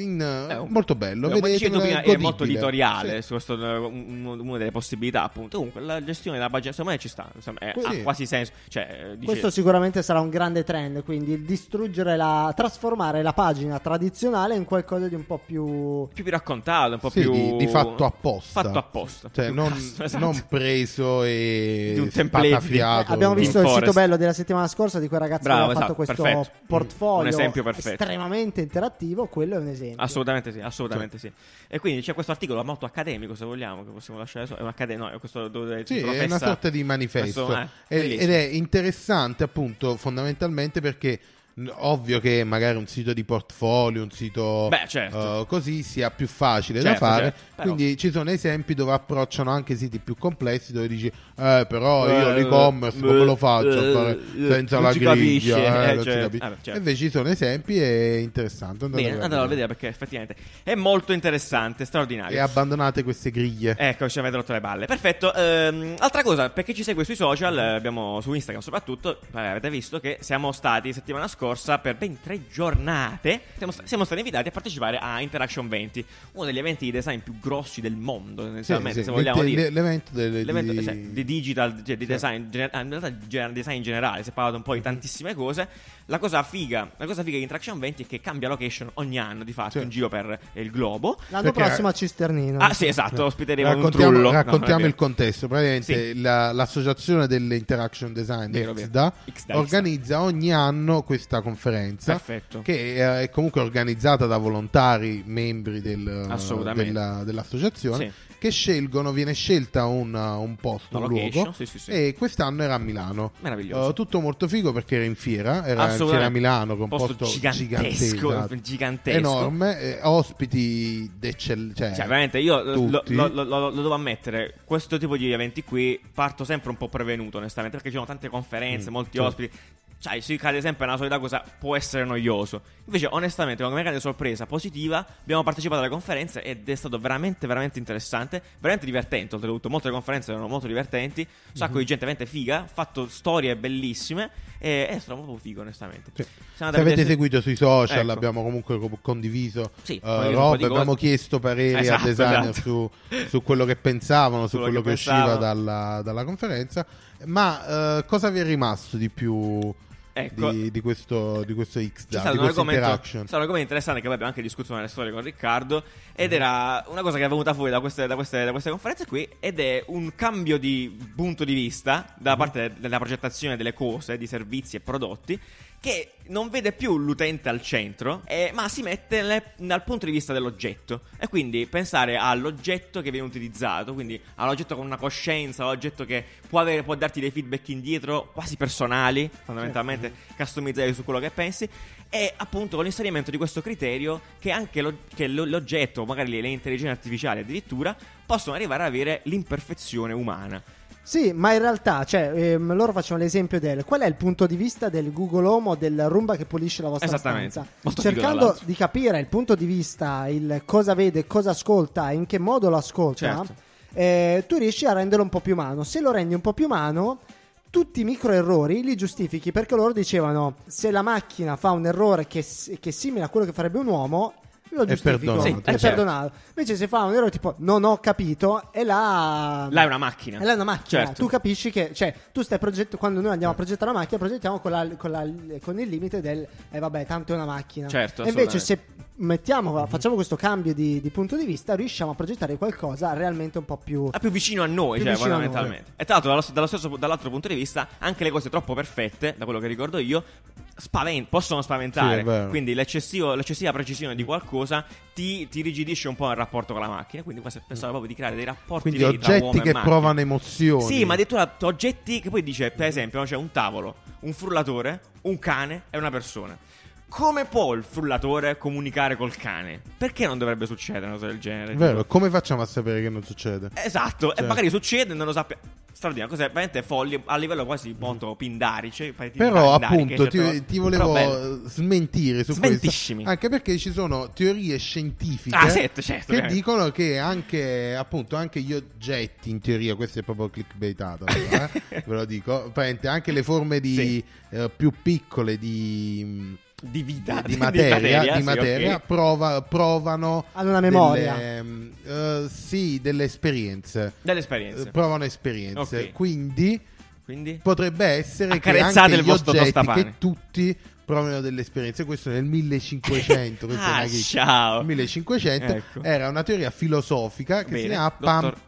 [SPEAKER 2] in, eh,
[SPEAKER 1] È un-
[SPEAKER 2] molto bello.
[SPEAKER 1] Come
[SPEAKER 2] vedetelo,
[SPEAKER 1] dicevi eh, tu prima, è molto
[SPEAKER 2] godibile.
[SPEAKER 1] editoriale
[SPEAKER 2] Sì.
[SPEAKER 1] su questo, eh, un- un- una delle possibilità, appunto. Comunque la gestione della budget, secondo me ci sta, insomma, è-
[SPEAKER 2] Sì.
[SPEAKER 1] ha quasi senso. Cioè, eh, dice-
[SPEAKER 3] Questo sicuramente sarà un grande trend, quindi il distruggere la trasformare la pagina tradizionale in qualcosa di un po' più
[SPEAKER 1] più, più raccontato, un po'
[SPEAKER 2] Sì,
[SPEAKER 1] più
[SPEAKER 2] di, di fatto apposta.
[SPEAKER 1] Fatto apposta.
[SPEAKER 2] Cioè,
[SPEAKER 1] Più
[SPEAKER 2] non,
[SPEAKER 1] cazzo, esatto.
[SPEAKER 2] non preso e
[SPEAKER 1] Di un template.
[SPEAKER 2] spatafiato.
[SPEAKER 1] Esatto.
[SPEAKER 3] Abbiamo
[SPEAKER 1] In
[SPEAKER 3] visto il
[SPEAKER 1] forest.
[SPEAKER 3] sito bello della settimana scorsa di quel ragazzo
[SPEAKER 1] Bravo,
[SPEAKER 3] che aveva fatto
[SPEAKER 1] esatto,
[SPEAKER 3] questo
[SPEAKER 1] perfetto.
[SPEAKER 3] portfolio
[SPEAKER 1] Un esempio perfetto.
[SPEAKER 3] estremamente interattivo, quello è un esempio.
[SPEAKER 1] Assolutamente sì, assolutamente sì.
[SPEAKER 2] Cioè.
[SPEAKER 1] E quindi c'è questo articolo molto accademico, se vogliamo, che possiamo lasciare solo. È un accade- no, è questo dove
[SPEAKER 2] Sì,
[SPEAKER 1] dove
[SPEAKER 2] è una
[SPEAKER 1] fessa-
[SPEAKER 2] sorta di manifesto.
[SPEAKER 1] questo- eh,
[SPEAKER 2] È-
[SPEAKER 1] bellissimo.
[SPEAKER 2] ed è interessante, appunto, fondamentalmente perché mh, ovvio che magari un sito di portfolio, un sito
[SPEAKER 1] Beh, certo.
[SPEAKER 2] eh, così sia più facile da
[SPEAKER 1] Certo,
[SPEAKER 2] fare.
[SPEAKER 1] certo, però-
[SPEAKER 2] Quindi ci sono esempi dove approcciano anche siti più complessi dove dici "Eh, però io
[SPEAKER 1] Eh,
[SPEAKER 2] l'e-commerce
[SPEAKER 1] eh,
[SPEAKER 2] come lo faccio a
[SPEAKER 1] eh,
[SPEAKER 2] fare
[SPEAKER 1] eh,
[SPEAKER 2] senza
[SPEAKER 1] non
[SPEAKER 2] la
[SPEAKER 1] si
[SPEAKER 2] griglia?"
[SPEAKER 1] capisce,
[SPEAKER 2] eh,
[SPEAKER 1] eh,
[SPEAKER 2] non si
[SPEAKER 1] cioè,
[SPEAKER 2] capisce.
[SPEAKER 1] vabbè, certo.
[SPEAKER 2] E Invece ci sono esempi e è interessante, andate
[SPEAKER 1] Bene, andrò a vedere perché effettivamente è molto interessante, straordinario.
[SPEAKER 2] E abbandonate queste griglie.
[SPEAKER 1] Ecco, ci avete rotto le balle. Perfetto. ehm, altra cosa, per chi ci segue sui social, eh, abbiamo su Instagram soprattutto, eh, avete visto che siamo stati settimana scorsa per ben tre giornate. Siamo, sta- siamo stati invitati a partecipare a Interaction 20, uno degli eventi di design più grossi del mondo,
[SPEAKER 2] Sì,
[SPEAKER 1] tendenzialmente,
[SPEAKER 2] sì,
[SPEAKER 1] se vogliamo
[SPEAKER 2] l'e-
[SPEAKER 1] dire.
[SPEAKER 2] l'evento delle-
[SPEAKER 1] L'evento eh,
[SPEAKER 2] di-
[SPEAKER 1] sì, di... digital, cioè di
[SPEAKER 2] Sì. Mhm.
[SPEAKER 1] design, gener- ah, in realtà di gener- design in generale, si è parlato un po' di tantissime cose. La cosa figa, la cosa figa di Interaction 20 è che cambia location ogni anno, di fatto,
[SPEAKER 2] Sì.
[SPEAKER 1] in giro per eh, il globo.
[SPEAKER 3] L'anno
[SPEAKER 2] Perché-
[SPEAKER 3] prossimo a Cisternino.
[SPEAKER 1] Ah sì, esatto, ospiteremo
[SPEAKER 2] Eh. raccontiamo,
[SPEAKER 1] un trullo. No,
[SPEAKER 2] raccontiamo
[SPEAKER 1] non è
[SPEAKER 2] il
[SPEAKER 1] vero.
[SPEAKER 2] contesto. Praticamente
[SPEAKER 1] Sì.
[SPEAKER 2] la- l'associazione dell'interaction design
[SPEAKER 1] Vero, vero.
[SPEAKER 2] XDA,
[SPEAKER 1] XDA.
[SPEAKER 2] organizza ogni anno questa conferenza
[SPEAKER 1] Perfetto.
[SPEAKER 2] che eh, è comunque organizzata da volontari membri del-
[SPEAKER 1] Assolutamente.
[SPEAKER 2] della- dell'associazione
[SPEAKER 1] Sì.
[SPEAKER 2] che scelgono, viene scelta un, un posto,
[SPEAKER 1] Una
[SPEAKER 2] un
[SPEAKER 1] location,
[SPEAKER 2] luogo
[SPEAKER 1] sì, sì, sì.
[SPEAKER 2] e quest'anno era a Milano.
[SPEAKER 1] Meraviglioso.
[SPEAKER 2] Eh, tutto molto figo perché era in fiera, era in
[SPEAKER 1] Assolutamente.
[SPEAKER 2] fiera a Milano con un
[SPEAKER 1] Posto
[SPEAKER 2] posto,
[SPEAKER 1] gigantesco,
[SPEAKER 2] esatto.
[SPEAKER 1] gigantesco.
[SPEAKER 2] enorme, eh, ospiti d'eccellenza.
[SPEAKER 1] Cioè, veramente io eh, lo,
[SPEAKER 2] Tutti.
[SPEAKER 1] lo- lo- lo- lo devo ammettere, questo tipo di eventi qui parto sempre un po' prevenuto, onestamente, perché ci sono tante conferenze,
[SPEAKER 2] Mm,
[SPEAKER 1] molti
[SPEAKER 2] certo.
[SPEAKER 1] ospiti. Cioè, si cade sempre nella solita cosa, può essere noioso. Invece, onestamente, con una grande sorpresa positiva, abbiamo partecipato alle conferenze ed è stato veramente, veramente interessante. Veramente divertente, oltretutto. Molte conferenze erano molto divertenti. Un
[SPEAKER 2] Mm-hmm.
[SPEAKER 1] sacco di gente veramente figa, fatto storie bellissime. E è stato proprio figo, onestamente.
[SPEAKER 2] Sì.
[SPEAKER 1] Siamo andati
[SPEAKER 2] Se
[SPEAKER 1] a
[SPEAKER 2] avete
[SPEAKER 1] vedere-
[SPEAKER 2] seguito sui social,
[SPEAKER 1] Ecco.
[SPEAKER 2] abbiamo comunque co- condiviso
[SPEAKER 1] Sì,
[SPEAKER 2] eh,
[SPEAKER 1] condiviso un po' di
[SPEAKER 2] robe,
[SPEAKER 1] cose.
[SPEAKER 2] abbiamo chiesto pareri
[SPEAKER 1] Esatto,
[SPEAKER 2] a designer
[SPEAKER 1] esatto.
[SPEAKER 2] su, su quello che pensavano, su
[SPEAKER 1] Quello
[SPEAKER 2] quello
[SPEAKER 1] che
[SPEAKER 2] che,
[SPEAKER 1] pensavano.
[SPEAKER 2] usciva dalla, dalla conferenza. Ma eh, cosa vi è rimasto di più
[SPEAKER 1] Ecco.
[SPEAKER 2] di, di questo, di questo
[SPEAKER 1] C'è
[SPEAKER 2] XDA,
[SPEAKER 1] stato,
[SPEAKER 2] di
[SPEAKER 1] un
[SPEAKER 2] questo
[SPEAKER 1] argomento, c'è
[SPEAKER 2] interaction?
[SPEAKER 1] stato un argomento interessante che poi abbiamo anche discusso nelle storie con Riccardo ed era una cosa che è venuta fuori da queste, da queste- da queste conferenze qui ed è un cambio di punto di vista
[SPEAKER 2] Mm-hmm.
[SPEAKER 1] da parte de- della progettazione delle cose, di servizi e prodotti che non vede più l'utente al centro eh, ma si mette le- dal punto di vista dell'oggetto e quindi pensare all'oggetto che viene utilizzato quindi all'oggetto con una coscienza all'oggetto che può, avere, può darti dei feedback indietro quasi personali fondamentalmente customizzati su quello che pensi e appunto con l'inserimento di questo criterio che anche lo- che lo- l'oggetto, magari le, le intelligenze artificiali addirittura, possono arrivare ad avere l'imperfezione umana.
[SPEAKER 3] Sì, ma in realtà, cioè, ehm, loro facevano l'esempio del qual è il punto di vista del Google Home o del Roomba che pulisce la vostra
[SPEAKER 1] Esattamente.
[SPEAKER 3] stanza.
[SPEAKER 1] Molto figo, tra
[SPEAKER 3] Cercando
[SPEAKER 1] l'altro.
[SPEAKER 3] di capire il punto di vista, il cosa vede, cosa ascolta, in che modo lo ascolta,
[SPEAKER 1] Certo.
[SPEAKER 3] eh, tu riesci a renderlo un po' più umano. Se lo rendi un po' più umano, tutti i micro errori li giustifichi perché loro dicevano se la macchina fa un errore che, s- che è simile a quello che farebbe un uomo. Lo
[SPEAKER 2] È
[SPEAKER 3] giustifico,
[SPEAKER 2] perdonato.
[SPEAKER 1] Sì,
[SPEAKER 3] è
[SPEAKER 1] eh, certo.
[SPEAKER 3] perdonato. Invece, se fa un errore tipo non ho capito, e la
[SPEAKER 1] Là è una macchina.
[SPEAKER 3] è una macchina.
[SPEAKER 1] Certo.
[SPEAKER 3] Tu capisci che, cioè, tu stai progettando. Quando noi andiamo a progettare una macchina, progettiamo con, la- con la- con il limite del eh, vabbè, tanto è una macchina.
[SPEAKER 1] Certo,
[SPEAKER 3] e invece, se
[SPEAKER 1] assolutamente. Mhm.
[SPEAKER 3] mettiamo, facciamo questo cambio di, di punto di vista, riusciamo a progettare qualcosa realmente un po' più.
[SPEAKER 1] Ah, più vicino a noi,
[SPEAKER 3] Più
[SPEAKER 1] cioè,
[SPEAKER 3] vicino a
[SPEAKER 1] fondamentalmente. E tra l'altro, dallo, dallo stesso- dall'altro punto di vista, anche le cose troppo perfette, da quello che ricordo io, spaven- possono
[SPEAKER 2] Sì,
[SPEAKER 1] spaventare.
[SPEAKER 2] è vero.
[SPEAKER 1] quindi l'eccessivo- l'eccessiva precisione di qualcosa ti, ti rigidisce un po' il rapporto con la macchina. Quindi, qua si pensava proprio di creare dei rapporti
[SPEAKER 2] Quindi
[SPEAKER 1] veri tra uomo
[SPEAKER 2] oggetti
[SPEAKER 1] e
[SPEAKER 2] che
[SPEAKER 1] macchina.
[SPEAKER 2] provano emozioni.
[SPEAKER 1] Sì, ma addirittura oggetti che poi dice, per esempio, no, c'è un tavolo, un frullatore, un cane e una persona. Come può il frullatore comunicare col cane? Perché non dovrebbe succedere una cosa del genere?
[SPEAKER 2] Vero, come facciamo a sapere che non succede?
[SPEAKER 1] Esatto, e
[SPEAKER 2] Cioè-
[SPEAKER 1] magari succede e non lo sappiamo. Straordinario, cos'è veramente folle a livello quasi molto pindarice. pare-
[SPEAKER 2] Mm-hmm. Però
[SPEAKER 1] pindariche,
[SPEAKER 2] appunto
[SPEAKER 1] cioè,
[SPEAKER 2] ti,
[SPEAKER 1] però-
[SPEAKER 2] ti
[SPEAKER 1] però bello.
[SPEAKER 2] volevo eh, smentire su questo.
[SPEAKER 1] Smentiscimi.
[SPEAKER 2] Anche perché ci sono teorie scientifiche
[SPEAKER 1] Ah, certo, certo,
[SPEAKER 2] che
[SPEAKER 1] ovviamente.
[SPEAKER 2] dicono che anche, appunto, anche gli oggetti, in teoria, questo è proprio clickbaitato, però, eh, ve lo dico, apparentemente anche le forme di,
[SPEAKER 1] Sì.
[SPEAKER 2] eh, più piccole di... mh,
[SPEAKER 1] di vita,
[SPEAKER 2] di materia, di materia,
[SPEAKER 1] sì, ok.
[SPEAKER 2] prova- provano
[SPEAKER 3] Hanno una memoria.
[SPEAKER 2] delle, ehm, eh, sì, delle esperienze.
[SPEAKER 1] Delle
[SPEAKER 2] Eh,
[SPEAKER 1] esperienze.
[SPEAKER 2] Provano esperienze.
[SPEAKER 1] Ok.
[SPEAKER 2] Quindi
[SPEAKER 1] Quindi?
[SPEAKER 2] potrebbe essere che
[SPEAKER 1] Accarezzate
[SPEAKER 2] anche
[SPEAKER 1] il
[SPEAKER 2] gli
[SPEAKER 1] vostro
[SPEAKER 2] oggetti
[SPEAKER 1] tostapane.
[SPEAKER 2] che tutti provano delle esperienze. Questo nel 1500, questa è
[SPEAKER 1] Ah,
[SPEAKER 2] una chicca.
[SPEAKER 1] ciao.
[SPEAKER 2] 1500
[SPEAKER 1] Ecco.
[SPEAKER 2] era una teoria filosofica che
[SPEAKER 1] Bene,
[SPEAKER 2] si chiama pan-
[SPEAKER 1] dottor-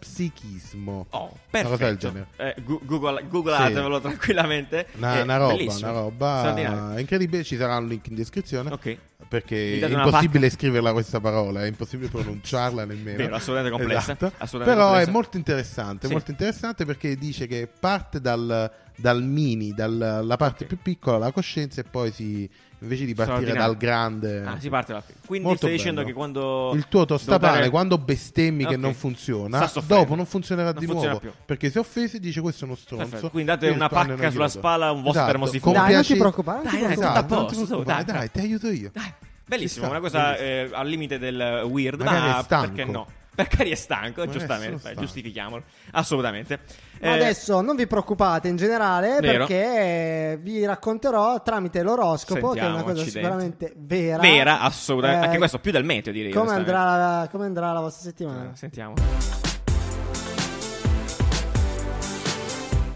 [SPEAKER 2] panpsichismo.
[SPEAKER 1] Oh,
[SPEAKER 2] Una cosa del
[SPEAKER 1] perfetto.
[SPEAKER 2] genere.
[SPEAKER 1] Eh, gu- google- googlatevelo tranquillamente.
[SPEAKER 2] Una,
[SPEAKER 1] Eh,
[SPEAKER 2] una roba,
[SPEAKER 1] bellissimo.
[SPEAKER 2] una
[SPEAKER 1] Straordinario.
[SPEAKER 2] roba incredibile. Ci sarà un link in descrizione.
[SPEAKER 1] Ok.
[SPEAKER 2] Perché
[SPEAKER 1] Mi
[SPEAKER 2] è
[SPEAKER 1] date una
[SPEAKER 2] impossibile scriverla questa parola, è impossibile pronunciarla nemmeno.
[SPEAKER 1] Vero, assolutamente complessa,
[SPEAKER 2] Esatto.
[SPEAKER 1] assolutamente
[SPEAKER 2] Però
[SPEAKER 1] complessa.
[SPEAKER 2] è molto interessante,
[SPEAKER 1] Sì.
[SPEAKER 2] molto interessante perché dice che parte dal, dal mini, dalla parte
[SPEAKER 1] Ok.
[SPEAKER 2] più piccola, la coscienza, e poi si, invece di partire
[SPEAKER 1] Straordinario.
[SPEAKER 2] dal grande...
[SPEAKER 1] Ah, si parte da qui. Quindi
[SPEAKER 2] Molto
[SPEAKER 1] stai
[SPEAKER 2] bello.
[SPEAKER 1] dicendo che quando
[SPEAKER 2] Il tuo tostapane,
[SPEAKER 1] devo dare-
[SPEAKER 2] quando bestemmi che
[SPEAKER 1] Ok.
[SPEAKER 2] non funziona,
[SPEAKER 1] Sta soffrendo.
[SPEAKER 2] dopo non funzionerà
[SPEAKER 1] Non
[SPEAKER 2] di
[SPEAKER 1] funziona
[SPEAKER 2] nuovo.
[SPEAKER 1] più.
[SPEAKER 2] Perché se offesi dice questo è uno stronzo.
[SPEAKER 1] Perfetto. Quindi date
[SPEAKER 2] Io
[SPEAKER 1] una
[SPEAKER 2] sto anno
[SPEAKER 1] pacca sulla
[SPEAKER 2] aiuto.
[SPEAKER 1] spalla, un vostro termosifono.
[SPEAKER 2] Esatto, con
[SPEAKER 3] Dai, non ti
[SPEAKER 2] piacere-
[SPEAKER 3] preoccupare, non
[SPEAKER 1] ti
[SPEAKER 2] Dai, dai,
[SPEAKER 1] preoccupare.
[SPEAKER 2] esatto, non ti
[SPEAKER 1] Tutto a posto,
[SPEAKER 2] preoccupare,
[SPEAKER 1] dai,
[SPEAKER 2] dai, ti aiuto io.
[SPEAKER 1] Bellissimo,
[SPEAKER 2] Ci sta,
[SPEAKER 1] una cosa eh, al limite del weird,
[SPEAKER 2] Magari
[SPEAKER 1] ma
[SPEAKER 2] è stanco.
[SPEAKER 1] perché no? Perché è stanco,
[SPEAKER 2] Magari
[SPEAKER 1] giustamente,
[SPEAKER 2] sono
[SPEAKER 1] dai,
[SPEAKER 2] stanco.
[SPEAKER 1] giustifichiamolo. Assolutamente.
[SPEAKER 3] Ma
[SPEAKER 1] Eh,
[SPEAKER 3] adesso non vi preoccupate in generale
[SPEAKER 1] Vero.
[SPEAKER 3] perché vi racconterò tramite l'oroscopo, che è
[SPEAKER 1] Sentiamo,
[SPEAKER 3] una cosa
[SPEAKER 1] accidenti.
[SPEAKER 3] sicuramente vera.
[SPEAKER 1] Vera, assolutamente.
[SPEAKER 3] Eh,
[SPEAKER 1] Anche questo più del meteo, direi.
[SPEAKER 3] Come
[SPEAKER 1] onestamente.
[SPEAKER 3] andrà, la, come andrà la vostra settimana?
[SPEAKER 1] Eh, Sentiamo.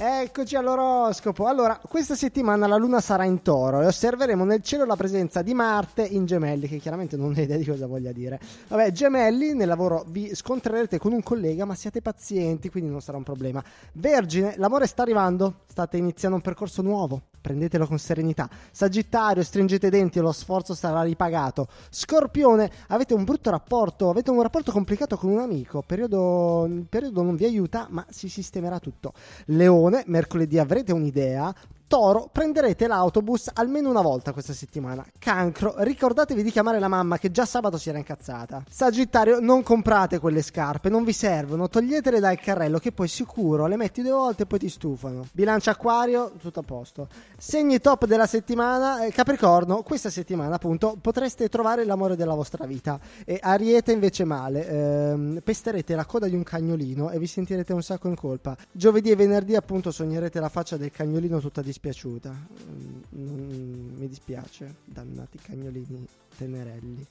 [SPEAKER 3] Eccoci all'oroscopo. Allora, questa settimana la luna sarà in toro e osserveremo nel cielo la presenza di Marte in gemelli, che chiaramente non ho idea di cosa voglia dire. Vabbè, gemelli, nel lavoro vi scontrerete con un collega, ma siate pazienti, quindi non sarà un problema. Vergine, l'amore sta arrivando, state iniziando un percorso nuovo. Prendetelo con serenità. Sagittario, stringete i denti e lo sforzo sarà ripagato. Scorpione, avete un brutto rapporto, avete un rapporto complicato con un amico. Periodo- il periodo non vi aiuta, ma si sistemerà tutto. Leone, mercoledì avrete un'idea. Toro, prenderete l'autobus almeno una volta questa settimana. Cancro, ricordatevi di chiamare la mamma che già sabato si era incazzata. Sagittario, non comprate quelle scarpe, non vi servono, toglietele dal carrello che poi sicuro le metti due volte e poi ti stufano. Bilancia acquario, tutto a posto. Segni top della settimana, eh, Capricorno, questa settimana appunto potreste trovare l'amore della vostra vita. E Ariete invece male, ehm, pesterete la coda di un cagnolino e vi sentirete un sacco in colpa. Giovedì e venerdì appunto sognerete la faccia del cagnolino tutta dispiaciuta. Mm, non- mi dispiace, dannati cagnolini tenerelli.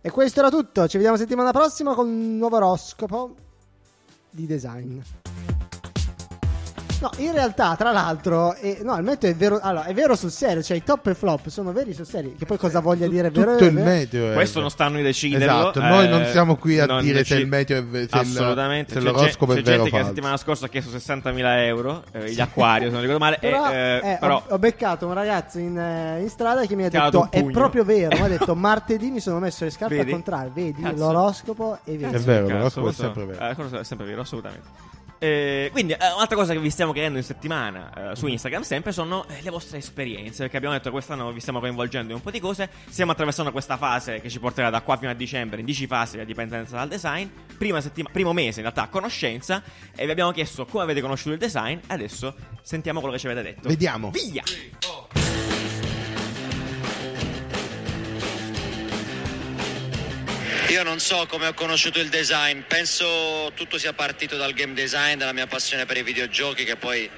[SPEAKER 3] E questo era tutto, ci vediamo settimana prossima con un nuovo oroscopo di design. No, in realtà, tra l'altro, eh, no, il meteo è vero, allora, è vero sul serio, cioè i top e flop sono veri sul serio, che poi
[SPEAKER 1] Eh,
[SPEAKER 3] cosa voglia dire è vero
[SPEAKER 2] Tutto
[SPEAKER 3] è
[SPEAKER 2] il
[SPEAKER 3] vero. eh.
[SPEAKER 2] meteo. è-
[SPEAKER 1] Questo non sta a noi deciderlo.
[SPEAKER 2] Esatto, noi
[SPEAKER 1] eh,
[SPEAKER 2] non siamo qui a
[SPEAKER 1] non
[SPEAKER 2] dire
[SPEAKER 1] deci-
[SPEAKER 2] se il meteo è ve- se il-
[SPEAKER 1] Assolutamente.
[SPEAKER 2] se
[SPEAKER 1] C'è
[SPEAKER 2] l'oroscopo
[SPEAKER 1] gen-
[SPEAKER 2] è
[SPEAKER 1] c'è
[SPEAKER 2] vero
[SPEAKER 1] gente
[SPEAKER 2] o
[SPEAKER 1] che la
[SPEAKER 2] falso.
[SPEAKER 1] settimana scorsa ha chiesto 60.000 euro, eh, gli acquari, se non ricordo male. e,
[SPEAKER 3] Però,
[SPEAKER 1] eh,
[SPEAKER 3] eh, ho-
[SPEAKER 1] però
[SPEAKER 3] ho, beccato un ragazzo in, eh, in strada che mi ha
[SPEAKER 1] Ti ha dato
[SPEAKER 3] detto:
[SPEAKER 1] un
[SPEAKER 3] È
[SPEAKER 1] pugno."
[SPEAKER 3] proprio vero. Mi ha detto: Martedì mi sono messo le scarpe
[SPEAKER 1] Vedi?
[SPEAKER 3] al contrario. Vedi
[SPEAKER 1] Cazzo.
[SPEAKER 3] l'oroscopo e
[SPEAKER 2] È
[SPEAKER 3] vedi.
[SPEAKER 2] vero,
[SPEAKER 1] Cazzo,
[SPEAKER 2] l'oroscopo è
[SPEAKER 1] questo-
[SPEAKER 2] sempre vero.
[SPEAKER 1] eh, quello è sempre vero, assolutamente. Eh, quindi, eh, un'altra cosa che vi stiamo chiedendo in settimana eh, su Instagram sempre sono eh, le vostre esperienze. Perché abbiamo detto che quest'anno vi stiamo coinvolgendo in un po' di cose. Stiamo attraversando questa fase che ci porterà da qua fino a dicembre in 10 fasi, la dipendenza dal design. Prima settima- primo mese, in realtà, conoscenza. E vi abbiamo chiesto come avete conosciuto il design. Adesso sentiamo quello che ci avete detto.
[SPEAKER 2] Vediamo.
[SPEAKER 1] Via!
[SPEAKER 8] Io non so come ho conosciuto il design, penso tutto sia partito dal game design, dalla mia passione per i videogiochi che poi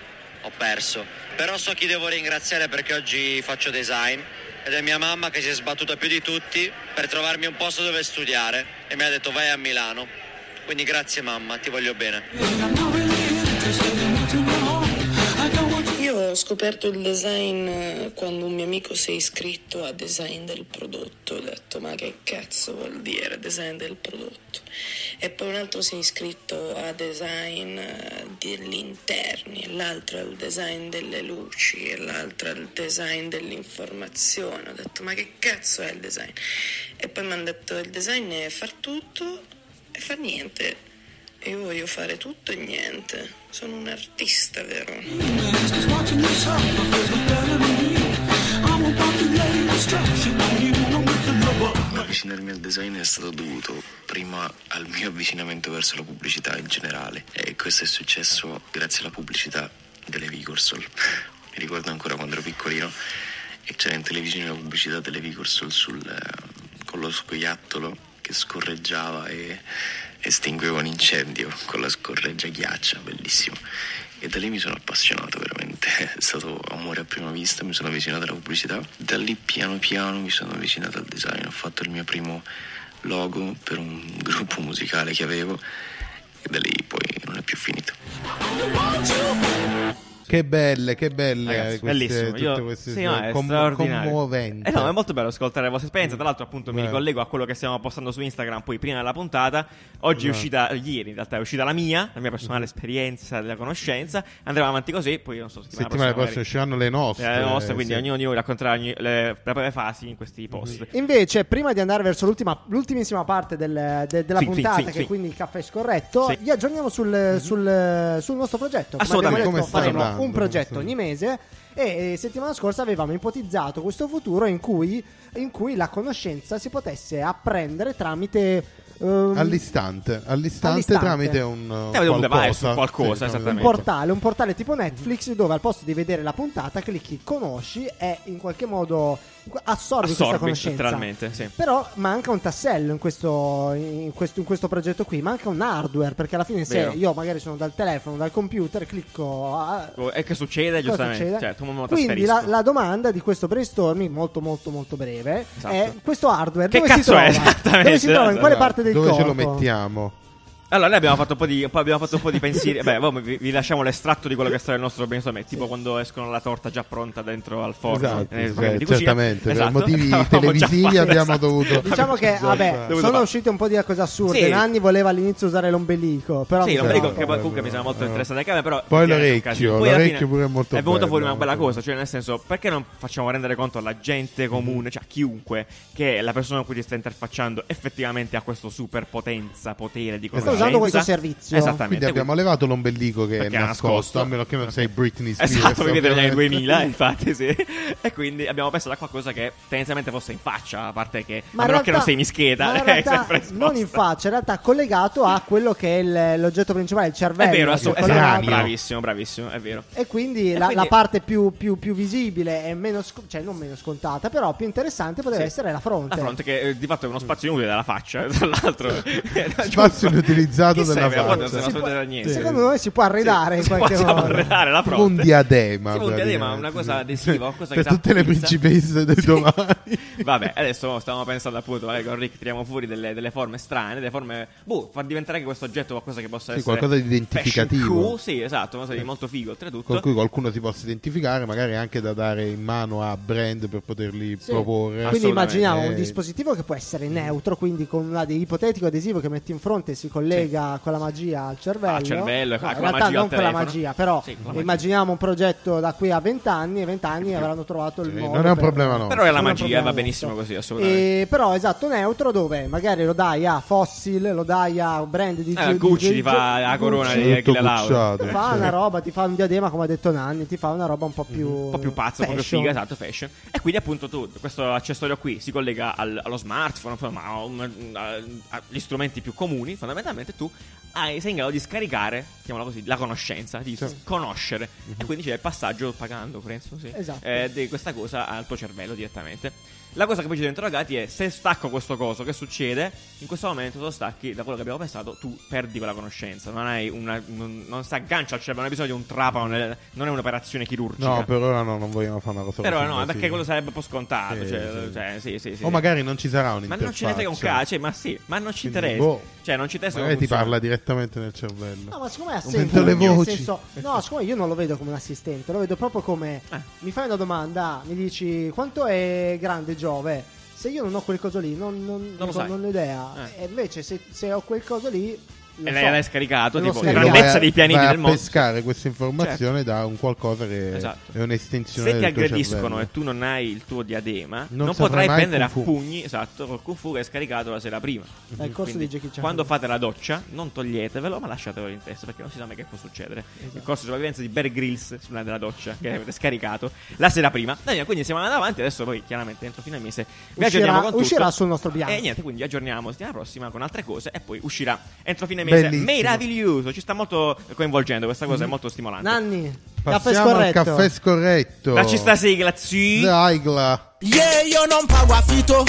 [SPEAKER 8] ho perso. Però so chi devo ringraziare perché oggi faccio design ed è mia mamma che si è sbattuta più di tutti per trovarmi un posto dove studiare e mi ha detto vai a Milano. Quindi grazie mamma, ti voglio bene.
[SPEAKER 9] Io ho scoperto il design eh, quando un mio amico si è iscritto a design del prodotto. Ho detto, ma che cazzo vuol dire design del prodotto? E poi un altro si è iscritto a design eh, degli interni, e l'altro al design delle luci, e l'altro al design dell'informazione. Ho detto, ma che cazzo è il design? E poi mi hanno detto, il design è far tutto e far niente. E io voglio fare tutto e niente. Sono un artista, vero?
[SPEAKER 8] Avvicinarmi al design è stato dovuto prima al mio avvicinamento verso la pubblicità in generale e questo è successo grazie alla pubblicità delle Vigorsol. Mi ricordo ancora quando ero piccolino e c'era in televisione la pubblicità delle Vigorsol sul, eh, con lo scoiattolo che scorreggiava e,
[SPEAKER 5] estinguevo un incendio con la scorreggiaghiaccia, bellissimo. E da lì mi sono appassionato veramente, è stato amore a prima vista, mi sono avvicinato alla pubblicità. Da lì piano piano mi sono avvicinato al design, ho fatto il mio primo logo per un gruppo musicale che avevo e da lì poi non è più finito.
[SPEAKER 2] Che belle, che belle
[SPEAKER 1] Ragazzi,
[SPEAKER 2] eh, queste,
[SPEAKER 1] bellissimo.
[SPEAKER 2] tutte
[SPEAKER 1] Io-
[SPEAKER 2] queste
[SPEAKER 1] sì, no, è
[SPEAKER 2] com-
[SPEAKER 1] straordinario.
[SPEAKER 2] commoventi.
[SPEAKER 1] Eh no, è molto bello ascoltare le vostre esperienze. Tra l'altro, appunto, mi
[SPEAKER 2] Beh.
[SPEAKER 1] ricollego a quello che stiamo postando su Instagram. Poi, prima della puntata, oggi è uscita, ieri in realtà, è uscita la mia, la mia personale esperienza della conoscenza. Andremo avanti così. Poi, non so,
[SPEAKER 2] Settimana prossima
[SPEAKER 1] magari,
[SPEAKER 2] usciranno le nostre.
[SPEAKER 1] eh, le nostre, quindi
[SPEAKER 2] sì.
[SPEAKER 1] ognuno di noi racconterà ogni- le, le proprie fasi in questi post.
[SPEAKER 3] Invece, prima di andare verso l'ultima, l'ultimissima parte del- de- della
[SPEAKER 1] Sì, sì,
[SPEAKER 3] puntata,
[SPEAKER 1] sì,
[SPEAKER 3] che
[SPEAKER 1] sì.
[SPEAKER 3] è quindi il caffè scorretto,
[SPEAKER 1] Sì. Mhm.
[SPEAKER 3] vi aggiorniamo sul, sul- sul nostro progetto. Come
[SPEAKER 1] Assolutamente.
[SPEAKER 3] abbiamo
[SPEAKER 2] Come
[SPEAKER 3] detto,
[SPEAKER 2] sta
[SPEAKER 3] faremo
[SPEAKER 2] andando,
[SPEAKER 3] un progetto ogni
[SPEAKER 2] come
[SPEAKER 3] mese. E eh, settimana scorsa avevamo ipotizzato questo futuro in cui, in cui la conoscenza si potesse apprendere tramite. ehm,
[SPEAKER 2] All'istante, all'istante,
[SPEAKER 3] All'istante.
[SPEAKER 2] tramite un,
[SPEAKER 1] Tramite un
[SPEAKER 2] qualcosa.
[SPEAKER 1] device, un qualcosa,
[SPEAKER 2] tramite un-
[SPEAKER 1] esattamente.
[SPEAKER 3] un portale, un portale tipo
[SPEAKER 1] Mhm.
[SPEAKER 3] Netflix dove al posto di vedere la puntata clicchi conosci e in qualche modo assorbi, questa
[SPEAKER 1] Assorbi,
[SPEAKER 3] conoscenza.
[SPEAKER 1] letteralmente, sì.
[SPEAKER 3] Però manca un tassello in questo, in, questo, in questo progetto qui, manca un hardware perché alla fine se
[SPEAKER 1] Vero.
[SPEAKER 3] io magari sono dal telefono, dal computer, clicco a...
[SPEAKER 1] E che succede,
[SPEAKER 3] cosa
[SPEAKER 1] giustamente?
[SPEAKER 3] succede?
[SPEAKER 1] Cioè, tu non me lo
[SPEAKER 3] Quindi
[SPEAKER 1] trasferisco.
[SPEAKER 3] la, la domanda di questo brainstorming molto molto molto breve
[SPEAKER 1] Esatto.
[SPEAKER 3] è questo hardware
[SPEAKER 1] Che
[SPEAKER 3] dove si
[SPEAKER 1] cazzo
[SPEAKER 3] trova?
[SPEAKER 1] è? Esattamente,
[SPEAKER 3] Dove si trova? In quale
[SPEAKER 1] esatto.
[SPEAKER 3] parte del
[SPEAKER 2] Dove
[SPEAKER 3] corpo?
[SPEAKER 2] ce lo mettiamo?
[SPEAKER 1] Allora, noi abbiamo fatto un po' di, poi abbiamo fatto un po' di pensieri. Beh, voi vi, vi lasciamo l'estratto di quello che sarà il nostro brainstorm. È tipo quando escono la torta già pronta dentro al forno.
[SPEAKER 2] Esatto,
[SPEAKER 1] nei
[SPEAKER 2] cioè,
[SPEAKER 1] forni di cucina.
[SPEAKER 2] certamente,
[SPEAKER 1] Esatto.
[SPEAKER 2] per motivi
[SPEAKER 1] L'avevamo già
[SPEAKER 2] televisivi
[SPEAKER 1] fatto,
[SPEAKER 2] abbiamo
[SPEAKER 1] esatto.
[SPEAKER 2] dovuto...
[SPEAKER 3] Diciamo che, vabbè,
[SPEAKER 1] Dovuto
[SPEAKER 3] sono
[SPEAKER 1] fare.
[SPEAKER 3] uscite un po' di cose assurde.
[SPEAKER 1] Sì.
[SPEAKER 3] Nanni voleva all'inizio usare l'ombelico, però
[SPEAKER 1] Sì, non
[SPEAKER 2] Esatto,
[SPEAKER 1] dico che
[SPEAKER 2] vabbè,
[SPEAKER 1] poi comunque mi
[SPEAKER 2] però,
[SPEAKER 1] sembra molto
[SPEAKER 2] eh.
[SPEAKER 1] interessante anche a me, però
[SPEAKER 2] Poi
[SPEAKER 1] direi che è un
[SPEAKER 2] l'orecchio,
[SPEAKER 1] casino. Poi alla
[SPEAKER 2] l'orecchio
[SPEAKER 1] fine
[SPEAKER 2] pure è molto
[SPEAKER 1] venuta
[SPEAKER 2] bello,
[SPEAKER 1] fuori una bella
[SPEAKER 2] molto
[SPEAKER 1] cosa, cioè nel senso, perché non facciamo rendere conto alla
[SPEAKER 2] Mm-hmm.
[SPEAKER 1] gente comune, cioè a chiunque che la persona con cui ti sta interfacciando effettivamente ha questo super potenza, potere di
[SPEAKER 3] usando
[SPEAKER 1] conoscenza.
[SPEAKER 3] questo servizio.
[SPEAKER 1] Esattamente.
[SPEAKER 2] Quindi abbiamo levato l'ombelico che è
[SPEAKER 1] Perché è
[SPEAKER 2] nascosto,
[SPEAKER 1] nascosto.
[SPEAKER 2] a meno che non sei Britney Spears.
[SPEAKER 1] Esatto, mi vedete negli
[SPEAKER 2] ovviamente.
[SPEAKER 1] 2000, infatti, sì. E quindi abbiamo pensato a qualcosa che tendenzialmente fosse in faccia, a parte che
[SPEAKER 3] Ma
[SPEAKER 1] a
[SPEAKER 3] in
[SPEAKER 1] meno che non
[SPEAKER 3] realtà-
[SPEAKER 1] sei in eh, cioè, ischeda,
[SPEAKER 3] ma in
[SPEAKER 1] è
[SPEAKER 3] realtà
[SPEAKER 1] sempre esposta.
[SPEAKER 3] non in faccia, in realtà collegato a quello che è il- l'oggetto principale, il
[SPEAKER 1] È
[SPEAKER 3] cervello.
[SPEAKER 1] vero,
[SPEAKER 3] che è
[SPEAKER 1] assu- esatto,
[SPEAKER 2] collegato.
[SPEAKER 1] bravissimo, bravissimo, è vero.
[SPEAKER 3] E quindi,
[SPEAKER 1] E
[SPEAKER 3] la,
[SPEAKER 1] quindi-
[SPEAKER 3] la parte più, più- più visibile e meno, sc- cioè non meno scontata, però più interessante poteva
[SPEAKER 1] Sì.
[SPEAKER 3] essere la fronte.
[SPEAKER 1] La fronte che eh, di fatto è uno spazio inutile della faccia, eh, tra l'altro.
[SPEAKER 2] Spazio inutilizzato
[SPEAKER 1] Chissà,
[SPEAKER 2] della
[SPEAKER 1] che la fronte non serve
[SPEAKER 2] faccia. Si
[SPEAKER 1] assolutamente a niente.
[SPEAKER 3] Secondo noi si può arredare in qualche
[SPEAKER 1] Possiamo
[SPEAKER 3] modo.
[SPEAKER 1] arredare la
[SPEAKER 2] Tipo
[SPEAKER 1] fronte.
[SPEAKER 2] un diadema.
[SPEAKER 1] Tipo un diadema,
[SPEAKER 2] praticamente.
[SPEAKER 1] una cosa adesiva, qualcosa
[SPEAKER 2] Per
[SPEAKER 1] che sa
[SPEAKER 2] tutte le
[SPEAKER 1] pizza.
[SPEAKER 2] principesse del domani.
[SPEAKER 1] Vabbè, adesso stavamo pensando appunto, eh, con Rick tiriamo fuori delle, delle forme strane, delle forme... Boh, far diventare anche questo oggetto qualcosa che possa
[SPEAKER 2] Sì,
[SPEAKER 1] essere...
[SPEAKER 2] qualcosa di
[SPEAKER 1] fashion
[SPEAKER 2] identificativo.
[SPEAKER 1] cool, sì, esatto, qualcosa di molto figo, oltretutto.
[SPEAKER 2] con cui qualcuno si possa identificare, magari anche da dare in mano a brand per poterli
[SPEAKER 3] Sì.
[SPEAKER 2] proporre.
[SPEAKER 3] Quindi
[SPEAKER 1] Assolutamente.
[SPEAKER 3] immaginiamo un
[SPEAKER 2] Eh.
[SPEAKER 3] dispositivo che può essere neutro, quindi con un ade- ipotetico adesivo che metti in fronte e si collega con la magia al cervello.
[SPEAKER 1] Al cervello,
[SPEAKER 3] No,
[SPEAKER 1] con la
[SPEAKER 3] in realtà
[SPEAKER 1] magia al
[SPEAKER 3] non con la
[SPEAKER 1] telefono.
[SPEAKER 3] magia, però
[SPEAKER 1] Sì, con la magia.
[SPEAKER 3] immaginiamo un progetto da qui a 20 anni e 20 anni avranno trovato il
[SPEAKER 2] Sì,
[SPEAKER 3] modo.
[SPEAKER 2] non è un
[SPEAKER 3] per-
[SPEAKER 2] problema no.
[SPEAKER 1] Però è la
[SPEAKER 3] Non è un
[SPEAKER 1] magia,
[SPEAKER 3] problema
[SPEAKER 1] va benissimo
[SPEAKER 3] nostro.
[SPEAKER 1] così, assolutamente.
[SPEAKER 3] E però esatto, neutro dove magari lo dai a Fossil, lo dai a un brand di
[SPEAKER 1] Eh,
[SPEAKER 3] di-
[SPEAKER 1] Gucci
[SPEAKER 3] di-
[SPEAKER 1] ti fa la
[SPEAKER 3] Gucci.
[SPEAKER 1] corona di
[SPEAKER 2] Tutto
[SPEAKER 1] Achille Lauro.
[SPEAKER 2] gucciato.
[SPEAKER 3] Fa
[SPEAKER 2] Sì.
[SPEAKER 3] una roba, ti fa un diadema come ha detto Nanni, ti fa una roba un po' più
[SPEAKER 1] un po' più pazzo, un po' più
[SPEAKER 3] fashion.
[SPEAKER 1] figa, esatto, fashion. E quindi appunto tu, questo accessorio qui si collega al- allo smartphone, insomma, a un- a- agli strumenti più comuni, fondamentalmente tu hai- sei in grado di scaricare, chiamiamola così, la conoscenza, di conoscere. E quindi c'è il passaggio pagando, penso, sì,
[SPEAKER 3] Mhm. Esatto.
[SPEAKER 1] eh, di questa cosa al tuo cervello direttamente. La cosa che poi ci siamo interrogati è se stacco questo coso, che succede? In questo momento se lo stacchi da quello che abbiamo pensato, tu perdi quella conoscenza, non hai una. non, non si aggancia al cervello, non hai bisogno di un trapano, nel- non è un'operazione chirurgica.
[SPEAKER 2] No, per ora no, non vogliamo fare una cosa
[SPEAKER 1] Però no,
[SPEAKER 2] così. Eh,
[SPEAKER 1] perché quello sarebbe un po' scontato.
[SPEAKER 2] Sì,
[SPEAKER 1] cioè,
[SPEAKER 2] sì.
[SPEAKER 1] cioè, sì, sì, sì.
[SPEAKER 2] O magari non ci sarà
[SPEAKER 1] Ma
[SPEAKER 2] un'interfaccia.
[SPEAKER 1] non ce ne frega un cazzo, cioè, ma sì, ma non ci
[SPEAKER 2] Quindi,
[SPEAKER 1] interessa.
[SPEAKER 2] boh,
[SPEAKER 1] cioè, non ci interessa.
[SPEAKER 2] Magari ti
[SPEAKER 1] come funziona.
[SPEAKER 2] parla direttamente nel cervello.
[SPEAKER 3] No, ma siccome ha
[SPEAKER 2] sento
[SPEAKER 3] senso,
[SPEAKER 2] le
[SPEAKER 3] nel
[SPEAKER 2] voci.
[SPEAKER 3] senso- no, siccome io non lo vedo come un assistente, lo vedo proprio come
[SPEAKER 1] Eh.
[SPEAKER 3] mi fai una domanda, mi dici quanto è grande Giove? Se io non ho quel coso lì, non, non,
[SPEAKER 1] lo
[SPEAKER 3] non-
[SPEAKER 1] sai.
[SPEAKER 3] non ho idea.
[SPEAKER 1] Eh.
[SPEAKER 3] E invece se, se ho quel coso lì, lo
[SPEAKER 1] E
[SPEAKER 3] so.
[SPEAKER 1] l'hai, l'hai scaricato,
[SPEAKER 3] Lo
[SPEAKER 1] tipo,
[SPEAKER 3] scarico.
[SPEAKER 2] Vai
[SPEAKER 1] Boh, grandezza
[SPEAKER 2] a-
[SPEAKER 1] dei pianeti
[SPEAKER 2] vai
[SPEAKER 1] del
[SPEAKER 2] a
[SPEAKER 1] mondo. Certo.
[SPEAKER 2] pescare questa informazione da un qualcosa che
[SPEAKER 1] Esatto.
[SPEAKER 2] è un'estensione
[SPEAKER 1] Se ti
[SPEAKER 2] del tuo
[SPEAKER 1] aggrediscono eh.
[SPEAKER 2] cervello.
[SPEAKER 1] e tu non hai il tuo diadema, non,
[SPEAKER 2] Non saprai
[SPEAKER 1] potrai
[SPEAKER 2] mai
[SPEAKER 1] prendere a
[SPEAKER 2] Kung Fu.
[SPEAKER 1] pugni, esatto, col Kung Fu che hai scaricato la sera prima.
[SPEAKER 3] Dal Eh, corso
[SPEAKER 1] Quindi,
[SPEAKER 3] di Jackie Chan.
[SPEAKER 1] Quando fate la doccia, non toglietevelo, ma lasciatevelo in testa perché non si sa mai che può succedere.
[SPEAKER 3] Esatto.
[SPEAKER 1] Il corso di sopravvivenza di Bear Grylls sulla della doccia che avete scaricato la sera prima. Daniele, quindi siamo andati avanti. Adesso poi, chiaramente, entro fine mese vi
[SPEAKER 3] Uscirà-
[SPEAKER 1] aggiorniamo con tutto.
[SPEAKER 3] uscirà sul nostro bianco.
[SPEAKER 1] E niente, quindi vi aggiorniamo settimana prossima con altre cose. E poi uscirà entro fine mese.
[SPEAKER 2] Bellissimo.
[SPEAKER 1] Meraviglioso, ci sta molto coinvolgendo. Questa cosa è molto stimolante.
[SPEAKER 3] Nanni, caffè
[SPEAKER 2] Passiamo al
[SPEAKER 3] scorretto.
[SPEAKER 2] caffè scorretto.
[SPEAKER 1] Dacci sta sigla, zii.
[SPEAKER 2] Zaigla.
[SPEAKER 10] Yeah, yo non pagua fito.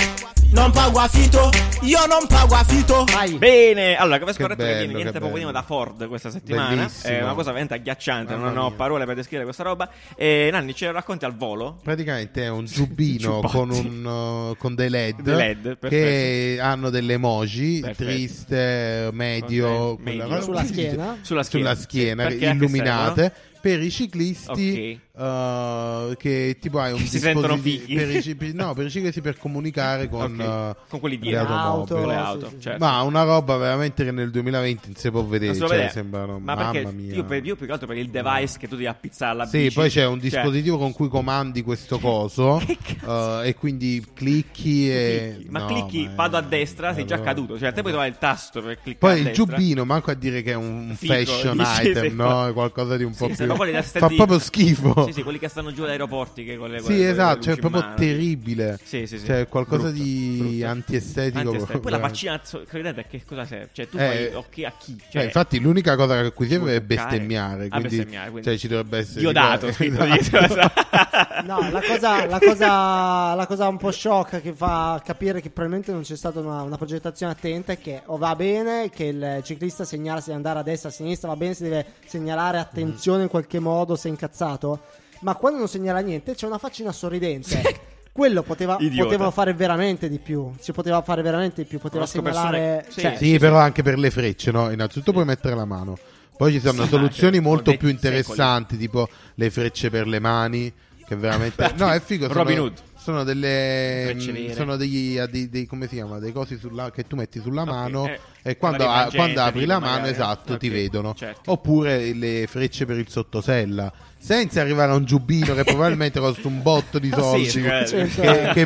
[SPEAKER 10] Non pago affitto, io non pago affitto.
[SPEAKER 3] Vai.
[SPEAKER 1] Bene, allora come scorretto
[SPEAKER 2] bello,
[SPEAKER 1] che viene
[SPEAKER 2] che
[SPEAKER 1] niente
[SPEAKER 2] bello.
[SPEAKER 1] popolino da Ford questa settimana
[SPEAKER 2] Bellissimo.
[SPEAKER 1] È una cosa veramente agghiacciante,
[SPEAKER 2] Mamma
[SPEAKER 1] non ho
[SPEAKER 2] mia.
[SPEAKER 1] parole per descrivere questa roba e Nanni ce lo racconti al volo?
[SPEAKER 2] Ecco. Praticamente è un giubbino
[SPEAKER 1] Giubbotti.
[SPEAKER 2] con, un, uh, con dei LED,
[SPEAKER 1] Dei LED,
[SPEAKER 2] che
[SPEAKER 1] perfetto.
[SPEAKER 2] hanno delle emoji,
[SPEAKER 1] Perfetto.
[SPEAKER 2] triste, medio,
[SPEAKER 1] Ok,
[SPEAKER 2] quella
[SPEAKER 1] medio.
[SPEAKER 2] roba.
[SPEAKER 3] Sulla
[SPEAKER 2] Sì, sì,
[SPEAKER 3] schiena?
[SPEAKER 1] Sulla
[SPEAKER 2] sulla
[SPEAKER 1] schiena,
[SPEAKER 2] schiena,
[SPEAKER 1] Perché a che
[SPEAKER 2] illuminate. Per i ciclisti uh, che tipo hai un
[SPEAKER 1] Che si sentono
[SPEAKER 2] dispositivo-
[SPEAKER 1] fighi.
[SPEAKER 2] per i cipi- no, per i ciclisti per comunicare con,
[SPEAKER 1] Ok,
[SPEAKER 2] uh,
[SPEAKER 1] con quelli
[SPEAKER 2] le
[SPEAKER 1] dietro.
[SPEAKER 2] automobili.
[SPEAKER 1] servono? Con le
[SPEAKER 3] Sì,
[SPEAKER 1] auto,
[SPEAKER 3] sì, sì.
[SPEAKER 1] certo.
[SPEAKER 2] Ma una roba veramente che nel 2020 non si può vedere,
[SPEAKER 1] Non si può
[SPEAKER 2] cioè,
[SPEAKER 1] vedere.
[SPEAKER 2] sembrano-
[SPEAKER 1] ma
[SPEAKER 2] mamma
[SPEAKER 1] perché
[SPEAKER 2] mia.
[SPEAKER 1] io, per- io più che altro per il device che tu devi appizzare alla
[SPEAKER 2] Sì,
[SPEAKER 1] bici.
[SPEAKER 2] poi c'è un
[SPEAKER 1] Cioè,
[SPEAKER 2] dispositivo con cui comandi questo coso
[SPEAKER 1] Che cazzo?
[SPEAKER 2] eh, e quindi clicchi e...
[SPEAKER 1] clicchi. Ma
[SPEAKER 2] no,
[SPEAKER 1] clicchi,
[SPEAKER 2] ma è-
[SPEAKER 1] vado a destra, sei già
[SPEAKER 2] allora-
[SPEAKER 1] caduto. Cioè, te puoi trovare il tasto per cliccare.
[SPEAKER 2] Poi
[SPEAKER 1] a
[SPEAKER 2] il
[SPEAKER 1] destra.
[SPEAKER 2] giubbino, manco a dire che è un
[SPEAKER 1] Figo,
[SPEAKER 2] fashion
[SPEAKER 1] dici, sì,
[SPEAKER 2] item, no?
[SPEAKER 1] fa-
[SPEAKER 2] È qualcosa di un po'
[SPEAKER 1] Sì,
[SPEAKER 2] più...
[SPEAKER 1] sembra quelli da
[SPEAKER 2] Fa
[SPEAKER 1] stetti-
[SPEAKER 2] proprio schifo.
[SPEAKER 1] Sì, sì, quelli che stanno giù agli aeroporti. Che con le,
[SPEAKER 2] Sì,
[SPEAKER 1] con le- con le
[SPEAKER 2] esatto,
[SPEAKER 1] luci
[SPEAKER 2] cioè
[SPEAKER 1] in
[SPEAKER 2] proprio
[SPEAKER 1] mano.
[SPEAKER 2] terribile.
[SPEAKER 1] Sì, sì, sì.
[SPEAKER 2] Cioè qualcosa
[SPEAKER 1] Brutto,
[SPEAKER 2] di
[SPEAKER 1] brutto.
[SPEAKER 2] antiestetico.
[SPEAKER 1] Antiestetico. Poi la
[SPEAKER 2] veramente.
[SPEAKER 1] vaccinazione, credete, che cosa serve? Cioè, tu
[SPEAKER 2] Eh,
[SPEAKER 1] fai occhi a chi?
[SPEAKER 2] Cioè,
[SPEAKER 1] Cioè,
[SPEAKER 2] infatti, l'unica cosa che qui serve è
[SPEAKER 1] toccare.
[SPEAKER 2] bestemmiare.
[SPEAKER 1] Ah,
[SPEAKER 2] Quindi,
[SPEAKER 1] bestemmiare, quindi-
[SPEAKER 2] Cioè, ci dovrebbe essere.
[SPEAKER 1] Diodato,
[SPEAKER 2] tipo-
[SPEAKER 1] scritto
[SPEAKER 2] Esatto.
[SPEAKER 1] dietro.
[SPEAKER 3] No, la cosa, la, cosa, la cosa un po' sciocca che fa capire che probabilmente non c'è stata una, una progettazione attenta è che o va bene che il ciclista segnala se deve andare a destra, a sinistra, va bene se deve segnalare attenzione in qualche modo, se è incazzato, ma quando non segnala niente c'è una faccina sorridente. Quello poteva,
[SPEAKER 1] Idiota.
[SPEAKER 3] potevano fare veramente di più. Si poteva fare veramente di più. Poteva
[SPEAKER 1] Conosco
[SPEAKER 3] segnalare.
[SPEAKER 1] persone- sì.
[SPEAKER 3] cioè,
[SPEAKER 2] Sì, però anche per le frecce, no? Innanzitutto puoi mettere la mano. Poi ci sono
[SPEAKER 1] Sì,
[SPEAKER 2] soluzioni
[SPEAKER 1] ma che-
[SPEAKER 2] molto
[SPEAKER 1] con
[SPEAKER 2] più
[SPEAKER 1] dei secoli.
[SPEAKER 2] interessanti, tipo le frecce per le mani. Che veramente. No, è figo. Sono,
[SPEAKER 1] Robin Hood.
[SPEAKER 2] sono delle. mm,
[SPEAKER 1] Frecce nere.
[SPEAKER 2] Sono degli. ha dei- dei- come si chiama? Dei cosi sulla, che tu metti sulla
[SPEAKER 1] Ok,
[SPEAKER 2] mano.
[SPEAKER 1] eh,
[SPEAKER 2] e quando,
[SPEAKER 1] magari
[SPEAKER 2] a-
[SPEAKER 1] tangente,
[SPEAKER 2] quando apri
[SPEAKER 1] tipo,
[SPEAKER 2] la mano,
[SPEAKER 1] magari, eh.
[SPEAKER 2] esatto, ti
[SPEAKER 1] Ok,
[SPEAKER 2] vedono.
[SPEAKER 1] certo.
[SPEAKER 2] Oppure le frecce per il sottosella. Senza arrivare a un giubbino che probabilmente costa un botto di
[SPEAKER 1] Sì,
[SPEAKER 2] soldi.
[SPEAKER 1] cioè, cioè,
[SPEAKER 2] che, che
[SPEAKER 1] scusa,
[SPEAKER 2] è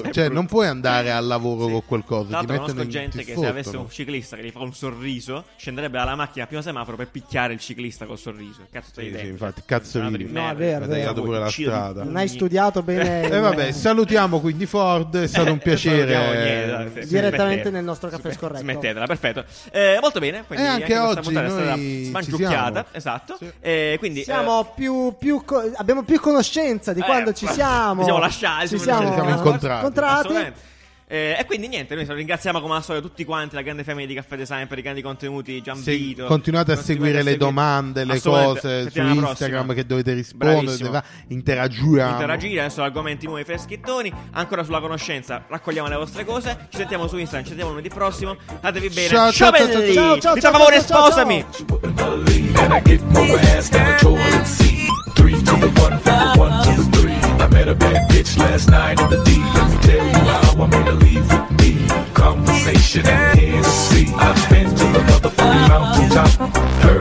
[SPEAKER 1] se è
[SPEAKER 2] Cioè,
[SPEAKER 1] brutto.
[SPEAKER 2] non puoi andare al lavoro con quel coso.
[SPEAKER 1] Tra
[SPEAKER 2] ti
[SPEAKER 1] l'altro
[SPEAKER 2] mettono
[SPEAKER 1] conosco
[SPEAKER 2] in-
[SPEAKER 1] gente
[SPEAKER 2] ti
[SPEAKER 1] che se avesse
[SPEAKER 2] sfottono.
[SPEAKER 1] un ciclista che gli fa un sorriso, scenderebbe dalla macchina a primo semaforo per picchiare il ciclista col sorriso. Cazzo, stai
[SPEAKER 2] Sì, sì,
[SPEAKER 1] dentro?
[SPEAKER 2] infatti, cazzo
[SPEAKER 1] Una
[SPEAKER 2] vivi.
[SPEAKER 1] di
[SPEAKER 2] No,
[SPEAKER 1] merda.
[SPEAKER 3] è vero, è vero.
[SPEAKER 1] Tagliato
[SPEAKER 2] pure la
[SPEAKER 1] Uccidi
[SPEAKER 2] strada.
[SPEAKER 3] non hai
[SPEAKER 1] pugni.
[SPEAKER 3] studiato bene.
[SPEAKER 2] E
[SPEAKER 3] il-
[SPEAKER 2] Eh, vabbè, salutiamo quindi Ford, è stato un
[SPEAKER 1] salutiamo, niente,
[SPEAKER 2] piacere.
[SPEAKER 1] dai,
[SPEAKER 2] Sì.
[SPEAKER 1] sì.
[SPEAKER 3] direttamente
[SPEAKER 1] eh, smettere.
[SPEAKER 3] nel nostro caffè scorretto.
[SPEAKER 1] Smettetela, perfetto. Eh, molto bene. Quindi
[SPEAKER 2] E anche
[SPEAKER 1] questa
[SPEAKER 2] oggi
[SPEAKER 1] puntata è
[SPEAKER 2] noi ci
[SPEAKER 1] stata mangiucchiata.
[SPEAKER 2] siamo.
[SPEAKER 1] Esatto.
[SPEAKER 2] Sì.
[SPEAKER 1] Eh, quindi,
[SPEAKER 3] Siamo più, più co- abbiamo più conoscenza di
[SPEAKER 1] Eh,
[SPEAKER 3] quando ci
[SPEAKER 1] qua-
[SPEAKER 3] siamo.
[SPEAKER 1] ci siamo lasciati,
[SPEAKER 3] Ci
[SPEAKER 1] ci
[SPEAKER 3] siamo,
[SPEAKER 2] siamo incontrati.
[SPEAKER 1] Assolutamente. Eh, e quindi niente, noi ringraziamo come al solito tutti quanti la grande famiglia di Caffè Design per i grandi contenuti,
[SPEAKER 2] Se
[SPEAKER 1] Giambito.
[SPEAKER 2] continuate a seguire le domande, le
[SPEAKER 1] Assolutamente.
[SPEAKER 2] cose su
[SPEAKER 1] Settimana
[SPEAKER 2] Instagram
[SPEAKER 1] prossima.
[SPEAKER 2] che dovete rispondere,
[SPEAKER 1] Bravissimo.
[SPEAKER 2] dovete- interagiamo.
[SPEAKER 1] interagire adesso argomenti nuovi freschettoni ancora sulla conoscenza raccogliamo le vostre cose ci sentiamo su Instagram ci sentiamo lunedì prossimo datevi bene
[SPEAKER 2] Ciao, ciao, ciao,
[SPEAKER 1] belli!
[SPEAKER 3] ciao, ciao,
[SPEAKER 1] mi
[SPEAKER 3] ciao,
[SPEAKER 1] fa favore
[SPEAKER 3] ciao, ciao,
[SPEAKER 1] sposami
[SPEAKER 3] ciao.
[SPEAKER 10] And I get my ass down a toilet seat. Three to the one, from the one to the three. I met a bad bitch last night at the D. Let me tell you how I made her leave with me. Conversation and Hennessy. I've been to the motherfucking mountaintop. Her